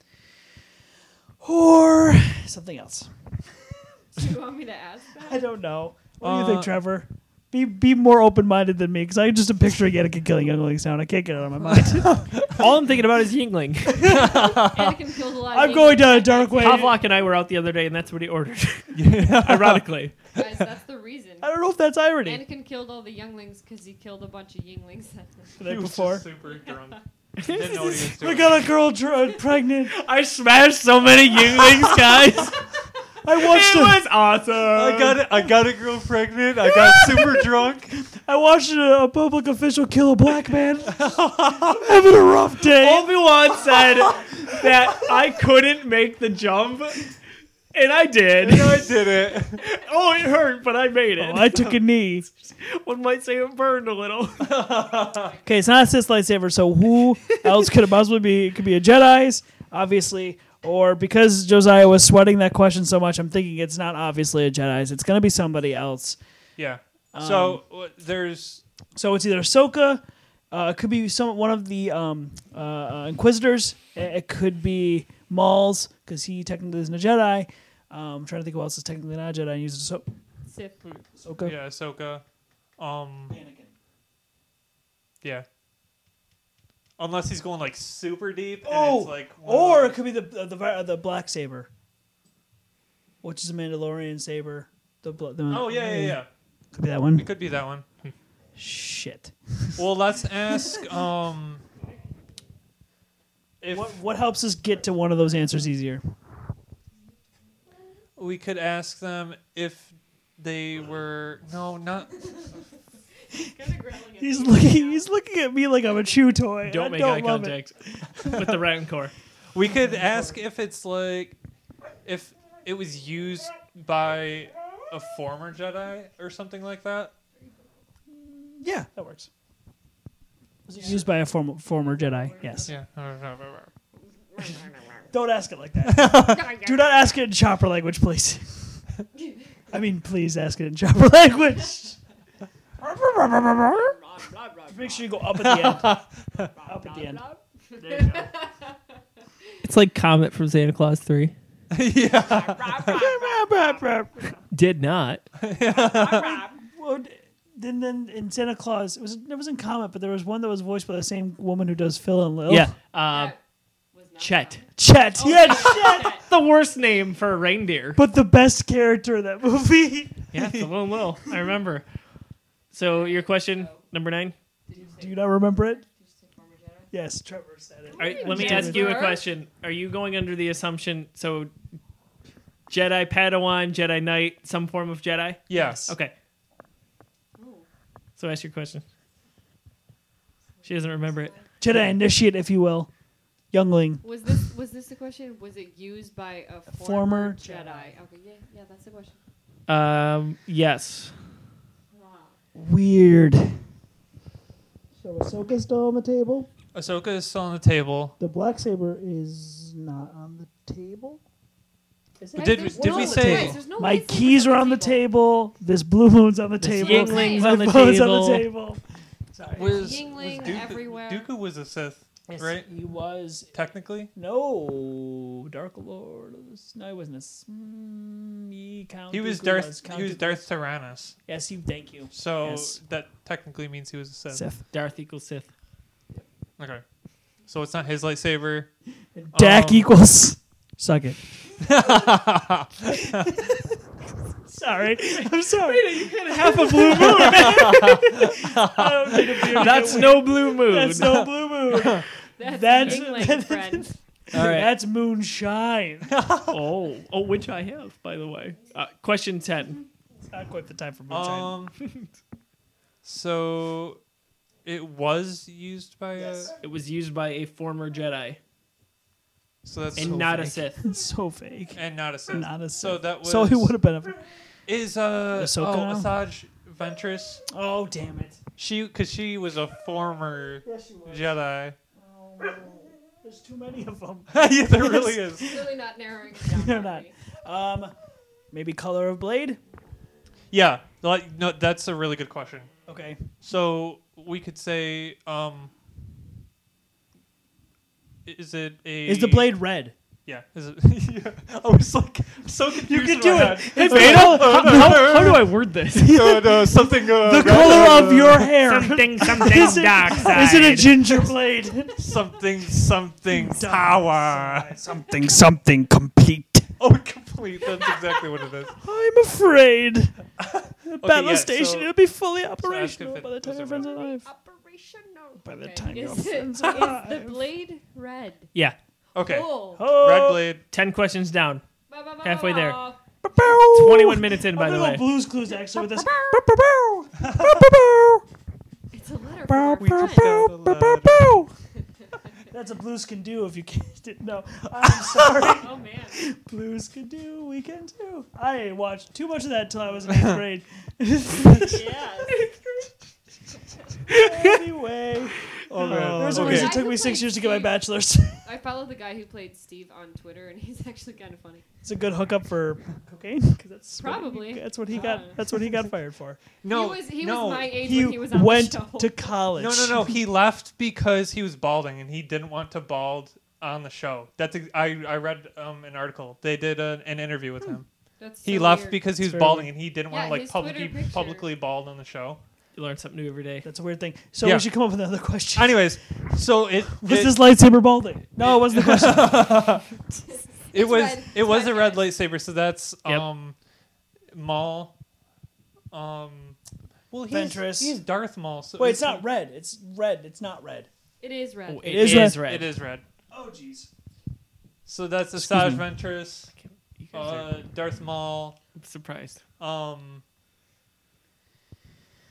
[SPEAKER 2] Or something else.
[SPEAKER 8] Do you want me to ask that?
[SPEAKER 2] I don't know. What do you think, Trevor? Be be more open minded than me, because I just am picturing Anakin killing younglings now, and I can't get it out of my mind.
[SPEAKER 3] All I'm thinking about is Yingling.
[SPEAKER 8] Anakin killed a lot. of
[SPEAKER 2] I'm going
[SPEAKER 8] Yinglings.
[SPEAKER 2] down a dark way.
[SPEAKER 3] Pavlok and I were out the other day, and that's what he ordered. Ironically,
[SPEAKER 8] Guys, that's the reason.
[SPEAKER 2] I don't know if that's irony.
[SPEAKER 8] Anakin killed all the younglings because he killed a bunch of younglings.
[SPEAKER 2] The
[SPEAKER 7] He
[SPEAKER 2] night
[SPEAKER 7] was
[SPEAKER 2] before.
[SPEAKER 7] just super drunk. Didn't know what he was
[SPEAKER 2] We
[SPEAKER 7] doing.
[SPEAKER 2] got a girl dr- uh, pregnant.
[SPEAKER 3] I smashed so many Yinglings, guys.
[SPEAKER 2] I watched
[SPEAKER 3] it
[SPEAKER 2] a-
[SPEAKER 3] was awesome.
[SPEAKER 7] I got it. I got a girl pregnant. I got super drunk.
[SPEAKER 2] I watched a, a public official kill a black man. I'm having a rough day.
[SPEAKER 3] Obi Wan said that I couldn't make the jump, and I did.
[SPEAKER 7] No, I did it.
[SPEAKER 3] Oh, it hurt, but I made it.
[SPEAKER 2] Oh, I took a knee.
[SPEAKER 3] One might say it burned a little.
[SPEAKER 2] Okay, it's not a Sith lightsaber, so who else could it possibly be? It could be a Jedi's, obviously, or because Josiah was sweating that question so much, I'm thinking it's not obviously a Jedi's. It's gonna be somebody else.
[SPEAKER 7] Yeah. So w- there's
[SPEAKER 2] So it's either Ahsoka, uh, it could be some one of the um, uh, uh, Inquisitors. It, it could be Mauls because he technically isn't a Jedi. Um, I'm trying to think who else is technically not a Jedi and uses Ahso-
[SPEAKER 8] Sith.
[SPEAKER 2] Ahsoka.
[SPEAKER 7] yeah, Ahsoka. Um, yeah. Unless he's going like super deep. And
[SPEAKER 2] Oh,
[SPEAKER 7] it's, like one of
[SPEAKER 2] or it
[SPEAKER 7] those-
[SPEAKER 2] could be the the, the the black saber, which is a Mandalorian saber. The, bl- the
[SPEAKER 7] oh yeah, yeah, yeah.
[SPEAKER 2] could be that
[SPEAKER 7] It
[SPEAKER 2] one.
[SPEAKER 7] could be that one.
[SPEAKER 2] Shit.
[SPEAKER 7] Well, let's ask. Um, if
[SPEAKER 2] What what helps us get to one of those answers easier?
[SPEAKER 7] we could ask them if they were no, not
[SPEAKER 2] He's looking he's looking at me like I'm a chew toy. and I
[SPEAKER 3] Don't make eye
[SPEAKER 2] love it.
[SPEAKER 3] contact with the Rancor.
[SPEAKER 7] We could ask if it's like if it was used by a former Jedi or something like that.
[SPEAKER 2] Yeah, that works. Was it used by a former former Jedi? Yes.
[SPEAKER 7] Yeah.
[SPEAKER 2] Don't ask it like that. Do not ask it in chopper language, please. I mean, please ask it in chopper language. Make sure you go up at the end. up at the end. There you go.
[SPEAKER 3] It's like Comet from Santa Claus Three.
[SPEAKER 7] yeah.
[SPEAKER 3] Did not.
[SPEAKER 2] Well, d- then, then in Santa Claus, it was it wasn't Comet, but there was one that was voiced by the same woman who does Phil and Lil.
[SPEAKER 3] Yeah. Uh,
[SPEAKER 8] That was not
[SPEAKER 3] Chet.
[SPEAKER 2] Chet. yeah, Chet.
[SPEAKER 8] Chet.
[SPEAKER 3] The worst name for a reindeer.
[SPEAKER 2] But the best character in that movie.
[SPEAKER 3] Yeah, it's a little low. I remember. So your question number nine.
[SPEAKER 2] Do you not remember it? Yes, Trevor said it.
[SPEAKER 3] All right, let
[SPEAKER 8] Really
[SPEAKER 3] me ask you a
[SPEAKER 8] remember.
[SPEAKER 3] question. Are you going under the assumption so Jedi Padawan, Jedi Knight, some form of Jedi?
[SPEAKER 7] Yes.
[SPEAKER 3] Okay. So ask your question. She doesn't remember it.
[SPEAKER 2] Jedi initiate, if you will. Youngling.
[SPEAKER 8] Was this was this the question? Was it used by a
[SPEAKER 2] former
[SPEAKER 8] former, Jedi?
[SPEAKER 2] Jedi.
[SPEAKER 8] Okay, yeah, yeah, that's the question.
[SPEAKER 3] Um, yes.
[SPEAKER 8] Wow.
[SPEAKER 2] Weird. So Ahsoka's still on the table.
[SPEAKER 7] Ahsoka is still on the table.
[SPEAKER 2] The black saber is not on the table.
[SPEAKER 7] But did we-
[SPEAKER 8] There's
[SPEAKER 7] did
[SPEAKER 8] no
[SPEAKER 7] we
[SPEAKER 8] lights.
[SPEAKER 7] say-
[SPEAKER 8] There's no
[SPEAKER 2] My
[SPEAKER 8] lights even
[SPEAKER 2] keys
[SPEAKER 8] on
[SPEAKER 2] are on the table. This blue moon's on the table.
[SPEAKER 3] Yingling's on the
[SPEAKER 2] My phone's
[SPEAKER 3] table.
[SPEAKER 2] on the table. Sorry.
[SPEAKER 7] Was,
[SPEAKER 8] Yingling
[SPEAKER 7] was Dooku,
[SPEAKER 8] everywhere.
[SPEAKER 7] Dooku was a Sith, right?
[SPEAKER 2] He was
[SPEAKER 7] Technically,
[SPEAKER 2] no Dark Lord. of the S- No, he wasn't. A, s- mm, he, Count
[SPEAKER 7] he was
[SPEAKER 2] Dooku
[SPEAKER 7] Darth.
[SPEAKER 2] Count
[SPEAKER 7] he was
[SPEAKER 2] Dooku
[SPEAKER 7] Darth Tyrannus.
[SPEAKER 2] Yes, he. Thank you.
[SPEAKER 7] So
[SPEAKER 2] Yes.
[SPEAKER 7] that technically means he was a Sith.
[SPEAKER 2] Sith.
[SPEAKER 3] Darth equals Sith.
[SPEAKER 7] Okay. So it's not his lightsaber.
[SPEAKER 2] Dak
[SPEAKER 7] Um,
[SPEAKER 2] equals. Suck it. sorry, I'm sorry. You can't have a blue moon. I don't need a blue moon.
[SPEAKER 3] That's no blue moon.
[SPEAKER 2] That's no blue moon.
[SPEAKER 8] That's,
[SPEAKER 2] That's-
[SPEAKER 8] Yingling, friend.
[SPEAKER 3] All right.
[SPEAKER 2] That's moonshine.
[SPEAKER 3] oh, oh, which I have, by the way. Uh, question ten.
[SPEAKER 2] Not quite the time for moonshine.
[SPEAKER 7] um. so it was used by. uh, A,
[SPEAKER 3] It was used by a former Jedi
[SPEAKER 7] so that's
[SPEAKER 3] and not a
[SPEAKER 7] fake.
[SPEAKER 3] Sith.
[SPEAKER 2] It's so fake.
[SPEAKER 7] And not a Sith.
[SPEAKER 2] Not a
[SPEAKER 7] So
[SPEAKER 2] Sith.
[SPEAKER 7] that was.
[SPEAKER 2] So he would have been a.
[SPEAKER 7] Is uh
[SPEAKER 2] Ahsoka
[SPEAKER 7] oh
[SPEAKER 2] now?
[SPEAKER 7] Asajj Ventress?
[SPEAKER 2] Oh damn it!
[SPEAKER 7] She because she was a former Jedi.
[SPEAKER 2] There's too many of them.
[SPEAKER 7] yeah, there really is.
[SPEAKER 8] Really not narrowing it down.
[SPEAKER 2] They're
[SPEAKER 8] are
[SPEAKER 2] not.
[SPEAKER 8] we?
[SPEAKER 2] Um, maybe color of blade.
[SPEAKER 7] Yeah, like no, that's a really good question.
[SPEAKER 2] Okay.
[SPEAKER 7] So we could say, um, is it a
[SPEAKER 2] Is the blade red?
[SPEAKER 7] Yeah, is it? yeah. I
[SPEAKER 2] Oh,
[SPEAKER 7] was like so confused.
[SPEAKER 2] You
[SPEAKER 7] in
[SPEAKER 2] can
[SPEAKER 7] my
[SPEAKER 2] do
[SPEAKER 7] head.
[SPEAKER 2] it. It's
[SPEAKER 3] How, how- how do I word this?
[SPEAKER 7] Uh, no, something. Uh,
[SPEAKER 2] the
[SPEAKER 7] red,
[SPEAKER 2] color of your hair.
[SPEAKER 3] something, something
[SPEAKER 2] Is it-
[SPEAKER 3] dark
[SPEAKER 2] Is it a
[SPEAKER 3] side.
[SPEAKER 2] ginger blade?
[SPEAKER 7] something something power.
[SPEAKER 1] Something, something complete.
[SPEAKER 7] Oh, complete. That's exactly what it is.
[SPEAKER 2] I'm afraid. The battle
[SPEAKER 7] yeah,
[SPEAKER 2] station
[SPEAKER 7] so-
[SPEAKER 2] will be fully
[SPEAKER 7] ask if
[SPEAKER 2] operational
[SPEAKER 7] it
[SPEAKER 2] by the time
[SPEAKER 7] was
[SPEAKER 2] your
[SPEAKER 7] a
[SPEAKER 2] friends
[SPEAKER 7] red-
[SPEAKER 2] alive.
[SPEAKER 8] Operational.
[SPEAKER 2] By the
[SPEAKER 8] Okay.
[SPEAKER 2] time your
[SPEAKER 8] is, it, is
[SPEAKER 2] friends
[SPEAKER 8] the blade red?
[SPEAKER 3] Yeah.
[SPEAKER 7] Okay,
[SPEAKER 8] Oh.
[SPEAKER 7] red blade.
[SPEAKER 3] Ten questions down.
[SPEAKER 8] Ba, ba, ba,
[SPEAKER 3] Halfway
[SPEAKER 8] ba,
[SPEAKER 3] there.
[SPEAKER 8] ba.
[SPEAKER 3] Twenty-one minutes in, by the way.
[SPEAKER 2] Blues Clues actually with this.
[SPEAKER 8] It's a letter.
[SPEAKER 7] We
[SPEAKER 8] from our
[SPEAKER 7] just
[SPEAKER 8] friend.
[SPEAKER 7] got the lead.
[SPEAKER 2] That's a blues can do if you can't- didn't know. I'm sorry.
[SPEAKER 8] Oh man.
[SPEAKER 2] blues can do, we can do. I watched too much of that till I was in eighth grade. anyway,
[SPEAKER 7] Oh, man.
[SPEAKER 2] there was a
[SPEAKER 8] Okay.
[SPEAKER 2] reason it
[SPEAKER 8] I
[SPEAKER 2] took me
[SPEAKER 8] could
[SPEAKER 2] six
[SPEAKER 8] play
[SPEAKER 2] years to get my
[SPEAKER 8] Steve.
[SPEAKER 2] bachelor's.
[SPEAKER 8] I follow the guy who played Steve on Twitter, and he's actually kind of funny.
[SPEAKER 2] it's a good hookup for cocaine because that's what he-
[SPEAKER 8] Probably.
[SPEAKER 2] that's what he got.
[SPEAKER 8] God.
[SPEAKER 2] That's what he got fired for.
[SPEAKER 7] No,
[SPEAKER 8] he was he
[SPEAKER 7] no,
[SPEAKER 8] was my age
[SPEAKER 2] he,
[SPEAKER 8] when he was on
[SPEAKER 2] went
[SPEAKER 8] the show.
[SPEAKER 2] to college.
[SPEAKER 7] No, no, no. He left because he was balding and he didn't want to bald on the show. That's ex- I I read um, an article. They did an an interview with him.
[SPEAKER 8] That's
[SPEAKER 7] He
[SPEAKER 8] Hmm. so
[SPEAKER 7] left
[SPEAKER 8] weird.
[SPEAKER 7] because he was
[SPEAKER 2] It's very
[SPEAKER 7] balding and he didn't want
[SPEAKER 8] Yeah,
[SPEAKER 7] to like
[SPEAKER 8] his
[SPEAKER 7] publicly
[SPEAKER 8] Twitter picture.
[SPEAKER 7] publicly bald on the show.
[SPEAKER 3] You learn something new every day.
[SPEAKER 2] That's a weird thing. So
[SPEAKER 7] Yeah.
[SPEAKER 2] we should come up with another question.
[SPEAKER 7] Anyways, so it
[SPEAKER 2] was
[SPEAKER 7] it,
[SPEAKER 2] this lightsaber balding? No, it wasn't the question.
[SPEAKER 7] it was
[SPEAKER 8] red.
[SPEAKER 7] it was
[SPEAKER 8] red,
[SPEAKER 7] a red
[SPEAKER 8] guys.
[SPEAKER 7] lightsaber. So that's
[SPEAKER 3] Yep.
[SPEAKER 7] um Maul. Um, well, he's,
[SPEAKER 2] Ventress.
[SPEAKER 7] he's Darth Maul. So
[SPEAKER 2] Wait, it's not red. It's red. It's not red.
[SPEAKER 8] It is red.
[SPEAKER 3] it
[SPEAKER 2] is
[SPEAKER 3] is,
[SPEAKER 2] red.
[SPEAKER 3] red.
[SPEAKER 7] It is red.
[SPEAKER 2] Oh, jeez.
[SPEAKER 7] So that's
[SPEAKER 1] Excuse
[SPEAKER 7] Asajj
[SPEAKER 1] me.
[SPEAKER 7] Ventress,
[SPEAKER 3] You guys are-
[SPEAKER 7] uh, Darth Maul.
[SPEAKER 3] I'm surprised.
[SPEAKER 7] Um.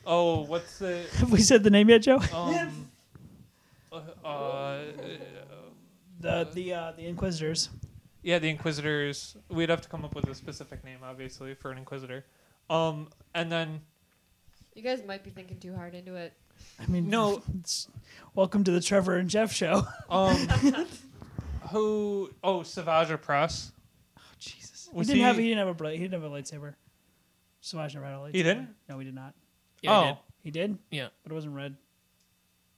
[SPEAKER 7] Oh, what's the
[SPEAKER 2] Have we said the name yet, Joe?
[SPEAKER 7] um? uh, uh,
[SPEAKER 2] The the uh, the Inquisitors.
[SPEAKER 7] yeah, the Inquisitors. We'd have to come up with a specific name, obviously, for an Inquisitor. Um, and then
[SPEAKER 8] You guys might be thinking too hard into it.
[SPEAKER 2] I mean,
[SPEAKER 7] No.
[SPEAKER 2] It's, welcome to the Trevor and Jeff show.
[SPEAKER 7] um, who? Oh, Savage Press.
[SPEAKER 2] Jesus.
[SPEAKER 7] Was
[SPEAKER 2] he didn't have
[SPEAKER 7] he-
[SPEAKER 2] he didn't have a bla- he didn't have a lightsaber. Savage never had a lightsaber.
[SPEAKER 7] He didn't?
[SPEAKER 2] No, he did not.
[SPEAKER 3] Yeah, I
[SPEAKER 7] oh,
[SPEAKER 2] He did,
[SPEAKER 3] did. yeah.
[SPEAKER 2] but it wasn't red.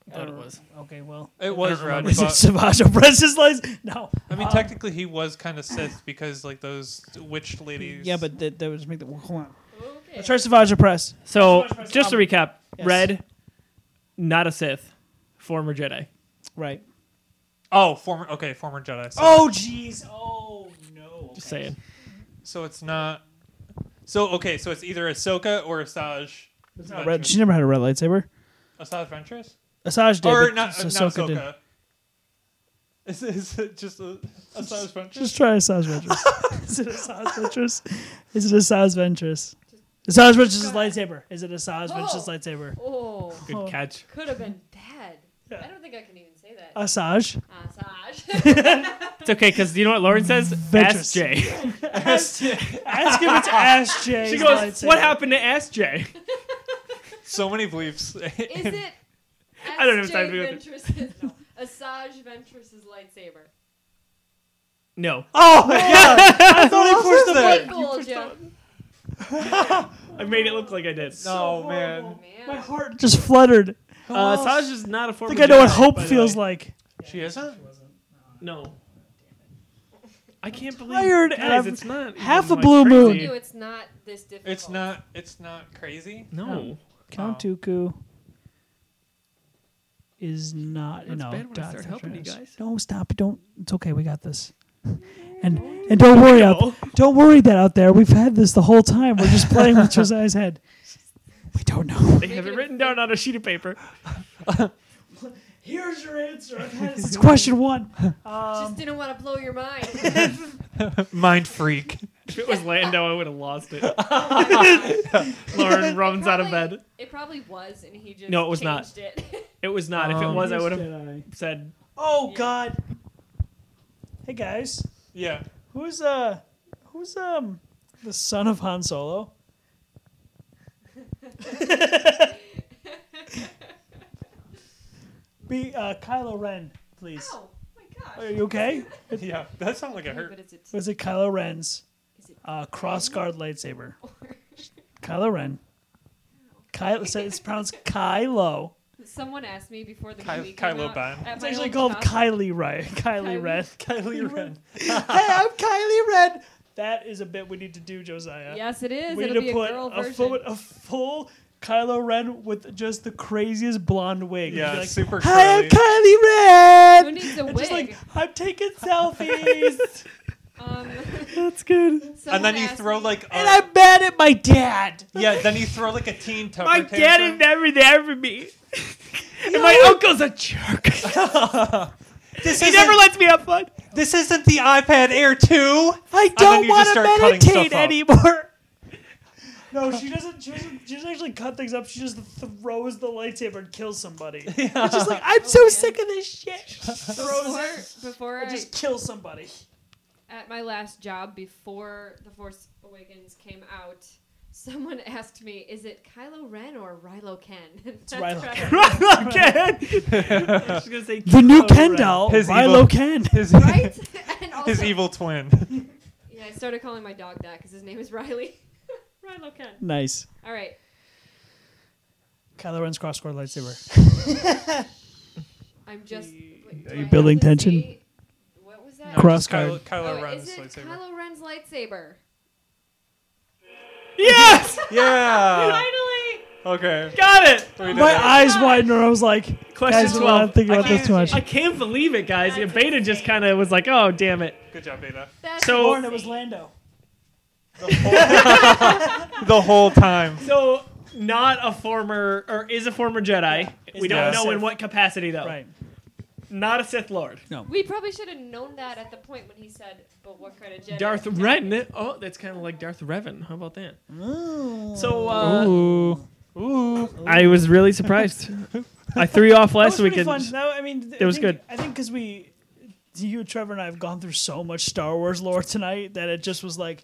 [SPEAKER 3] I thought it
[SPEAKER 2] Or-
[SPEAKER 3] was.
[SPEAKER 2] Okay, well,
[SPEAKER 7] it was red.
[SPEAKER 2] is it
[SPEAKER 7] But,
[SPEAKER 2] Savage oppressed his lights? No.
[SPEAKER 7] I mean,
[SPEAKER 2] Um,
[SPEAKER 7] technically, he was kind of Sith because like those witch ladies.
[SPEAKER 2] Yeah, but that, that would just make the well, hold on.
[SPEAKER 8] Okay.
[SPEAKER 2] Let's try Savage oppressed.
[SPEAKER 3] So just to recap,
[SPEAKER 2] Yes.
[SPEAKER 3] red, not a Sith, former Jedi.
[SPEAKER 2] Right.
[SPEAKER 7] oh, former. Okay, former Jedi. So,
[SPEAKER 2] Oh jeez. Oh no.
[SPEAKER 3] Just
[SPEAKER 2] Okay.
[SPEAKER 3] saying.
[SPEAKER 7] so it's not. So okay, so it's either Ahsoka or Asajj.
[SPEAKER 2] It's not red. She never had a red lightsaber.
[SPEAKER 7] Asajj Ventress?
[SPEAKER 2] Asajj did.
[SPEAKER 7] or
[SPEAKER 2] but
[SPEAKER 7] not,
[SPEAKER 3] uh,
[SPEAKER 2] Ahsoka
[SPEAKER 7] not Ahsoka.
[SPEAKER 2] didn't.
[SPEAKER 7] Is, is it just a, Asajj Ventress?
[SPEAKER 2] Just try Asajj Ventress. is it Asajj Ventress? Is it Asajj Ventress? Asajj Ventress's lightsaber. Is it Asajj Ventress's
[SPEAKER 8] Oh.
[SPEAKER 2] lightsaber?
[SPEAKER 8] Oh,
[SPEAKER 3] Good catch.
[SPEAKER 8] could have been bad.
[SPEAKER 2] Yeah.
[SPEAKER 8] I don't think I can even say that.
[SPEAKER 2] Asajj.
[SPEAKER 8] Assage.
[SPEAKER 3] It's okay because you know what Lauren says?
[SPEAKER 2] Ventress.
[SPEAKER 3] SJ.
[SPEAKER 2] Ask, ask if it's Ash J.
[SPEAKER 3] She goes, What happened to SJ?
[SPEAKER 7] so many bleeps.
[SPEAKER 8] Is it?
[SPEAKER 3] I don't have time to go through-
[SPEAKER 8] Ventress's, no, Asajj Ventress's lightsaber.
[SPEAKER 3] No,
[SPEAKER 7] oh yeah, I thought he pushed
[SPEAKER 8] Hey,
[SPEAKER 7] that.
[SPEAKER 8] gold, Joe.
[SPEAKER 3] I made it look like I did.
[SPEAKER 7] No man,
[SPEAKER 2] My
[SPEAKER 8] Man.
[SPEAKER 2] heart just fluttered.
[SPEAKER 3] Uh, Saj is not a
[SPEAKER 2] I
[SPEAKER 3] former.
[SPEAKER 2] think I know what
[SPEAKER 3] Jedi,
[SPEAKER 2] hope
[SPEAKER 3] by the
[SPEAKER 2] feels
[SPEAKER 3] way.
[SPEAKER 2] like.
[SPEAKER 7] she isn't.
[SPEAKER 3] No. I can't believe
[SPEAKER 2] tired and
[SPEAKER 3] guys,
[SPEAKER 2] I've-
[SPEAKER 3] it's not
[SPEAKER 2] half
[SPEAKER 3] even,
[SPEAKER 2] a blue
[SPEAKER 3] like,
[SPEAKER 2] moon.
[SPEAKER 3] crazy.
[SPEAKER 8] You, it's not this difficult.
[SPEAKER 7] It's not. It's not crazy.
[SPEAKER 3] No.
[SPEAKER 2] Count Dooku is not
[SPEAKER 3] That's
[SPEAKER 2] no.
[SPEAKER 3] bad when I
[SPEAKER 2] Dot's
[SPEAKER 3] start
[SPEAKER 2] not
[SPEAKER 3] helping you
[SPEAKER 2] trash.
[SPEAKER 3] guys.
[SPEAKER 2] No, stop. Don't. It's okay. We got this. And and don't worry
[SPEAKER 3] No.
[SPEAKER 2] out. Don't worry that out there. We've had this the whole time. We're just playing with Josiah's head. We don't know.
[SPEAKER 3] They have it written down on a sheet of paper.
[SPEAKER 2] Here's your answer. It's question one.
[SPEAKER 8] Just didn't want to blow your mind.
[SPEAKER 7] Mind freak.
[SPEAKER 3] If it was Lando, I would have lost it. Lauren runs out of
[SPEAKER 8] Probably-
[SPEAKER 3] bed.
[SPEAKER 8] It probably was, and he just
[SPEAKER 3] No, it was not.
[SPEAKER 8] changed It.
[SPEAKER 3] It was not. if
[SPEAKER 2] Oh,
[SPEAKER 3] it was, I would have
[SPEAKER 2] Jedi.
[SPEAKER 3] said
[SPEAKER 2] Oh God. Hey guys,
[SPEAKER 7] Yeah.
[SPEAKER 2] who's uh, who's um, the son of Han Solo? Be uh, Kylo Ren, please.
[SPEAKER 8] oh my gosh.
[SPEAKER 2] Are you okay?
[SPEAKER 7] Yeah. That sounds like it
[SPEAKER 8] But
[SPEAKER 7] hurt.
[SPEAKER 8] it's a t-
[SPEAKER 2] Was it Kylo Ren's
[SPEAKER 8] Is it-
[SPEAKER 2] uh, cross guard lightsaber? Kylo Ren. Kylo. So it's pronounced Kylo.
[SPEAKER 8] Someone asked me before the
[SPEAKER 7] Ky-
[SPEAKER 8] movie came
[SPEAKER 7] Kylo
[SPEAKER 8] out
[SPEAKER 7] Ban.
[SPEAKER 8] at
[SPEAKER 2] It's
[SPEAKER 8] my
[SPEAKER 2] actually
[SPEAKER 8] old
[SPEAKER 2] called
[SPEAKER 8] job-
[SPEAKER 2] Kylie Ren. Kylie
[SPEAKER 8] Kylie.
[SPEAKER 2] Ren.
[SPEAKER 7] Kylie Ren.
[SPEAKER 2] hey, I'm Kylie Ren. That is a bit we need to do, Josiah.
[SPEAKER 8] Yes, it is.
[SPEAKER 2] We
[SPEAKER 8] It'll
[SPEAKER 2] need
[SPEAKER 8] be
[SPEAKER 2] to
[SPEAKER 8] a
[SPEAKER 2] put
[SPEAKER 8] girl
[SPEAKER 2] a
[SPEAKER 8] version.
[SPEAKER 2] full, a full Kylo Ren with just the craziest blonde wig.
[SPEAKER 7] Yeah,
[SPEAKER 2] Just
[SPEAKER 7] super
[SPEAKER 2] like, Hi, I'm
[SPEAKER 7] curly.
[SPEAKER 2] Kylie
[SPEAKER 8] Who
[SPEAKER 2] Ren.
[SPEAKER 8] needs a
[SPEAKER 2] And
[SPEAKER 8] wig?
[SPEAKER 2] just like I'm taking selfies,
[SPEAKER 8] um,
[SPEAKER 2] that's good.
[SPEAKER 7] And then
[SPEAKER 8] someone
[SPEAKER 7] you
[SPEAKER 8] asked
[SPEAKER 7] throw
[SPEAKER 8] me-
[SPEAKER 7] like
[SPEAKER 2] And
[SPEAKER 7] a,
[SPEAKER 2] I'm mad at my dad.
[SPEAKER 7] yeah. Then you throw like a teen temper
[SPEAKER 3] My dad is
[SPEAKER 7] tantrum.
[SPEAKER 3] never there for me. and my uncle's a jerk.
[SPEAKER 7] This
[SPEAKER 3] he
[SPEAKER 7] isn't,
[SPEAKER 3] never lets me have fun.
[SPEAKER 7] this isn't the iPad Air 2.
[SPEAKER 2] I
[SPEAKER 7] then
[SPEAKER 2] don't
[SPEAKER 7] you just
[SPEAKER 2] want to
[SPEAKER 7] start cutting
[SPEAKER 2] meditate
[SPEAKER 7] stuff up.
[SPEAKER 2] anymore. No, she doesn't, she doesn't. She doesn't actually cut things up. She just throws the lightsaber and kills somebody. It's just like I'm so sick of this shit. throws
[SPEAKER 8] before,
[SPEAKER 2] it
[SPEAKER 8] before I,
[SPEAKER 2] and just kills somebody.
[SPEAKER 8] at my last job before The Force Awakens came out, someone asked me, "Is it Kylo Ren or Rilo Ken?" It's
[SPEAKER 2] Rilo
[SPEAKER 3] Rilo Ken. I was gonna say
[SPEAKER 2] The new
[SPEAKER 3] Kylo
[SPEAKER 2] Ken
[SPEAKER 3] Ren.
[SPEAKER 2] doll,
[SPEAKER 7] His
[SPEAKER 2] Rilo
[SPEAKER 7] evil-
[SPEAKER 2] Oh, Ken.
[SPEAKER 7] His,
[SPEAKER 8] right? and also,
[SPEAKER 7] his evil twin.
[SPEAKER 8] Yeah, I started calling my dog that because his name is Riley. Rilo Ken.
[SPEAKER 2] Nice.
[SPEAKER 8] All right.
[SPEAKER 2] Kylo Ren's cross squad lightsaber.
[SPEAKER 8] I'm just. wait, do
[SPEAKER 2] Are
[SPEAKER 8] I
[SPEAKER 2] you
[SPEAKER 8] have
[SPEAKER 2] building
[SPEAKER 8] to
[SPEAKER 2] tension?
[SPEAKER 8] say- What was that?
[SPEAKER 2] Cross
[SPEAKER 7] Kylo,
[SPEAKER 2] guard.
[SPEAKER 7] Kylo
[SPEAKER 8] Oh,
[SPEAKER 7] Ren's
[SPEAKER 8] is it
[SPEAKER 7] lightsaber.
[SPEAKER 8] Kylo Ren's lightsaber?
[SPEAKER 3] Yes,
[SPEAKER 7] Yeah.
[SPEAKER 8] Finally!
[SPEAKER 7] Okay.
[SPEAKER 3] got it.
[SPEAKER 7] We did
[SPEAKER 2] My
[SPEAKER 7] it.
[SPEAKER 2] eyes widened and I was like,
[SPEAKER 3] Question
[SPEAKER 2] guys, we're
[SPEAKER 3] twelve.
[SPEAKER 2] not thinking
[SPEAKER 3] I
[SPEAKER 2] about this too
[SPEAKER 3] can't-
[SPEAKER 2] much.
[SPEAKER 3] I can't believe it, guys. Yeah, Beta just kind of was like, "Oh, damn it."
[SPEAKER 7] Good job, Beta.
[SPEAKER 8] That's
[SPEAKER 3] So-
[SPEAKER 2] Lauren,
[SPEAKER 8] insane.
[SPEAKER 2] it was Lando.
[SPEAKER 7] The whole time.
[SPEAKER 3] So, not a former, or is a former Jedi. we don't
[SPEAKER 7] not a
[SPEAKER 3] know in
[SPEAKER 2] Sith.
[SPEAKER 3] what capacity though.
[SPEAKER 2] Right.
[SPEAKER 3] Not a Sith Lord.
[SPEAKER 8] We probably should have known that at the point when he said, "But what kind of Jedi?"
[SPEAKER 3] Darth
[SPEAKER 8] is
[SPEAKER 3] Revan. Oh, that's kind of like Darth Revan. How about that? So, uh,
[SPEAKER 2] Ooh.
[SPEAKER 3] I was really surprised. I threw you off last
[SPEAKER 2] that was
[SPEAKER 3] week.
[SPEAKER 2] pretty fun. No, I mean, th- I
[SPEAKER 3] was
[SPEAKER 2] think-
[SPEAKER 3] good.
[SPEAKER 2] I think because we, you, Trevor, and I have gone through so much Star Wars lore tonight that it just was like,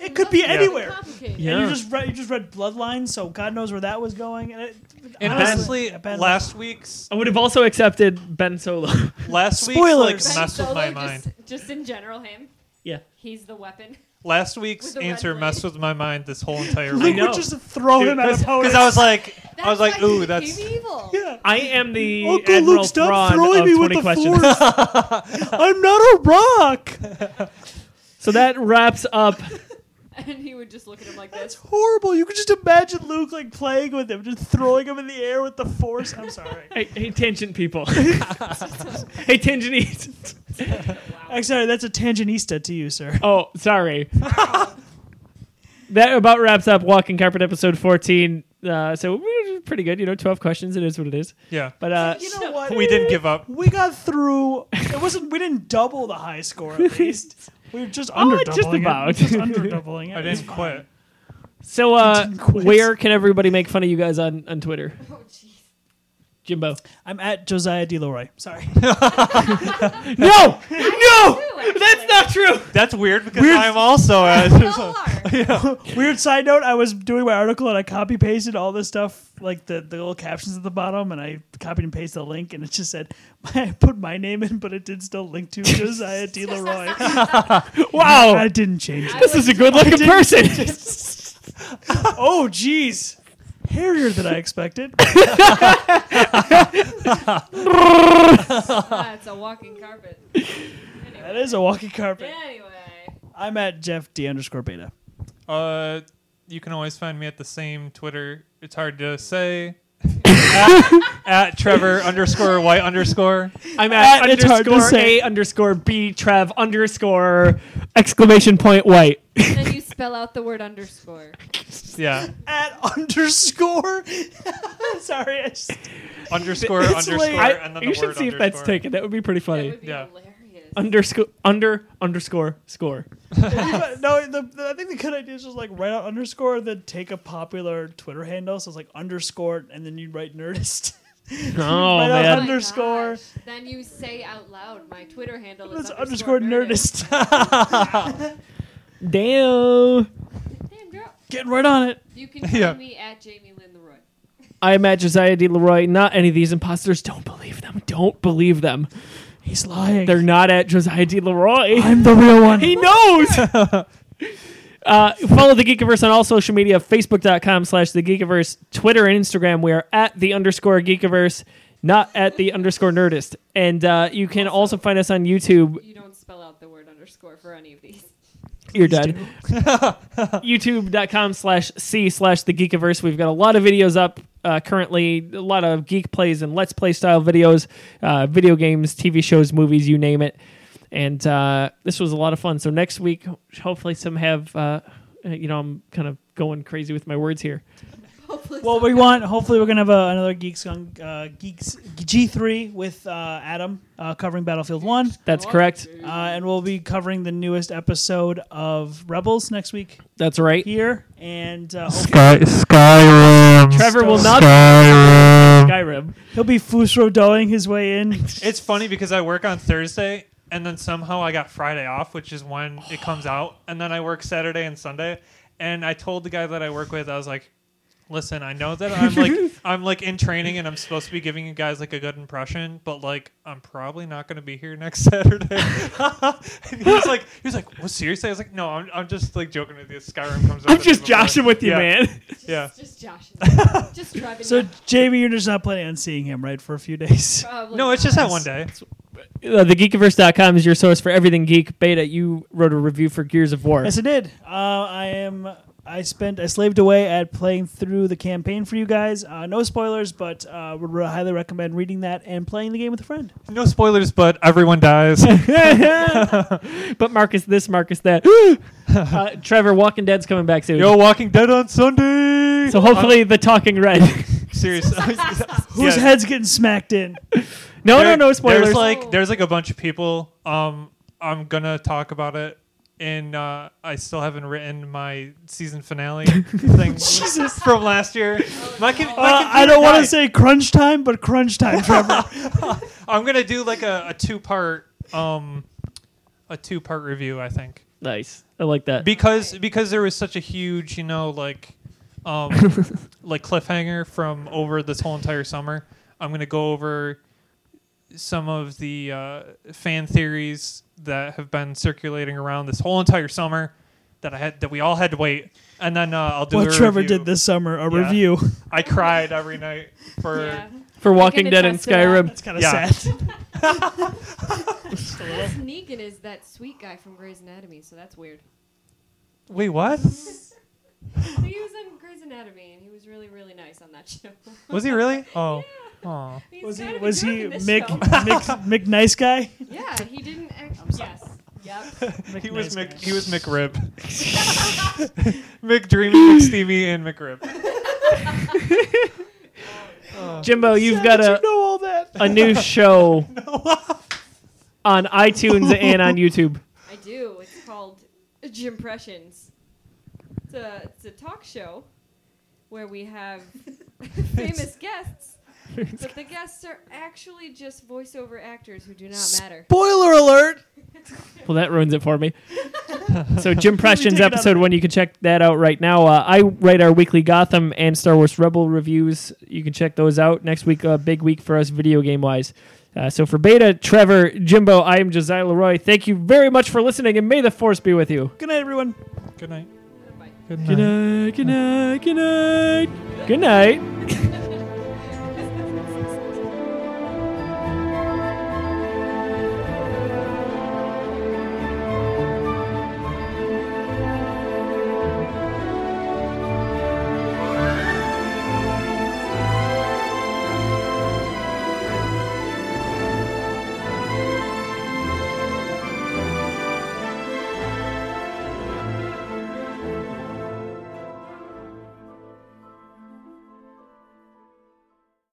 [SPEAKER 2] it could be anywhere.
[SPEAKER 8] Complicated.
[SPEAKER 3] Yeah.
[SPEAKER 2] And you just read, you just read Bloodline, so God knows where that was going. And it,
[SPEAKER 7] And
[SPEAKER 2] honestly,
[SPEAKER 7] honestly,
[SPEAKER 2] Ben-
[SPEAKER 7] last week's
[SPEAKER 3] I would have also accepted Ben Solo.
[SPEAKER 7] last week's
[SPEAKER 2] Spoilers.
[SPEAKER 7] like
[SPEAKER 8] Ben
[SPEAKER 7] messed with
[SPEAKER 8] Solo,
[SPEAKER 7] my
[SPEAKER 8] just,
[SPEAKER 7] mind.
[SPEAKER 8] Just in general, him.
[SPEAKER 3] yeah.
[SPEAKER 8] He's the weapon.
[SPEAKER 7] Last week's
[SPEAKER 8] the red
[SPEAKER 7] answer
[SPEAKER 8] light.
[SPEAKER 7] messed with my mind this whole entire
[SPEAKER 2] Luke
[SPEAKER 7] week.
[SPEAKER 3] know.
[SPEAKER 2] would just throw him at
[SPEAKER 7] Because
[SPEAKER 2] opponents.
[SPEAKER 7] I was like, I was
[SPEAKER 8] That's
[SPEAKER 7] like,
[SPEAKER 8] why he
[SPEAKER 7] ooh,
[SPEAKER 8] became
[SPEAKER 7] that's
[SPEAKER 8] evil.
[SPEAKER 2] yeah.
[SPEAKER 3] I am the
[SPEAKER 2] Uncle
[SPEAKER 3] Admiral
[SPEAKER 2] Luke, stop
[SPEAKER 3] Thrawn
[SPEAKER 2] throwing
[SPEAKER 3] of
[SPEAKER 2] me with
[SPEAKER 3] 20
[SPEAKER 2] the
[SPEAKER 3] questions.
[SPEAKER 2] I'm not a rock.
[SPEAKER 3] So that wraps up.
[SPEAKER 8] And he would just look at him like
[SPEAKER 2] That's
[SPEAKER 8] this.
[SPEAKER 2] horrible. You could just imagine Luke like playing with him, just throwing him in the air with the force. I'm sorry.
[SPEAKER 3] Hey, hey tangent people. hey, tangent.
[SPEAKER 2] I'm sorry. That's a tangentista to you, sir.
[SPEAKER 3] Oh, sorry. that about wraps up Walking Carpet episode 14. Uh, so we're pretty good, you know, 12 questions. It is what it is.
[SPEAKER 7] yeah.
[SPEAKER 3] But uh,
[SPEAKER 2] You know what?
[SPEAKER 7] We didn't give up.
[SPEAKER 2] We got through. It wasn't. We didn't double the high score. At least we were just
[SPEAKER 3] Oh,
[SPEAKER 2] under
[SPEAKER 3] just about.
[SPEAKER 2] it. Just under doubling it.
[SPEAKER 7] I
[SPEAKER 2] It's
[SPEAKER 7] didn't
[SPEAKER 2] fine.
[SPEAKER 7] quit.
[SPEAKER 3] so uh,
[SPEAKER 2] Didn't quit.
[SPEAKER 3] where can everybody make fun of you guys on, on Twitter?
[SPEAKER 8] Oh jeez.
[SPEAKER 3] Jimbo.
[SPEAKER 2] I'm at Josiah Delory. Sorry.
[SPEAKER 3] No!
[SPEAKER 8] No,
[SPEAKER 3] That's not true!
[SPEAKER 7] That's weird because
[SPEAKER 2] Weird.
[SPEAKER 7] I'm also
[SPEAKER 8] You
[SPEAKER 7] at.
[SPEAKER 8] all are.
[SPEAKER 2] Weird side note: I was doing my article and I copy pasted all this stuff, like the the little captions at the bottom, and I copied and pasted the link, and it just said I put my name in, but it did still link to Josiah De La Roy. I
[SPEAKER 3] Wow,
[SPEAKER 2] didn't change that.
[SPEAKER 3] this is a good-looking person.
[SPEAKER 2] Oh, jeez. Hairier than I expected.
[SPEAKER 8] Ah, it's a walking carpet.
[SPEAKER 2] That is a walking carpet.
[SPEAKER 8] Anyway.
[SPEAKER 2] I'm at Jeff D underscore beta.
[SPEAKER 7] Uh, you can always find me at the same Twitter. It's hard to say. at, at Trevor underscore White underscore.
[SPEAKER 3] I'm at,
[SPEAKER 2] At, it's hard to
[SPEAKER 3] underscore
[SPEAKER 2] say.
[SPEAKER 3] a underscore b trev underscore exclamation point white.
[SPEAKER 8] And then you spell out the word underscore.
[SPEAKER 7] Yeah,
[SPEAKER 2] At underscore. Sorry, I just,
[SPEAKER 7] underscore
[SPEAKER 2] It's
[SPEAKER 7] underscore.
[SPEAKER 2] like-
[SPEAKER 3] I-
[SPEAKER 7] and then
[SPEAKER 3] you
[SPEAKER 7] the
[SPEAKER 3] should
[SPEAKER 7] word
[SPEAKER 3] see if
[SPEAKER 7] underscore.
[SPEAKER 3] that's taken. That would be pretty
[SPEAKER 8] That
[SPEAKER 3] funny.
[SPEAKER 8] would be
[SPEAKER 7] Yeah.
[SPEAKER 8] hilarious.
[SPEAKER 3] underscore under underscore score.
[SPEAKER 2] no. The, the- I think the good idea is just like write out underscore, then take a popular Twitter handle. So it's like underscore, and then you write Nerdist.
[SPEAKER 3] Oh
[SPEAKER 2] Right
[SPEAKER 8] Oh my
[SPEAKER 2] man. underscore.
[SPEAKER 8] gosh. Then you say out loud, my Twitter handle
[SPEAKER 2] Oh, It's
[SPEAKER 8] is
[SPEAKER 2] underscore
[SPEAKER 8] underscore
[SPEAKER 2] Nerdist.
[SPEAKER 3] damn!
[SPEAKER 8] Damn girl.
[SPEAKER 2] Get right on it.
[SPEAKER 8] You can find
[SPEAKER 7] Yeah.
[SPEAKER 8] me at Jamie Lynn Leroy.
[SPEAKER 3] I'm at Josiah D. Leroy. Not any of these imposters. Don't believe them. Don't believe them.
[SPEAKER 2] He's lying.
[SPEAKER 3] They're not at Josiah D. Leroy.
[SPEAKER 2] I'm the real one.
[SPEAKER 3] He knows. uh, follow the Geekiverse on all social media: facebook.com slash the Geekiverse, Twitter and Instagram. We are at the underscore Geekiverse, not at the underscore Nerdist. And uh, you can also find us on YouTube.
[SPEAKER 8] You don't spell out the word underscore for any of these.
[SPEAKER 3] You're dead. YouTube.com slash C slash the Geekiverse. We've got a lot of videos up uh, currently, a lot of geek plays and let's play style videos, uh, video games, TV shows, movies, you name it. And uh, this was a lot of fun. So next week, hopefully, some have, uh, you know, I'm kind of going crazy with my words here.
[SPEAKER 8] Hopefully
[SPEAKER 2] Well,
[SPEAKER 8] so.
[SPEAKER 2] we want. Hopefully, we're gonna have a, another Geeks on uh, Geeks G three with uh, Adam uh, covering Battlefield One,
[SPEAKER 3] That's correct.
[SPEAKER 2] uh, and we'll be covering the newest episode of Rebels next week
[SPEAKER 3] That's right.
[SPEAKER 2] here, and uh, hopefully
[SPEAKER 1] Sky Skyrim.
[SPEAKER 3] Trevor will not
[SPEAKER 1] Skyrim.
[SPEAKER 3] Skyrim.
[SPEAKER 2] he'll be Fusro doing his way in.
[SPEAKER 7] It's funny because I work on Thursday and then somehow I got Friday off, which is when it comes out, and then I work Saturday and Sunday. And I told the guy that I work with, I was like, "Listen, I know that I'm like I'm like in training and I'm supposed to be giving you guys like a good impression, but like I'm probably not going to be here next Saturday." and he was like, "He was like, well, seriously?" I was like, "No, I'm, I'm just like joking with you. Skyrim comes out."
[SPEAKER 3] I'm
[SPEAKER 7] in
[SPEAKER 3] just
[SPEAKER 7] November."
[SPEAKER 3] joshing with you,
[SPEAKER 7] Yeah,
[SPEAKER 3] man.
[SPEAKER 7] Yeah.
[SPEAKER 8] Just Josh. is- just driving.
[SPEAKER 2] So,
[SPEAKER 8] down.
[SPEAKER 2] Jamie, you're just not planning on seeing him, right, for a few days?
[SPEAKER 8] Probably
[SPEAKER 7] No, it's
[SPEAKER 8] not.
[SPEAKER 7] just that one day.
[SPEAKER 3] Uh, TheGeekiverse.com is your source for everything geek. Beta, you wrote a review for Gears of War.
[SPEAKER 2] Yes, I did. Uh, I am. I spent. I slaved away at playing through the campaign for you guys. Uh, no spoilers, but uh, would re- highly recommend reading that and playing the game with a friend.
[SPEAKER 7] No spoilers, but everyone dies.
[SPEAKER 3] but Marcus this, Marcus that. uh, Trevor, Walking Dead's coming back soon.
[SPEAKER 7] Yo, Walking Dead on Sunday.
[SPEAKER 3] So hopefully the talking red.
[SPEAKER 7] Serious.
[SPEAKER 2] Whose
[SPEAKER 7] Yeah.
[SPEAKER 2] head's getting smacked in?
[SPEAKER 3] no,
[SPEAKER 7] There-
[SPEAKER 3] no, no spoilers.
[SPEAKER 7] There's like there's like a bunch of people. Um, I'm gonna talk about it, and uh, I still haven't written my season finale thing from last year. My com- my
[SPEAKER 2] Uh, I
[SPEAKER 7] computer
[SPEAKER 2] don't want
[SPEAKER 7] died.
[SPEAKER 2] to say crunch time, but crunch time, Trevor.
[SPEAKER 7] I'm gonna do like a, a two part um a two part review. I think
[SPEAKER 3] nice. I like that.
[SPEAKER 7] because because there was such a huge you know like um like cliffhanger from over this whole entire summer. I'm gonna go over some of the uh, fan theories that have been circulating around this whole entire summer that I had that we all had to wait, and then uh, I'll do
[SPEAKER 2] what
[SPEAKER 7] a
[SPEAKER 2] Trevor
[SPEAKER 7] review.
[SPEAKER 2] did this summer, a
[SPEAKER 7] Yeah.
[SPEAKER 2] review.
[SPEAKER 7] I cried every night for
[SPEAKER 8] Yeah.
[SPEAKER 3] For Walking Dead and
[SPEAKER 8] attest to that.
[SPEAKER 3] Skyrim.
[SPEAKER 2] It's kind of
[SPEAKER 7] Yeah.
[SPEAKER 2] sad.
[SPEAKER 8] Negan is that sweet guy from Grey's Anatomy, so that's weird.
[SPEAKER 7] wait what
[SPEAKER 8] So he was on Grey's Anatomy, and he was really, really nice on that show.
[SPEAKER 7] was he really? Oh, Aw.
[SPEAKER 8] He's
[SPEAKER 2] Was he?
[SPEAKER 8] gotta be
[SPEAKER 2] Was
[SPEAKER 8] drunk
[SPEAKER 2] he
[SPEAKER 8] in this
[SPEAKER 2] Mick,
[SPEAKER 8] show.
[SPEAKER 2] Mick? Mick? Nice guy.
[SPEAKER 8] Yeah, he didn't. Act- yes. Yep.
[SPEAKER 7] he
[SPEAKER 2] Mick
[SPEAKER 7] was
[SPEAKER 2] nice
[SPEAKER 7] Mick.
[SPEAKER 2] guy.
[SPEAKER 7] He was McRib. McDreamy, McSteamy, and McRib.
[SPEAKER 3] Jimbo, you've got a,
[SPEAKER 2] You know all that.
[SPEAKER 3] a new show on iTunes and on YouTube.
[SPEAKER 8] I do. It's called Jimpressions. It's a, it's a talk show where we have famous guests, but the guests are actually just voiceover actors who do not matter.
[SPEAKER 2] Spoiler alert.
[SPEAKER 3] Well, that ruins it for me. So Jim Preston's
[SPEAKER 2] take it out
[SPEAKER 3] episode
[SPEAKER 2] of-
[SPEAKER 3] one, you can check that out right now. Uh, I write our weekly Gotham and Star Wars Rebel reviews. You can check those out next week. A big week for us video game wise. Uh, so for Beta, Trevor, Jimbo, I am Josiah Leroy. Thank you very much for listening, and may the force be with you.
[SPEAKER 2] Good night, everyone.
[SPEAKER 7] Good night.
[SPEAKER 8] Bye.
[SPEAKER 7] Good
[SPEAKER 3] Good night. Good night. Good night. Good night.